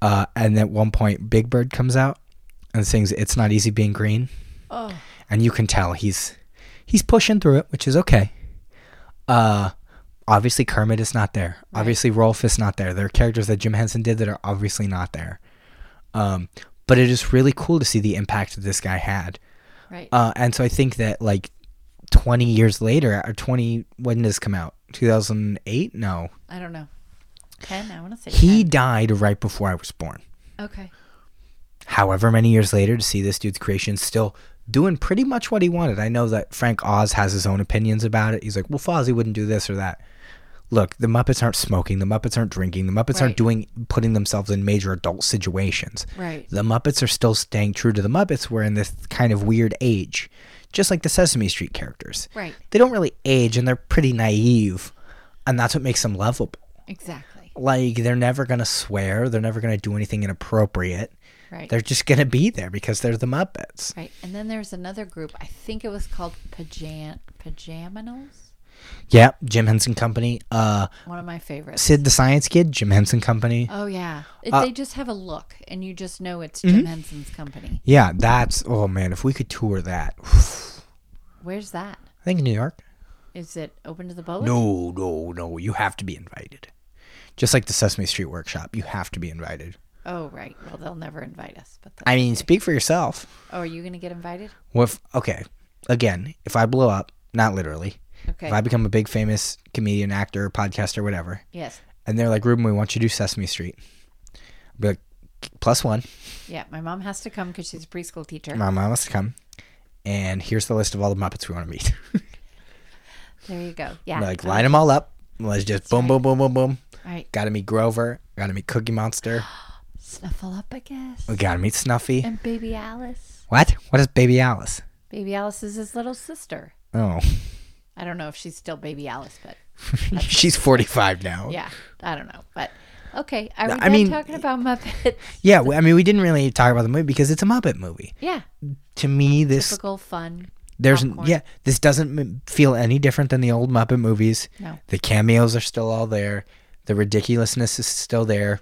[SPEAKER 1] uh, and at one point Big Bird comes out and sings "It's Not Easy Being Green."
[SPEAKER 2] Oh,
[SPEAKER 1] and you can tell he's he's pushing through it, which is okay. Uh obviously Kermit is not there. Obviously Rolf is not there. There are characters that Jim Henson did that are obviously not there. Um but it is really cool to see the impact that this guy had.
[SPEAKER 2] right.
[SPEAKER 1] Uh and so I think that like 20 years later or 20 when did this come out? 2008? No.
[SPEAKER 2] I don't know. Ten. I want to say
[SPEAKER 1] He died right before I was born.
[SPEAKER 2] 10. Okay.
[SPEAKER 1] however many years later to see this dude's creation still doing pretty much what he wanted. I know that Frank Oz has his own opinions about it. He's like, well, Fozzie wouldn't do this or that. Look, the Muppets aren't smoking. The Muppets aren't drinking. The Muppets aren't
[SPEAKER 2] Right.
[SPEAKER 1] doing putting themselves in major adult situations.
[SPEAKER 2] Right.
[SPEAKER 1] The Muppets are still staying true to the Muppets. We're in this kind of weird age, just like the Sesame Street characters.
[SPEAKER 2] Right.
[SPEAKER 1] They don't really age, and they're pretty naive, and that's what makes them lovable.
[SPEAKER 2] Exactly.
[SPEAKER 1] Like they're never gonna swear. They're never gonna do anything inappropriate
[SPEAKER 2] Right.
[SPEAKER 1] they're just gonna be there because they're the Muppets.
[SPEAKER 2] Right. And then there's another group. I think it was called Pajan Pajaminals.
[SPEAKER 1] Yeah, Jim Henson Company. Uh,
[SPEAKER 2] One of my favorites.
[SPEAKER 1] Sid the Science Kid, Jim Henson Company.
[SPEAKER 2] Oh yeah,
[SPEAKER 1] Uh,
[SPEAKER 2] it, they just have a look, and you just know it's
[SPEAKER 1] mm-hmm.
[SPEAKER 2] Jim Henson's company.
[SPEAKER 1] Yeah, that's oh man, if we could tour that.
[SPEAKER 2] Where's that?
[SPEAKER 1] I think New York.
[SPEAKER 2] Is it open to the public?
[SPEAKER 1] No, no, no. You have to be invited. Just like the Sesame Street workshop, you have to be invited.
[SPEAKER 2] Oh right. Well, they'll never invite us. But that-
[SPEAKER 1] I mean, speak for yourself.
[SPEAKER 2] oh, are you gonna get invited?
[SPEAKER 1] What if, okay, again, if I blow up, not literally,
[SPEAKER 2] Okay.
[SPEAKER 1] if I become a big famous comedian, actor, podcaster, whatever,
[SPEAKER 2] yes.
[SPEAKER 1] and they're like, Ruben, we want you to do Sesame Street. I'll be like, plus one,
[SPEAKER 2] Yeah. My mom has to come because she's a preschool teacher.
[SPEAKER 1] my mom must come, and here's the list of all the Muppets we want to meet.
[SPEAKER 2] There you go. Yeah.
[SPEAKER 1] like,
[SPEAKER 2] All
[SPEAKER 1] line them all up. Let's just boom, boom, boom, boom, boom.
[SPEAKER 2] right.
[SPEAKER 1] Gotta meet Grover. Gotta meet Cookie Monster.
[SPEAKER 2] Snuffle up, I guess.
[SPEAKER 1] We gotta meet Snuffy.
[SPEAKER 2] And baby Alice.
[SPEAKER 1] What? What is Baby Alice?
[SPEAKER 2] Baby Alice is his little sister.
[SPEAKER 1] Oh,
[SPEAKER 2] I don't know if she's still baby Alice, but
[SPEAKER 1] she's 45 now.
[SPEAKER 2] yeah, I don't know. But okay, are we
[SPEAKER 1] Oh. I
[SPEAKER 2] done
[SPEAKER 1] mean-
[SPEAKER 2] talking about Muppets?
[SPEAKER 1] Yeah, we- I mean, we didn't really talk about the movie because it's a Muppet movie.
[SPEAKER 2] yeah,
[SPEAKER 1] To me, this
[SPEAKER 2] typical fun.
[SPEAKER 1] there's
[SPEAKER 2] popcorn.
[SPEAKER 1] yeah, this doesn't m- feel any different than the old Muppet movies.
[SPEAKER 2] No.
[SPEAKER 1] The cameos are still all there. The ridiculousness is still there.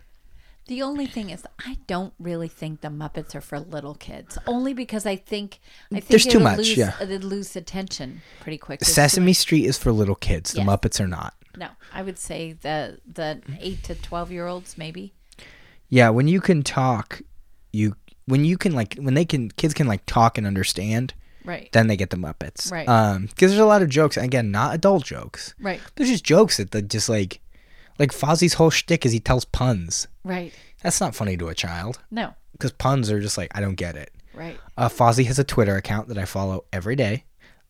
[SPEAKER 2] The only thing is, I don't really think the Muppets are for little kids, only because I think I think
[SPEAKER 1] There's too
[SPEAKER 2] it'll
[SPEAKER 1] much,
[SPEAKER 2] Lose,
[SPEAKER 1] yeah.
[SPEAKER 2] it'll lose attention pretty quickly.
[SPEAKER 1] Sesame Street is for little kids. The
[SPEAKER 2] Yes.
[SPEAKER 1] Muppets are not.
[SPEAKER 2] no, I would say the the eight to twelve year olds maybe.
[SPEAKER 1] Yeah, when you can talk, you when you can like when they can kids can like talk and understand,
[SPEAKER 2] Right.
[SPEAKER 1] then they get the Muppets.
[SPEAKER 2] Right.
[SPEAKER 1] Um, because there's a lot of jokes. and Again, not adult jokes.
[SPEAKER 2] right.
[SPEAKER 1] There's just jokes that that just like, like Fozzie's whole shtick is he tells puns.
[SPEAKER 2] Right.
[SPEAKER 1] That's not funny to a child
[SPEAKER 2] No.
[SPEAKER 1] because puns are just like I don't get it.
[SPEAKER 2] Right.
[SPEAKER 1] Uh, Fozzie has a Twitter account that I follow every day.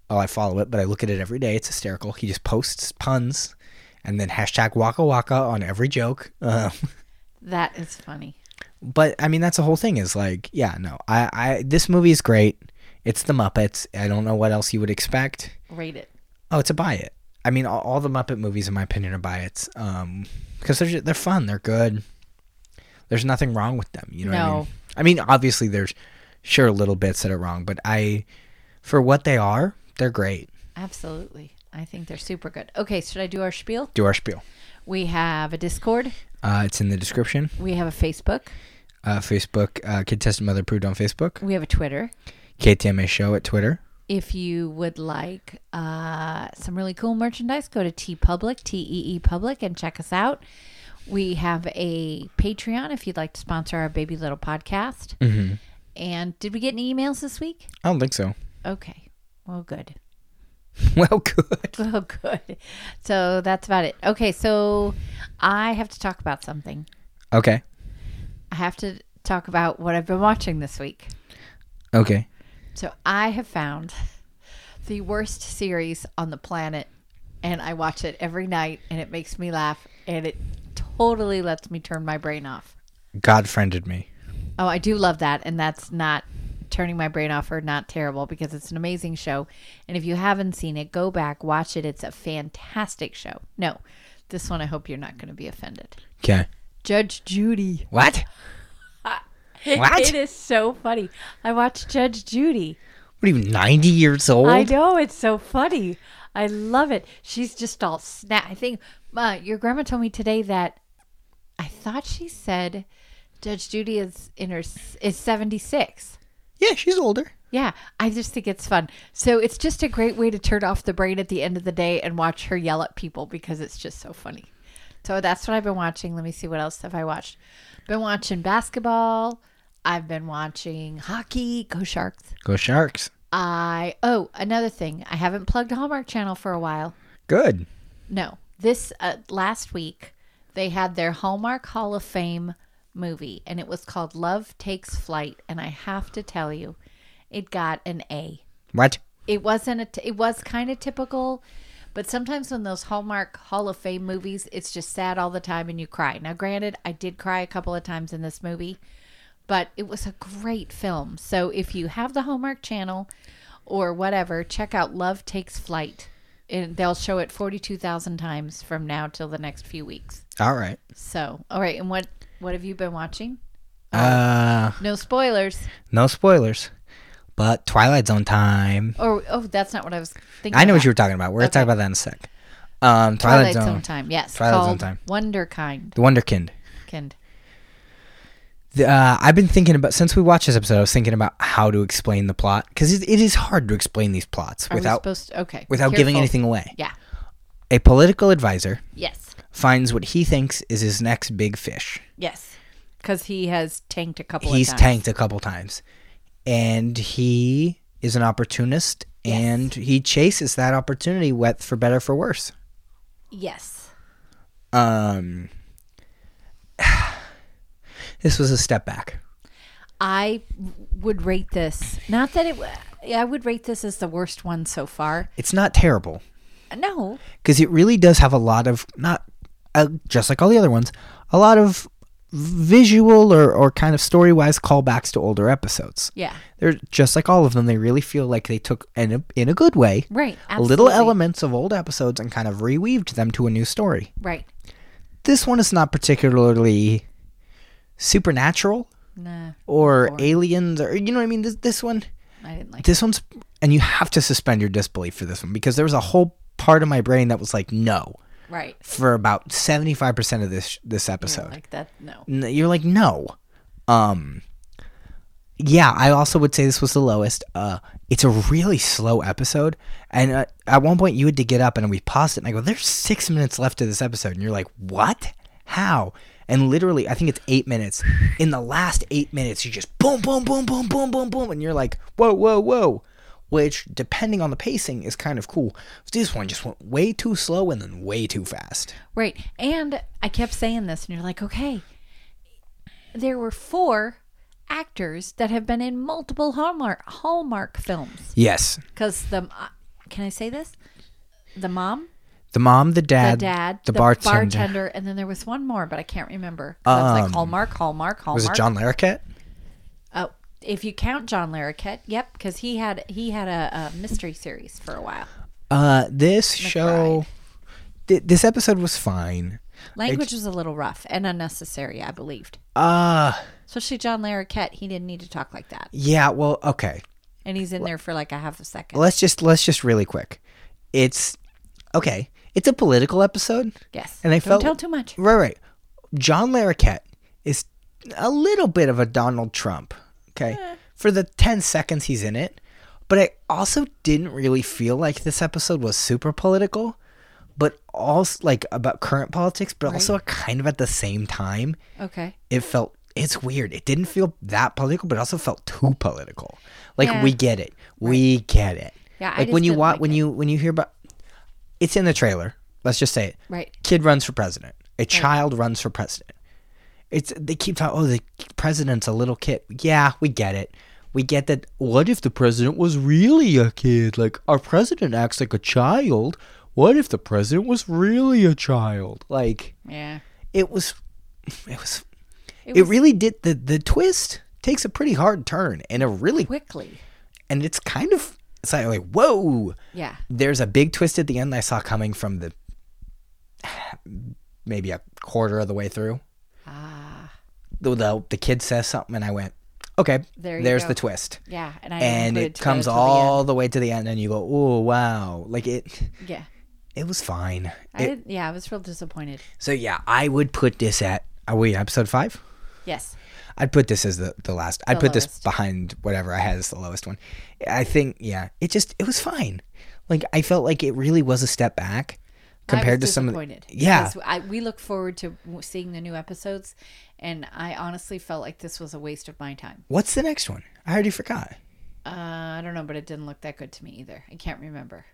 [SPEAKER 1] Oh, I follow it, but I look at it every day. It's hysterical. He just posts puns, and then hashtag Waka Waka on every joke. Uh,
[SPEAKER 2] That is funny.
[SPEAKER 1] but I mean, that's the whole thing. Is like, yeah, no, I, I, this movie is great. It's the Muppets. I don't know what else you would expect.
[SPEAKER 2] Rate it.
[SPEAKER 1] Oh, it's a buy it. I mean, all, all the Muppet movies, in my opinion, are buy its um, because they're ju- they're fun, they're good. There's nothing wrong with them, you know. What I, mean?
[SPEAKER 2] No.
[SPEAKER 1] I mean, obviously, there's sure little bits that are wrong, but I, for what they are, they're great.
[SPEAKER 2] Absolutely. I think they're super good. Okay, should I do our spiel?
[SPEAKER 1] Do our spiel.
[SPEAKER 2] We have a Discord.
[SPEAKER 1] Uh, it's in the description.
[SPEAKER 2] We have a Facebook.
[SPEAKER 1] Uh, Facebook, uh, Kid Tested Mother Proved on Facebook.
[SPEAKER 2] We have a Twitter.
[SPEAKER 1] KTMA Show at Twitter.
[SPEAKER 2] If you would like uh, some really cool merchandise, go to T Public, T E E Public, and check us out. We have a Patreon if you'd like to sponsor our Baby Little podcast. And did we get any emails this week?
[SPEAKER 1] I don't think so.
[SPEAKER 2] Okay. Well, good.
[SPEAKER 1] Well, good.
[SPEAKER 2] Well, good. So that's about it. Okay, so I have to talk about something.
[SPEAKER 1] Okay.
[SPEAKER 2] I have to talk about what I've been watching this week.
[SPEAKER 1] Okay.
[SPEAKER 2] So I have found the worst series on the planet, and I watch it every night, and it makes me laugh, and it totally lets me turn my brain off.
[SPEAKER 1] God friended me.
[SPEAKER 2] Oh, I do love that, and that's not turning my brain off or not terrible because it's an amazing show. And if you haven't seen it, go back, watch it. It's a fantastic show. No, this one I hope you're not going to be offended.
[SPEAKER 1] Okay.
[SPEAKER 2] Judge Judy.
[SPEAKER 1] What? What?
[SPEAKER 2] It is so funny. I watched Judge Judy.
[SPEAKER 1] What are you, 90 years old?
[SPEAKER 2] I know it's so funny. I love it. She's just all snap. I think uh, your grandma told me today that I thought she said Judge Judy is in her s- is seventy six.
[SPEAKER 1] yeah, she's older.
[SPEAKER 2] Yeah, I just think it's fun. So it's just a great way to turn off the brain at the end of the day and watch her yell at people because it's just so funny. So that's what I've been watching. Let me see what else have I watched. Been watching basketball. I've been watching hockey. Go Sharks.
[SPEAKER 1] Go Sharks.
[SPEAKER 2] I oh another thing I haven't plugged Hallmark Channel for a while.
[SPEAKER 1] Good.
[SPEAKER 2] No, this uh, last week they had their Hallmark Hall of Fame movie, and it was called Love Takes Flight. And I have to tell you, it got an A.
[SPEAKER 1] What?
[SPEAKER 2] It wasn't a. T- it was kind of typical, but sometimes when those Hallmark Hall of Fame movies, it's just sad all the time, and you cry. Now, granted, I did cry a couple of times in this movie, but it was a great film. So if you have the Hallmark Channel or whatever, check out Love Takes Flight. And they'll show it 42,000 times from now till the next few weeks.
[SPEAKER 1] All right.
[SPEAKER 2] So, all right. And what what have you been watching?
[SPEAKER 1] Uh,
[SPEAKER 2] No spoilers.
[SPEAKER 1] no spoilers, but Twilight Zone time.
[SPEAKER 2] Or oh, that's not what I was thinking.
[SPEAKER 1] I know
[SPEAKER 2] about.
[SPEAKER 1] what you were talking about. We're gonna
[SPEAKER 2] Okay.
[SPEAKER 1] talk about that in a sec. Um, Twilight,
[SPEAKER 2] Twilight
[SPEAKER 1] Zone.
[SPEAKER 2] Zone time. Yes.
[SPEAKER 1] Twilight Zone
[SPEAKER 2] called
[SPEAKER 1] time.
[SPEAKER 2] Wonderkind.
[SPEAKER 1] The Wonderkind.
[SPEAKER 2] Kind.
[SPEAKER 1] The, uh, I've been thinking about since we watched this episode. I was thinking about how to explain the plot because it, it is hard to explain these plots
[SPEAKER 2] Are we
[SPEAKER 1] without
[SPEAKER 2] supposed to? Okay.
[SPEAKER 1] without giving
[SPEAKER 2] careful.
[SPEAKER 1] anything away.
[SPEAKER 2] Yeah.
[SPEAKER 1] A political advisor
[SPEAKER 2] Yes.
[SPEAKER 1] finds what he thinks is his next big fish.
[SPEAKER 2] Yes. Because he has tanked a couple
[SPEAKER 1] He's
[SPEAKER 2] of times.
[SPEAKER 1] tanked a couple times, and he is an opportunist, and he chases that opportunity, whether for better or for worse.
[SPEAKER 2] Yes.
[SPEAKER 1] Um, this was a step back.
[SPEAKER 2] I w- would rate this. Not that it. w- I would rate this as the worst one so far.
[SPEAKER 1] It's not terrible.
[SPEAKER 2] No.
[SPEAKER 1] because it really does have a lot of not uh, just like all the other ones a lot of visual or, or kind of story-wise callbacks to older episodes
[SPEAKER 2] Yeah.
[SPEAKER 1] they're just like all of them they really feel like they took in a, in a good way
[SPEAKER 2] Right.
[SPEAKER 1] little
[SPEAKER 2] absolutely.
[SPEAKER 1] elements of old episodes and kind of reweaved them to a new story
[SPEAKER 2] Right.
[SPEAKER 1] this one is not particularly supernatural
[SPEAKER 2] Nah.
[SPEAKER 1] or aliens or you know what i mean this, this one
[SPEAKER 2] I didn't like.
[SPEAKER 1] this one's and you have to suspend your disbelief for this one because there was a whole part of my brain that was like no
[SPEAKER 2] Right.
[SPEAKER 1] for about 75% of this this episode.
[SPEAKER 2] Like that. No.
[SPEAKER 1] N- You're like, "No." Um yeah, I also would say this was the lowest. Uh it's a really slow episode and uh, at one point you had to get up and we paused it and I go, "There's 6 minutes left of this episode." And you're like, "What? How?" And literally, I think it's 8 minutes. In the last 8 minutes, you just boom boom boom boom boom boom boom and you're like, "Whoa, whoa, whoa." Which, depending on the pacing, is kind of cool. This one just went way too slow and then way too fast.
[SPEAKER 2] Right. And I kept saying this, and you're like, okay, there were four actors that have been in multiple Hallmark Hallmark films
[SPEAKER 1] Yes.
[SPEAKER 2] because the uh, can I say this? The mom,
[SPEAKER 1] The mom, the
[SPEAKER 2] the
[SPEAKER 1] dad,
[SPEAKER 2] dad,
[SPEAKER 1] the, bartender.
[SPEAKER 2] bartender, and then there was one more, but I can't remember. 'Cause I was like Hallmark, Hallmark, Hallmark.
[SPEAKER 1] Um, Was it John Larroquette?
[SPEAKER 2] Oh, if you count John Larroquette, yep, because he had he had a, a mystery series for a while.
[SPEAKER 1] Uh, this show, th- this episode was fine.
[SPEAKER 2] Language was a little rough and unnecessary, I believed.
[SPEAKER 1] Uh,
[SPEAKER 2] Especially John Larroquette, he didn't need to talk like that,
[SPEAKER 1] yeah. Well, okay.
[SPEAKER 2] and he's in there for like a half a second.
[SPEAKER 1] Let's just let's just really quick. It's okay. It's a political episode.
[SPEAKER 2] Yes.
[SPEAKER 1] And I
[SPEAKER 2] Don't
[SPEAKER 1] felt-
[SPEAKER 2] tell too much.
[SPEAKER 1] Right, right. John Larroquette is a little bit of a Donald Trump. Okay, for the ten seconds he's in it, but I also didn't really feel like this episode was super political, but also like about current politics, but also kind of at the same time.
[SPEAKER 2] Okay.
[SPEAKER 1] it felt it's weird. It didn't feel that political, but it also felt too political. Like
[SPEAKER 2] Yeah.
[SPEAKER 1] we get it, we get it.
[SPEAKER 2] Yeah, I
[SPEAKER 1] like
[SPEAKER 2] just
[SPEAKER 1] when you
[SPEAKER 2] didn't
[SPEAKER 1] watch,
[SPEAKER 2] like
[SPEAKER 1] when
[SPEAKER 2] it.
[SPEAKER 1] you when you hear about, it's in the trailer. Let's just say it.
[SPEAKER 2] Right.
[SPEAKER 1] Kid runs for president. A child runs for president. It's they keep talking. Oh, the president's a little kid. Yeah, we get it. We get that. What if the president was really a kid? Like our president acts like a child. What if the president was really a child? Like
[SPEAKER 2] Yeah.
[SPEAKER 1] it was it was it,
[SPEAKER 2] It was-
[SPEAKER 1] really did the the twist takes a pretty hard turn and a really
[SPEAKER 2] Quickly.
[SPEAKER 1] and it's kind of it's like, like whoa
[SPEAKER 2] Yeah.
[SPEAKER 1] there's a big twist at the end i saw coming from the maybe a quarter of the way through
[SPEAKER 2] Ah.
[SPEAKER 1] the the, the kid says something and i went okay
[SPEAKER 2] There you
[SPEAKER 1] there's
[SPEAKER 2] go.
[SPEAKER 1] the twist
[SPEAKER 2] Yeah. And I
[SPEAKER 1] and
[SPEAKER 2] included
[SPEAKER 1] it
[SPEAKER 2] to go
[SPEAKER 1] comes
[SPEAKER 2] to the
[SPEAKER 1] all the way to the end and you go oh wow like it
[SPEAKER 2] end. Yeah.
[SPEAKER 1] it was fine
[SPEAKER 2] I
[SPEAKER 1] It-
[SPEAKER 2] didn't. Yeah. I was real disappointed.
[SPEAKER 1] so yeah i would put this at are we episode five
[SPEAKER 2] Yes.
[SPEAKER 1] I'd put this as the, the last. I'd
[SPEAKER 2] The
[SPEAKER 1] put this
[SPEAKER 2] lowest.
[SPEAKER 1] behind whatever I had as the lowest one. I think, yeah, it just, it was fine. Like, I felt like it really was a step back compared
[SPEAKER 2] I was
[SPEAKER 1] to some of the,
[SPEAKER 2] disappointed
[SPEAKER 1] Yeah.
[SPEAKER 2] because I, we look forward to w- seeing the new episodes, and I honestly felt like this was a waste of my time.
[SPEAKER 1] What's the next one? I already forgot.
[SPEAKER 2] Uh, I don't know, but it didn't look that good to me either. I can't remember.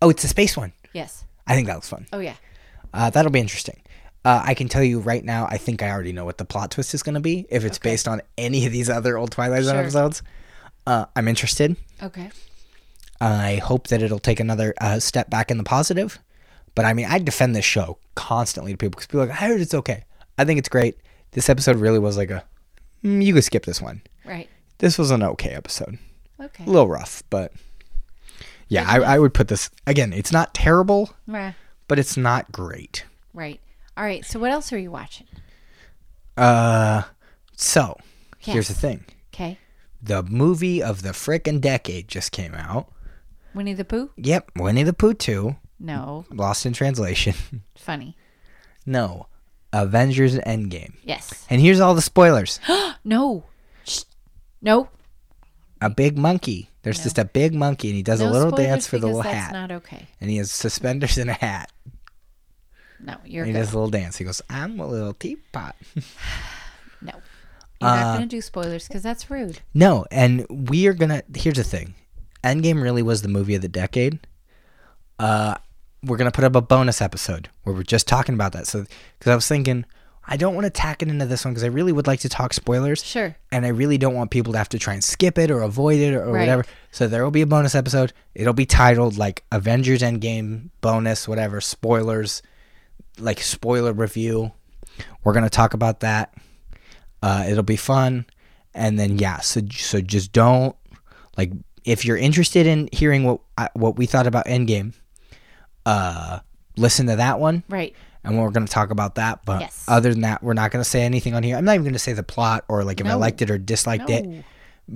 [SPEAKER 1] Oh, it's the space one.
[SPEAKER 2] Yes.
[SPEAKER 1] I think that looks fun.
[SPEAKER 2] Oh yeah.
[SPEAKER 1] Uh, that'll be interesting. Uh, I can tell you right now, I think I already know what the plot twist is going to be if it's based on any of these other old Twilight Zone
[SPEAKER 2] Sure.
[SPEAKER 1] episodes. Uh, I'm interested.
[SPEAKER 2] Okay.
[SPEAKER 1] I hope that it'll take another uh, step back in the positive. But I mean, I defend this show constantly to people because people are like, I heard it's okay. I think it's great. This episode really was like a, mm, you could skip this one.
[SPEAKER 2] Right.
[SPEAKER 1] This was an okay episode.
[SPEAKER 2] Okay.
[SPEAKER 1] A little rough, but yeah, I, I would put this, again, it's not terrible,
[SPEAKER 2] Meh.
[SPEAKER 1] but it's not great.
[SPEAKER 2] Right. All right. So what else are you watching?
[SPEAKER 1] Uh, so here's
[SPEAKER 2] Yes.
[SPEAKER 1] the thing
[SPEAKER 2] Okay.
[SPEAKER 1] the movie of the frickin' decade just came out.
[SPEAKER 2] Winnie the Pooh.
[SPEAKER 1] Yep, Winnie the Pooh 2.
[SPEAKER 2] No.
[SPEAKER 1] Lost in Translation.
[SPEAKER 2] Funny.
[SPEAKER 1] no. Avengers Endgame.
[SPEAKER 2] Yes.
[SPEAKER 1] And here's all the spoilers.
[SPEAKER 2] No. Shh. No.
[SPEAKER 1] a big monkey. There's just a big monkey, and he does
[SPEAKER 2] no
[SPEAKER 1] a little
[SPEAKER 2] spoilers
[SPEAKER 1] dance for the
[SPEAKER 2] because
[SPEAKER 1] little
[SPEAKER 2] that's
[SPEAKER 1] hat.
[SPEAKER 2] not okay.
[SPEAKER 1] and he has suspenders and a hat.
[SPEAKER 2] No, you're
[SPEAKER 1] And he
[SPEAKER 2] good.
[SPEAKER 1] does a little dance. He goes, I'm a little teapot.
[SPEAKER 2] No. You're
[SPEAKER 1] Uh,
[SPEAKER 2] not going to do spoilers because that's rude.
[SPEAKER 1] No, and we are gonna. Here's the thing, Endgame really was the movie of the decade. Uh, we're gonna put up a bonus episode where we're just talking about that. So, because I was thinking, I don't want to tack it into this one because I really would like to talk spoilers,
[SPEAKER 2] Sure.
[SPEAKER 1] and I really don't want people to have to try and skip it or avoid it or, or
[SPEAKER 2] Right.
[SPEAKER 1] whatever. So there will be a bonus episode. It'll be titled like Avengers Endgame bonus, whatever spoilers, like spoiler review. We're gonna talk about that. Uh, it'll be fun, and then yeah. So so just don't like if you're interested in hearing what I, what we thought about Endgame. Uh, listen to that one
[SPEAKER 2] Right.
[SPEAKER 1] and we're going to talk about that. But
[SPEAKER 2] Yes.
[SPEAKER 1] other than that, we're not going to say anything on here. I'm not even going to say the plot or like if I
[SPEAKER 2] No.
[SPEAKER 1] liked it or disliked
[SPEAKER 2] No.
[SPEAKER 1] it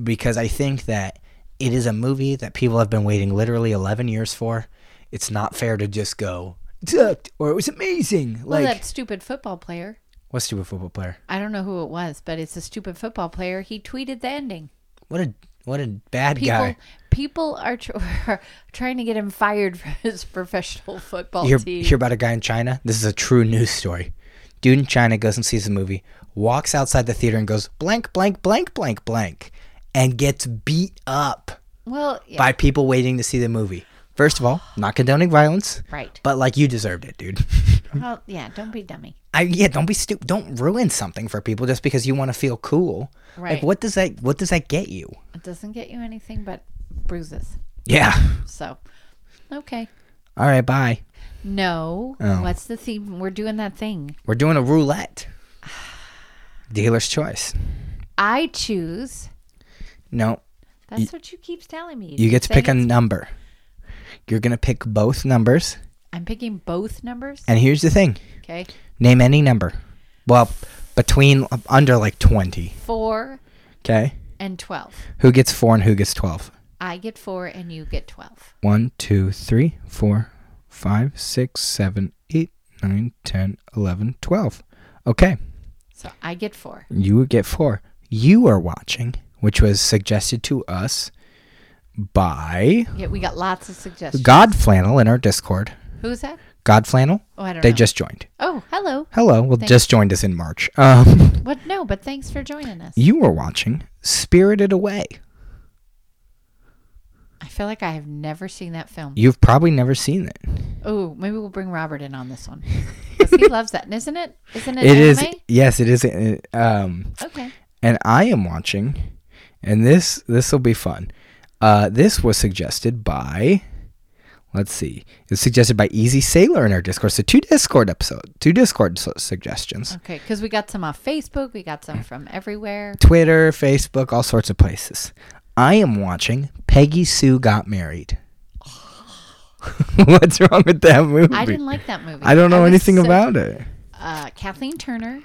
[SPEAKER 1] because I think that it is a movie that people have been waiting literally 11 years for. It's not fair to just go it sucked or it was amazing.
[SPEAKER 2] Well,
[SPEAKER 1] like
[SPEAKER 2] that stupid football player.
[SPEAKER 1] what stupid football player?
[SPEAKER 2] I don't know who it was, but it's a stupid football player. He tweeted the ending.
[SPEAKER 1] What a what a bad
[SPEAKER 2] People,
[SPEAKER 1] guy.
[SPEAKER 2] people are, tr- are trying to get him fired from his professional football
[SPEAKER 1] You hear,
[SPEAKER 2] team.
[SPEAKER 1] hear about a guy in China? This is a true news story. Dude in China goes and sees a movie, walks outside the theater and goes blank blank blank blank blank and gets beat up.
[SPEAKER 2] well, yeah,
[SPEAKER 1] by people waiting to see the movie. First of all, not condoning violence,
[SPEAKER 2] right.
[SPEAKER 1] but like you deserved it, dude.
[SPEAKER 2] Well, yeah. Don't be dummy.
[SPEAKER 1] I, yeah, don't be stupid. Don't ruin something for people just because you want to feel cool. Like
[SPEAKER 2] Right.
[SPEAKER 1] what does that what does that get you?
[SPEAKER 2] It doesn't get you anything but bruises.
[SPEAKER 1] Yeah.
[SPEAKER 2] So, okay.
[SPEAKER 1] All right, bye.
[SPEAKER 2] No.
[SPEAKER 1] Oh.
[SPEAKER 2] What's the theme? We're doing that thing.
[SPEAKER 1] We're doing a roulette. Dealer's choice.
[SPEAKER 2] I choose.
[SPEAKER 1] No,
[SPEAKER 2] That's what you keep telling me.
[SPEAKER 1] you get to
[SPEAKER 2] say
[SPEAKER 1] pick a
[SPEAKER 2] it's-
[SPEAKER 1] number. You're going to pick both numbers.
[SPEAKER 2] I'm picking both numbers.
[SPEAKER 1] And here's the thing.
[SPEAKER 2] Okay.
[SPEAKER 1] Name any number. Well, between uh, under like 20,
[SPEAKER 2] Four
[SPEAKER 1] okay?
[SPEAKER 2] and 12.
[SPEAKER 1] Who gets 4 and who gets 12?
[SPEAKER 2] I get four and you get 12.
[SPEAKER 1] One, two, three, four, five, six, seven, eight, nine, ten, eleven, twelve. Okay,
[SPEAKER 2] So I get four.
[SPEAKER 1] you would get four. You are watching, which was suggested to us by
[SPEAKER 2] Yeah, we got lots of suggestions.
[SPEAKER 1] God Flannel in our Discord.
[SPEAKER 2] Who's that?
[SPEAKER 1] God Flannel,
[SPEAKER 2] Oh, I don't
[SPEAKER 1] they
[SPEAKER 2] know.
[SPEAKER 1] just joined.
[SPEAKER 2] oh, hello.
[SPEAKER 1] Hello, well, just joined us in March. Um,
[SPEAKER 2] What? No, but thanks for joining us.
[SPEAKER 1] you were watching Spirited Away.
[SPEAKER 2] I feel like I have never seen that film.
[SPEAKER 1] You've probably never seen it.
[SPEAKER 2] Oh, maybe we'll bring Robert in on this one. 'Cause he loves that, isn't it? Isn't it?
[SPEAKER 1] It is,
[SPEAKER 2] anime?
[SPEAKER 1] yes, it is. uh, Um,
[SPEAKER 2] Okay.
[SPEAKER 1] and I am watching, and this this will be fun. Uh, this was suggested by, let's see, it's suggested by Easy Sailor in our Discord. So two Discord episode, two Discord su- suggestions,
[SPEAKER 2] Okay. Because we got some off Facebook. We got some from everywhere.
[SPEAKER 1] Twitter, Facebook, all sorts of places. I am watching Peggy Sue Got Married. What's wrong with that movie?
[SPEAKER 2] I didn't like that movie.
[SPEAKER 1] I don't know
[SPEAKER 2] was
[SPEAKER 1] anything
[SPEAKER 2] so-
[SPEAKER 1] about it.
[SPEAKER 2] uh, Kathleen Turner,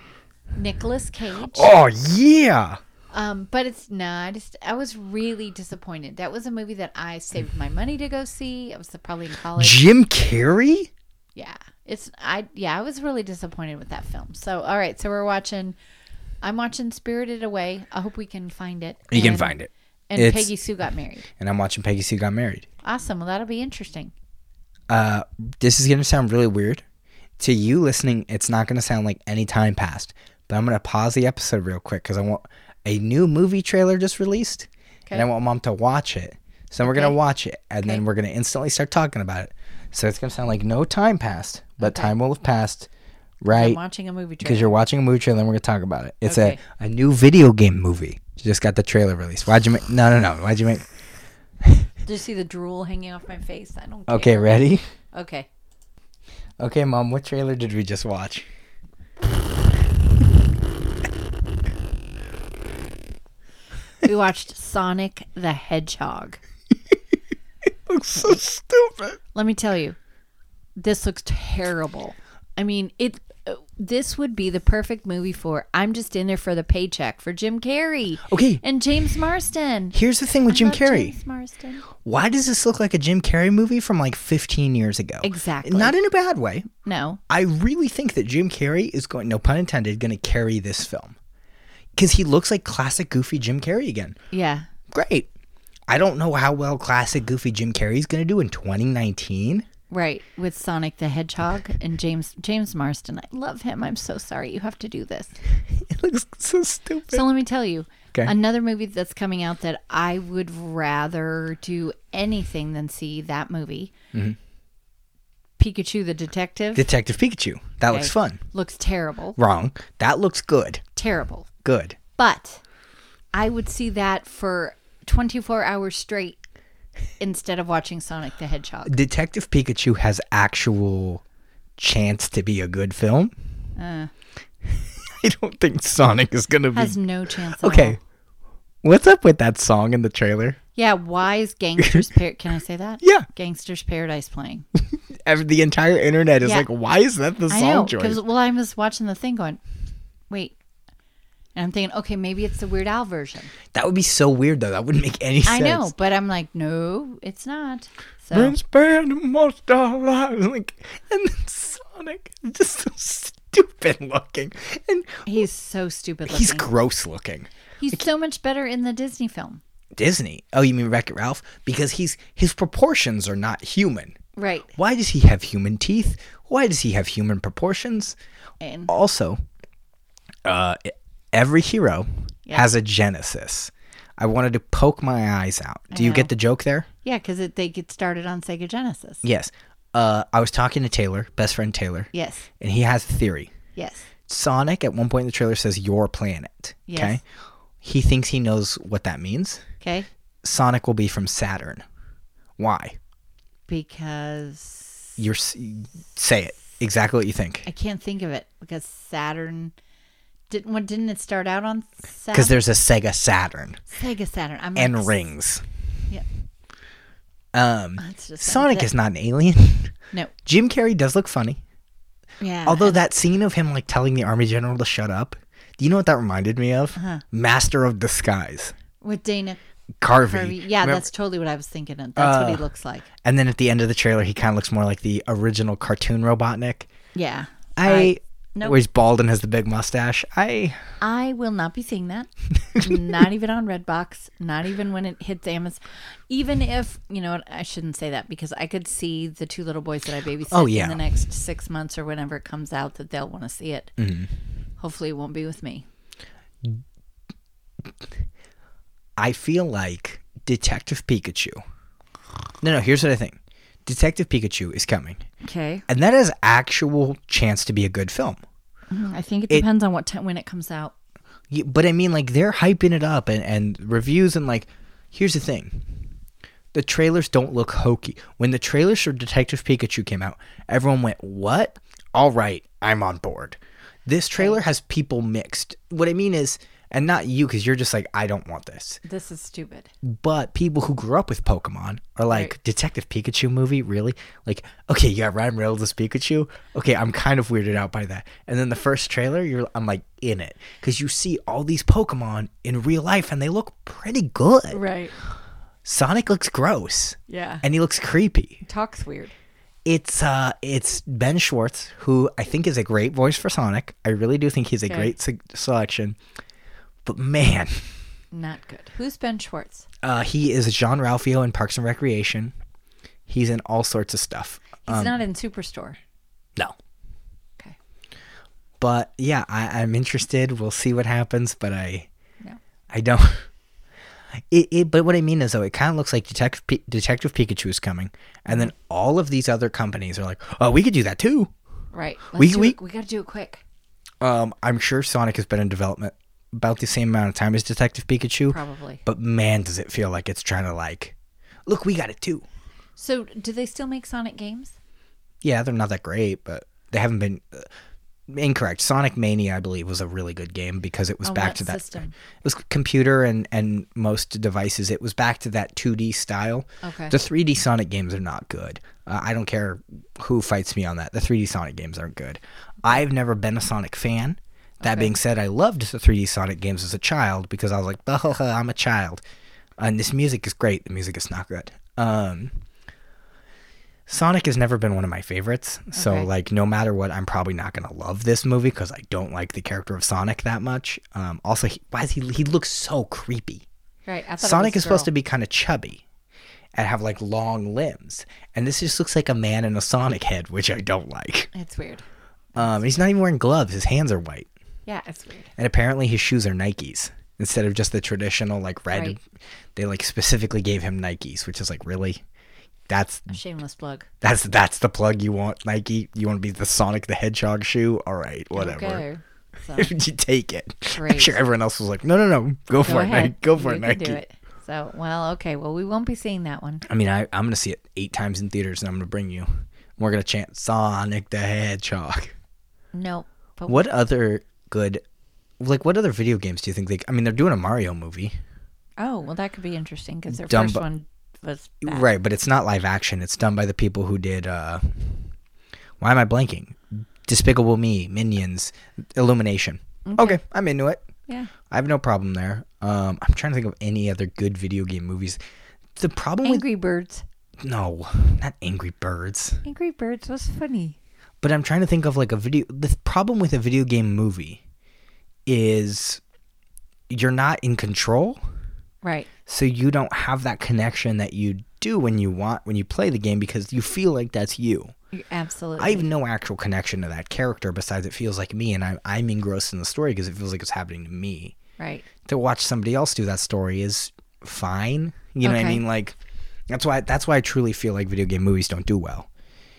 [SPEAKER 2] Nicolas Cage.
[SPEAKER 1] Oh yeah.
[SPEAKER 2] Um, but it's not. I just I was really disappointed. That was a movie that I saved my money to go see. I was probably in college.
[SPEAKER 1] Jim Carrey?
[SPEAKER 2] Yeah, it's I yeah I was really disappointed with that film. So all right, so we're watching. I'm watching Spirited Away. I hope we can find it.
[SPEAKER 1] You can
[SPEAKER 2] And-
[SPEAKER 1] find it.
[SPEAKER 2] And
[SPEAKER 1] It's-
[SPEAKER 2] Peggy Sue got married.
[SPEAKER 1] And I'm watching Peggy Sue Got Married.
[SPEAKER 2] Awesome. Well, that'll be interesting.
[SPEAKER 1] uh, this is going to sound really weird. To you listening, it's not going to sound like any time passed, but I'm going to pause the episode real quick because I want a new movie trailer just released and I
[SPEAKER 2] Okay.
[SPEAKER 1] want mom to watch it. So we're going
[SPEAKER 2] Okay.
[SPEAKER 1] to watch it and then we're going to instantly start talking about it. So it's going to sound like no time passed, but time will have passed,
[SPEAKER 2] I'm
[SPEAKER 1] right?
[SPEAKER 2] watching a movie
[SPEAKER 1] Because
[SPEAKER 2] trailer.
[SPEAKER 1] you're watching a movie trailer and we're going to talk about it. It's
[SPEAKER 2] Okay.
[SPEAKER 1] a, a new video game movie. She just got the trailer released. Why'd you make? No, no, no. Why'd you make?
[SPEAKER 2] Did you see the drool hanging off my face? I don't. Care.
[SPEAKER 1] Okay, ready?
[SPEAKER 2] Okay.
[SPEAKER 1] Okay, mom, what trailer did we just watch?
[SPEAKER 2] We watched Sonic the Hedgehog.
[SPEAKER 1] looks so stupid.
[SPEAKER 2] let me tell you, this looks terrible. I mean, it. uh, this would be the perfect movie for I'm just in there for the paycheck for Jim Carrey.
[SPEAKER 1] Okay.
[SPEAKER 2] And James Marsden.
[SPEAKER 1] Here's the thing with Jim
[SPEAKER 2] Love
[SPEAKER 1] Carrey.
[SPEAKER 2] James Marsden.
[SPEAKER 1] Why does this look like a Jim Carrey movie from like 15 years ago?
[SPEAKER 2] Exactly.
[SPEAKER 1] Not in a bad way.
[SPEAKER 2] No.
[SPEAKER 1] I really think that Jim Carrey is going, no pun intended, going to carry this film. Because he looks like classic goofy Jim Carrey again.
[SPEAKER 2] Yeah.
[SPEAKER 1] Great. I don't know how well classic goofy Jim Carrey's going to do in 2019.
[SPEAKER 2] Right. With Sonic the Hedgehog and James James Marsden. I love him. I'm so sorry. You have to do this.
[SPEAKER 1] It looks so stupid.
[SPEAKER 2] So let me tell you.
[SPEAKER 1] Okay.
[SPEAKER 2] Another movie that's coming out that I would rather do anything than see that movie.
[SPEAKER 1] Mm-hmm.
[SPEAKER 2] Pikachu the Detective
[SPEAKER 1] Detective Pikachu. That looks
[SPEAKER 2] Okay.
[SPEAKER 1] fun.
[SPEAKER 2] looks terrible.
[SPEAKER 1] Wrong. That looks good.
[SPEAKER 2] Terrible.
[SPEAKER 1] Good.
[SPEAKER 2] But I would see that for 24 hours straight instead of watching Sonic the Hedgehog.
[SPEAKER 1] Detective Pikachu has actual chance to be a good film.
[SPEAKER 2] Uh,
[SPEAKER 1] I don't think Sonic is going to be.
[SPEAKER 2] has no chance. At
[SPEAKER 1] okay.
[SPEAKER 2] All.
[SPEAKER 1] What's up with that song in the trailer?
[SPEAKER 2] Yeah, why is Gangsters Par- Can I say that?
[SPEAKER 1] Yeah.
[SPEAKER 2] Gangsters Paradise playing.
[SPEAKER 1] Ev- The entire internet is
[SPEAKER 2] Yeah.
[SPEAKER 1] like, why is that the
[SPEAKER 2] I
[SPEAKER 1] song
[SPEAKER 2] know.
[SPEAKER 1] choice?
[SPEAKER 2] Because well, I was watching the thing going, wait. And I'm thinking, okay, maybe it's the Weird Al version.
[SPEAKER 1] That would be so weird, though. That wouldn't make any
[SPEAKER 2] I
[SPEAKER 1] sense.
[SPEAKER 2] know, but I'm like, no, it's not. So
[SPEAKER 1] Been spending most of our lives like, and then Sonic is just so stupid looking, and
[SPEAKER 2] he's so stupid looking.
[SPEAKER 1] he's
[SPEAKER 2] He's,
[SPEAKER 1] gross looking.
[SPEAKER 2] so much better in the Disney film.
[SPEAKER 1] Disney. Oh, you mean Wreck It Ralph? Because he's his proportions are not human.
[SPEAKER 2] Right.
[SPEAKER 1] Why does he have human teeth? Why does he have human proportions?
[SPEAKER 2] And
[SPEAKER 1] Also, uh, every hero
[SPEAKER 2] Yeah.
[SPEAKER 1] has a genesis. I wanted to poke my eyes out. Do you
[SPEAKER 2] know.
[SPEAKER 1] get the joke there?
[SPEAKER 2] yeah, because they get started on Sega Genesis.
[SPEAKER 1] Yes. Uh, I was talking to Taylor, best friend Taylor,
[SPEAKER 2] Yes.
[SPEAKER 1] and he has a theory.
[SPEAKER 2] Yes.
[SPEAKER 1] Sonic at one point in the trailer says your planet.
[SPEAKER 2] Yes.
[SPEAKER 1] Okay. He thinks he knows what that means.
[SPEAKER 2] Okay.
[SPEAKER 1] Sonic will be from Saturn. Why?
[SPEAKER 2] Because
[SPEAKER 1] You're s- say it exactly what you think.
[SPEAKER 2] I can't think of it because Saturn didn't what didn't it start out on
[SPEAKER 1] Because
[SPEAKER 2] Saturn?
[SPEAKER 1] there's a Sega Saturn
[SPEAKER 2] Sega Saturn. I'm like,
[SPEAKER 1] and rings.
[SPEAKER 2] Yeah.
[SPEAKER 1] Um,
[SPEAKER 2] that's just
[SPEAKER 1] Sonic is not an alien.
[SPEAKER 2] no.
[SPEAKER 1] Jim Carrey does look funny.
[SPEAKER 2] Yeah.
[SPEAKER 1] Although that scene of him like telling the army general to shut up, do you know what that reminded me of?
[SPEAKER 2] Uh-huh.
[SPEAKER 1] Master of Disguise,
[SPEAKER 2] with Dana
[SPEAKER 1] Carvey.
[SPEAKER 2] Harvey. Yeah,
[SPEAKER 1] Remember- Uh,
[SPEAKER 2] that's totally what I was thinking. Of. That's what he looks like.
[SPEAKER 1] And then at the end of the trailer, he kind of looks more like the original cartoon Robotnik.
[SPEAKER 2] Yeah.
[SPEAKER 1] I,
[SPEAKER 2] nope.
[SPEAKER 1] where he's bald and has the big mustache. I
[SPEAKER 2] I will not be seeing that. not even on Redbox. Not even when it hits Amazon. Even if you know, what, I shouldn't say that because I could see the two little boys that I babysit
[SPEAKER 1] Oh, yeah.
[SPEAKER 2] in the next six months or whenever it comes out that they'll want to see it.
[SPEAKER 1] Mm-hmm.
[SPEAKER 2] Hopefully, it won't be with me.
[SPEAKER 1] I feel like Detective Pikachu. No, no. Here's what I think. Detective Pikachu is coming,
[SPEAKER 2] Okay.
[SPEAKER 1] and that has actual chance to be a good film.
[SPEAKER 2] Mm-hmm. I think it depends on what t- when it comes out.
[SPEAKER 1] Y- But I mean, like they're hyping it up and, and reviews and like. Here's the thing. The trailers don't look hokey. When the trailers for Detective Pikachu came out, everyone went, "What? All right, I'm on board." This trailer has people mixed. What I mean is, and not you, because you're just like, I don't want this.
[SPEAKER 2] This is stupid.
[SPEAKER 1] But people who grew up with Pokemon are like, Detective Pikachu movie, really? Like, okay, you got Ryan Reynolds as Pikachu. Okay, I'm kind of weirded out by that. And then the first trailer, you're, I'm like in it because you see all these Pokemon in real life and they look pretty good.
[SPEAKER 2] Right.
[SPEAKER 1] Sonic looks gross
[SPEAKER 2] Yeah.
[SPEAKER 1] and he looks creepy.
[SPEAKER 2] Talks weird.
[SPEAKER 1] It's uh, it's Ben Schwartz who I think is a great voice for Sonic. I really do think he's a
[SPEAKER 2] Okay.
[SPEAKER 1] great se- selection. But man,
[SPEAKER 2] Not good. Who's Ben Schwartz?
[SPEAKER 1] uh, he is John Ralphio in Parks and Recreation. He's in all sorts of stuff.
[SPEAKER 2] He's not in Superstore.
[SPEAKER 1] No,
[SPEAKER 2] Okay.
[SPEAKER 1] but yeah, I, I'm interested. We'll see what happens, but I,
[SPEAKER 2] No.
[SPEAKER 1] I don't. It, it, but what I mean is though, it kind of looks like Detective P- Detective Pikachu is coming, and then all of these other companies are like, "Oh, we could do that too."
[SPEAKER 2] Right.
[SPEAKER 1] We-
[SPEAKER 2] Let's do
[SPEAKER 1] we-
[SPEAKER 2] it. we got to do it quick.
[SPEAKER 1] Um, I'm sure Sonic has been in development about the same amount of time as Detective Pikachu,
[SPEAKER 2] Probably.
[SPEAKER 1] but man, does it feel like it's trying to like, look, we got it too.
[SPEAKER 2] So, do they still make Sonic games?
[SPEAKER 1] Yeah, they're not that great, but they haven't been uh, incorrect. Sonic Mania, I believe, was a really good game because it was
[SPEAKER 2] On
[SPEAKER 1] back
[SPEAKER 2] Oh, what
[SPEAKER 1] to that.
[SPEAKER 2] system?
[SPEAKER 1] It was computer and and most devices. It was back to that 2D style.
[SPEAKER 2] Okay.
[SPEAKER 1] The 3D Sonic games are not good. Uh, I don't care who fights me on that. The 3D Sonic games aren't good. I've never been a Sonic fan. That being said, I loved the 3D Sonic games as a child because I was like, I'm a child. And this music is great. The music is not good. Um, Sonic has never been one of my favorites. So,
[SPEAKER 2] Okay.
[SPEAKER 1] like, no matter what, I'm probably not going to love this movie because I don't like the character of Sonic that much. Um, also, he, why is he, he looks so creepy.
[SPEAKER 2] Right. I thought
[SPEAKER 1] Sonic is supposed to be kind of chubby and have like long limbs. And this just looks like a man in a Sonic head, which I don't like.
[SPEAKER 2] be. It's weird.
[SPEAKER 1] Um, he's not even wearing gloves, his hands are white.
[SPEAKER 2] Yeah, it's weird.
[SPEAKER 1] And apparently his shoes are Nikes instead of just the traditional like red.
[SPEAKER 2] Right.
[SPEAKER 1] They like specifically gave him Nikes, which is like really that's
[SPEAKER 2] Shameless plug.
[SPEAKER 1] that's that's the plug you want, Nike. You want to be the Sonic the Hedgehog shoe? All right, whatever.
[SPEAKER 2] Okay. So
[SPEAKER 1] you take it. I'm
[SPEAKER 2] Great.
[SPEAKER 1] sure everyone else was like, "No, no, no, go,
[SPEAKER 2] go
[SPEAKER 1] for it, Nike.
[SPEAKER 2] ahead.
[SPEAKER 1] Go for
[SPEAKER 2] You
[SPEAKER 1] it,
[SPEAKER 2] can
[SPEAKER 1] Nike."
[SPEAKER 2] do it. So well, okay. Well, we won't be seeing that one.
[SPEAKER 1] I mean, I, I'm gonna see it eight times in theaters, and I'm gonna bring you. And we're gonna chant Sonic the Hedgehog.
[SPEAKER 2] Nope. But
[SPEAKER 1] What other good, like, what other video games do you think they? I mean, they're doing a Mario movie,
[SPEAKER 2] oh well, that could be interesting because their
[SPEAKER 1] Dumb-
[SPEAKER 2] first one was bad.
[SPEAKER 1] right? But it's not live action. It's done by the people who did. uh Why am I blanking? Despicable Me, Minions, Illumination. Okay, I'm into it.
[SPEAKER 2] Yeah.
[SPEAKER 1] I have no problem there. Um, I'm trying to think of any other good video game movies. The problem
[SPEAKER 2] Angry Birds.
[SPEAKER 1] with no, not Angry Birds.
[SPEAKER 2] Angry Birds was funny.
[SPEAKER 1] But I'm trying to think of like a video. The problem with a video game movie is you're not in control,
[SPEAKER 2] Right.
[SPEAKER 1] so you don't have that connection that you do when you want when you play the game because you feel like that's you.
[SPEAKER 2] You- Absolutely.
[SPEAKER 1] I have no actual connection to that character besides it feels like me, and I'm I'm engrossed in the story because it feels like it's happening to me.
[SPEAKER 2] right.
[SPEAKER 1] To watch somebody else do that story is fine. You know what I
[SPEAKER 2] Okay.
[SPEAKER 1] mean? Like that's why that's why I truly feel like video game movies don't do well.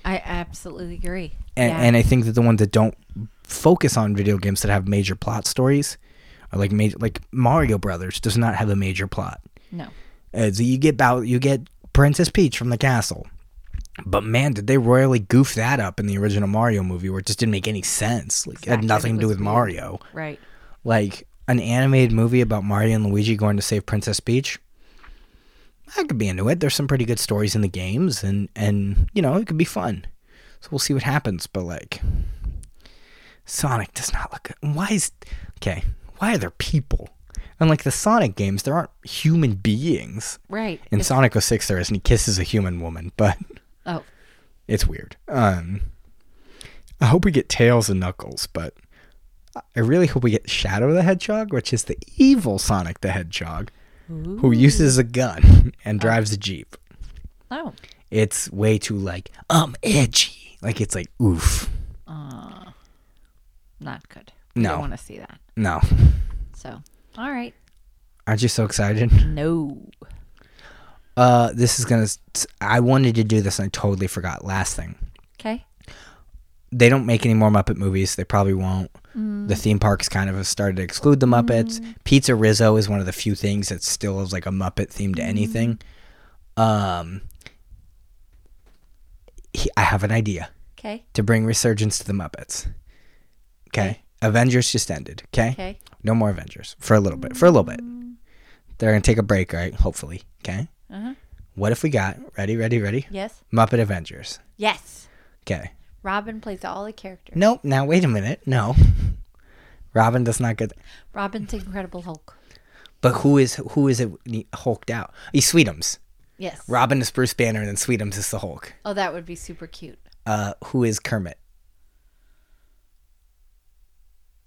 [SPEAKER 2] I absolutely agree.
[SPEAKER 1] and,
[SPEAKER 2] yeah.
[SPEAKER 1] and I think that the ones that don't focus on video games that have major plot stories are like major, like Mario Brothers does not have a major plot.
[SPEAKER 2] no.
[SPEAKER 1] Uh, so you get Bow- you get Princess Peach from the castle, but man, did they royally goof that up in the original Mario movie, where it just didn't make any sense. Like it had
[SPEAKER 2] Exactly,
[SPEAKER 1] nothing
[SPEAKER 2] it
[SPEAKER 1] to do
[SPEAKER 2] was
[SPEAKER 1] with
[SPEAKER 2] weird.
[SPEAKER 1] Mario.
[SPEAKER 2] Right.
[SPEAKER 1] Like an animated movie about Mario and Luigi going to save Princess Peach. I could be into it. There's some pretty good stories in the games, and and you know it could be fun. So we'll see what happens. But like, Sonic does not look. Good. Why is okay? Why are there people? Unlike the Sonic games, there aren't human beings.
[SPEAKER 2] Right.
[SPEAKER 1] In
[SPEAKER 2] It's-
[SPEAKER 1] Sonic 06, there is, and he kisses a human woman, but
[SPEAKER 2] oh,
[SPEAKER 1] it's weird. Um, I hope we get Tails and Knuckles, but I really hope we get Shadow the Hedgehog, which is the evil Sonic the Hedgehog, who uses a gun and
[SPEAKER 2] Uh.
[SPEAKER 1] drives a jeep.
[SPEAKER 2] oh,
[SPEAKER 1] It's way too like um edgy. Like it's like oof.
[SPEAKER 2] not good.
[SPEAKER 1] No.
[SPEAKER 2] Don't want to see that.
[SPEAKER 1] No,
[SPEAKER 2] So, all right.
[SPEAKER 1] aren't you so excited?
[SPEAKER 2] No.
[SPEAKER 1] Uh, this is gonna. s- I wanted to do this and I totally forgot. Last thing.
[SPEAKER 2] Okay.
[SPEAKER 1] they don't make any more Muppet movies. They probably won't. The theme parks kind of have started to exclude the Muppets. Pizza Rizzo is one of the few things that still is like a Muppet theme to anything. Um, he, I have an idea
[SPEAKER 2] Okay.
[SPEAKER 1] to bring resurgence to the Muppets. Okay, Avengers just ended. Okay, Mm.
[SPEAKER 2] Okay.
[SPEAKER 1] no more Avengers for a little bit. For a little bit, they're gonna take a break, right? Hopefully. Okay,
[SPEAKER 2] Uh-huh.
[SPEAKER 1] what if we got ready, ready, ready?
[SPEAKER 2] Yes.
[SPEAKER 1] Muppet Avengers.
[SPEAKER 2] Yes.
[SPEAKER 1] Okay.
[SPEAKER 2] Robin plays all the characters.
[SPEAKER 1] Nope. Now wait a minute. No, Robin does not get.
[SPEAKER 2] Robin's Incredible Hulk.
[SPEAKER 1] But who is who is it? Hulked out. He's Sweetums.
[SPEAKER 2] Yes.
[SPEAKER 1] Robin is Bruce Banner, and then Sweetums is the Hulk.
[SPEAKER 2] oh, that would be super cute.
[SPEAKER 1] Uh, who is Kermit?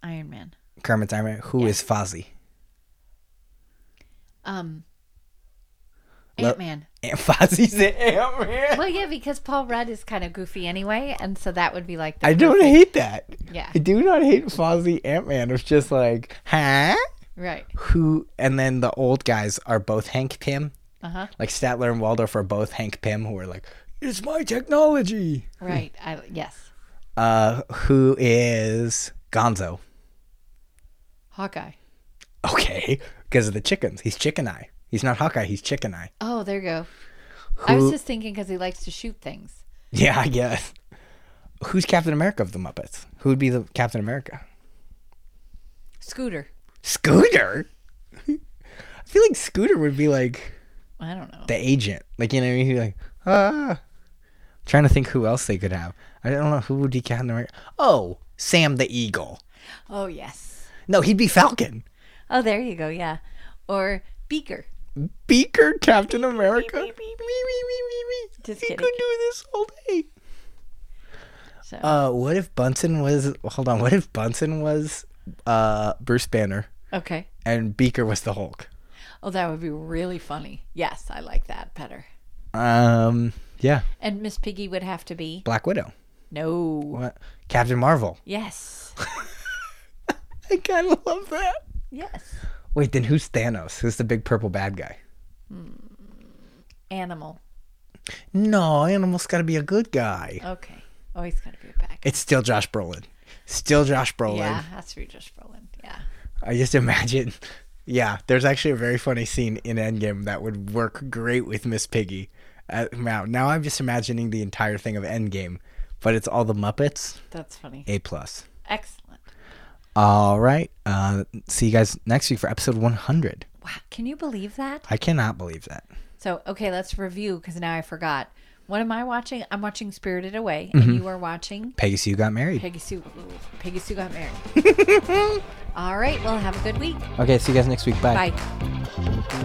[SPEAKER 2] Iron Man.
[SPEAKER 1] Kermit's Iron Man. Who is Fozzie?
[SPEAKER 2] Um,
[SPEAKER 1] Lo-
[SPEAKER 2] Ant Man.
[SPEAKER 1] And Fozzie's the Ant Man.
[SPEAKER 2] Well, yeah, because Paul Rudd is kind of goofy anyway, and so that would be like the
[SPEAKER 1] I don't hate that.
[SPEAKER 2] Yeah.
[SPEAKER 1] I do not hate Fozzie Ant Man. It's just like, huh?
[SPEAKER 2] right.
[SPEAKER 1] Who? And then the old guys are both Hank Pym.
[SPEAKER 2] Uh huh.
[SPEAKER 1] Like Statler and Waldorf are both Hank Pym, who are like, it's my technology.
[SPEAKER 2] Right. I, yes.
[SPEAKER 1] Uh, who is Gonzo?
[SPEAKER 2] Hawkeye.
[SPEAKER 1] Okay, because of the chickens. He's chicken eye. He's not Hawkeye. He's chicken eye.
[SPEAKER 2] Oh, there you go. I was
[SPEAKER 1] Who-
[SPEAKER 2] just thinking because he likes to shoot things.
[SPEAKER 1] Yeah, I guess. Who's Captain America of the Muppets? Who would be the Captain America?
[SPEAKER 2] Scooter.
[SPEAKER 1] Scooter. I feel like Scooter would be like
[SPEAKER 2] I don't know.
[SPEAKER 1] the agent. Like you know, what I mean? he'd be like ah. Trying to think who else they could have. I don't know who would be Captain America. Oh, Sam the Eagle.
[SPEAKER 2] Oh yes.
[SPEAKER 1] No, he'd be Falcon.
[SPEAKER 2] Oh, there you go. Yeah, or Beaker.
[SPEAKER 1] Beaker, Captain America.
[SPEAKER 2] beep, beep, Just
[SPEAKER 1] he
[SPEAKER 2] kidding.
[SPEAKER 1] could do this all day.
[SPEAKER 2] So
[SPEAKER 1] Uh, what if Bunsen was? Hold on. What if Bunsen was uh, Bruce Banner
[SPEAKER 2] okay.
[SPEAKER 1] and Beaker was the Hulk?
[SPEAKER 2] Oh, that would be really funny. Yes, I like that better.
[SPEAKER 1] Um, yeah,
[SPEAKER 2] And Miss Piggy would have to be
[SPEAKER 1] Black Widow.
[SPEAKER 2] no.
[SPEAKER 1] What? Captain Marvel.
[SPEAKER 2] Yes.
[SPEAKER 1] I kind of love that.
[SPEAKER 2] Yes.
[SPEAKER 1] Wait, then who's Thanos? Who's the big purple bad guy?
[SPEAKER 2] Animal.
[SPEAKER 1] No, Animal's got to be a good guy.
[SPEAKER 2] Okay. Oh, he's gotta be back.
[SPEAKER 1] It's still Josh Brolin. Still Josh Brolin.
[SPEAKER 2] Yeah, that's to be just Brolin. Yeah.
[SPEAKER 1] I just imagine. Yeah, there's actually a very funny scene in Endgame that would work great with Miss Piggy. Uh, now, now I'm just imagining the entire thing of Endgame, but it's all the Muppets.
[SPEAKER 2] That's funny.
[SPEAKER 1] A plus.
[SPEAKER 2] Excellent.
[SPEAKER 1] All right. Uh, see you guys next week for episode 100.
[SPEAKER 2] Wow. Can you believe that?
[SPEAKER 1] I cannot believe that.
[SPEAKER 2] So, okay, let's review because now I forgot. What am I watching? I'm watching Spirited Away, and you are watching
[SPEAKER 1] Peggy Sue got married.
[SPEAKER 2] Peggy Sue. ooh, Peggy Sue got married. All right. Well, have a good week.
[SPEAKER 1] Okay. See you guys next week. Bye.
[SPEAKER 2] Bye.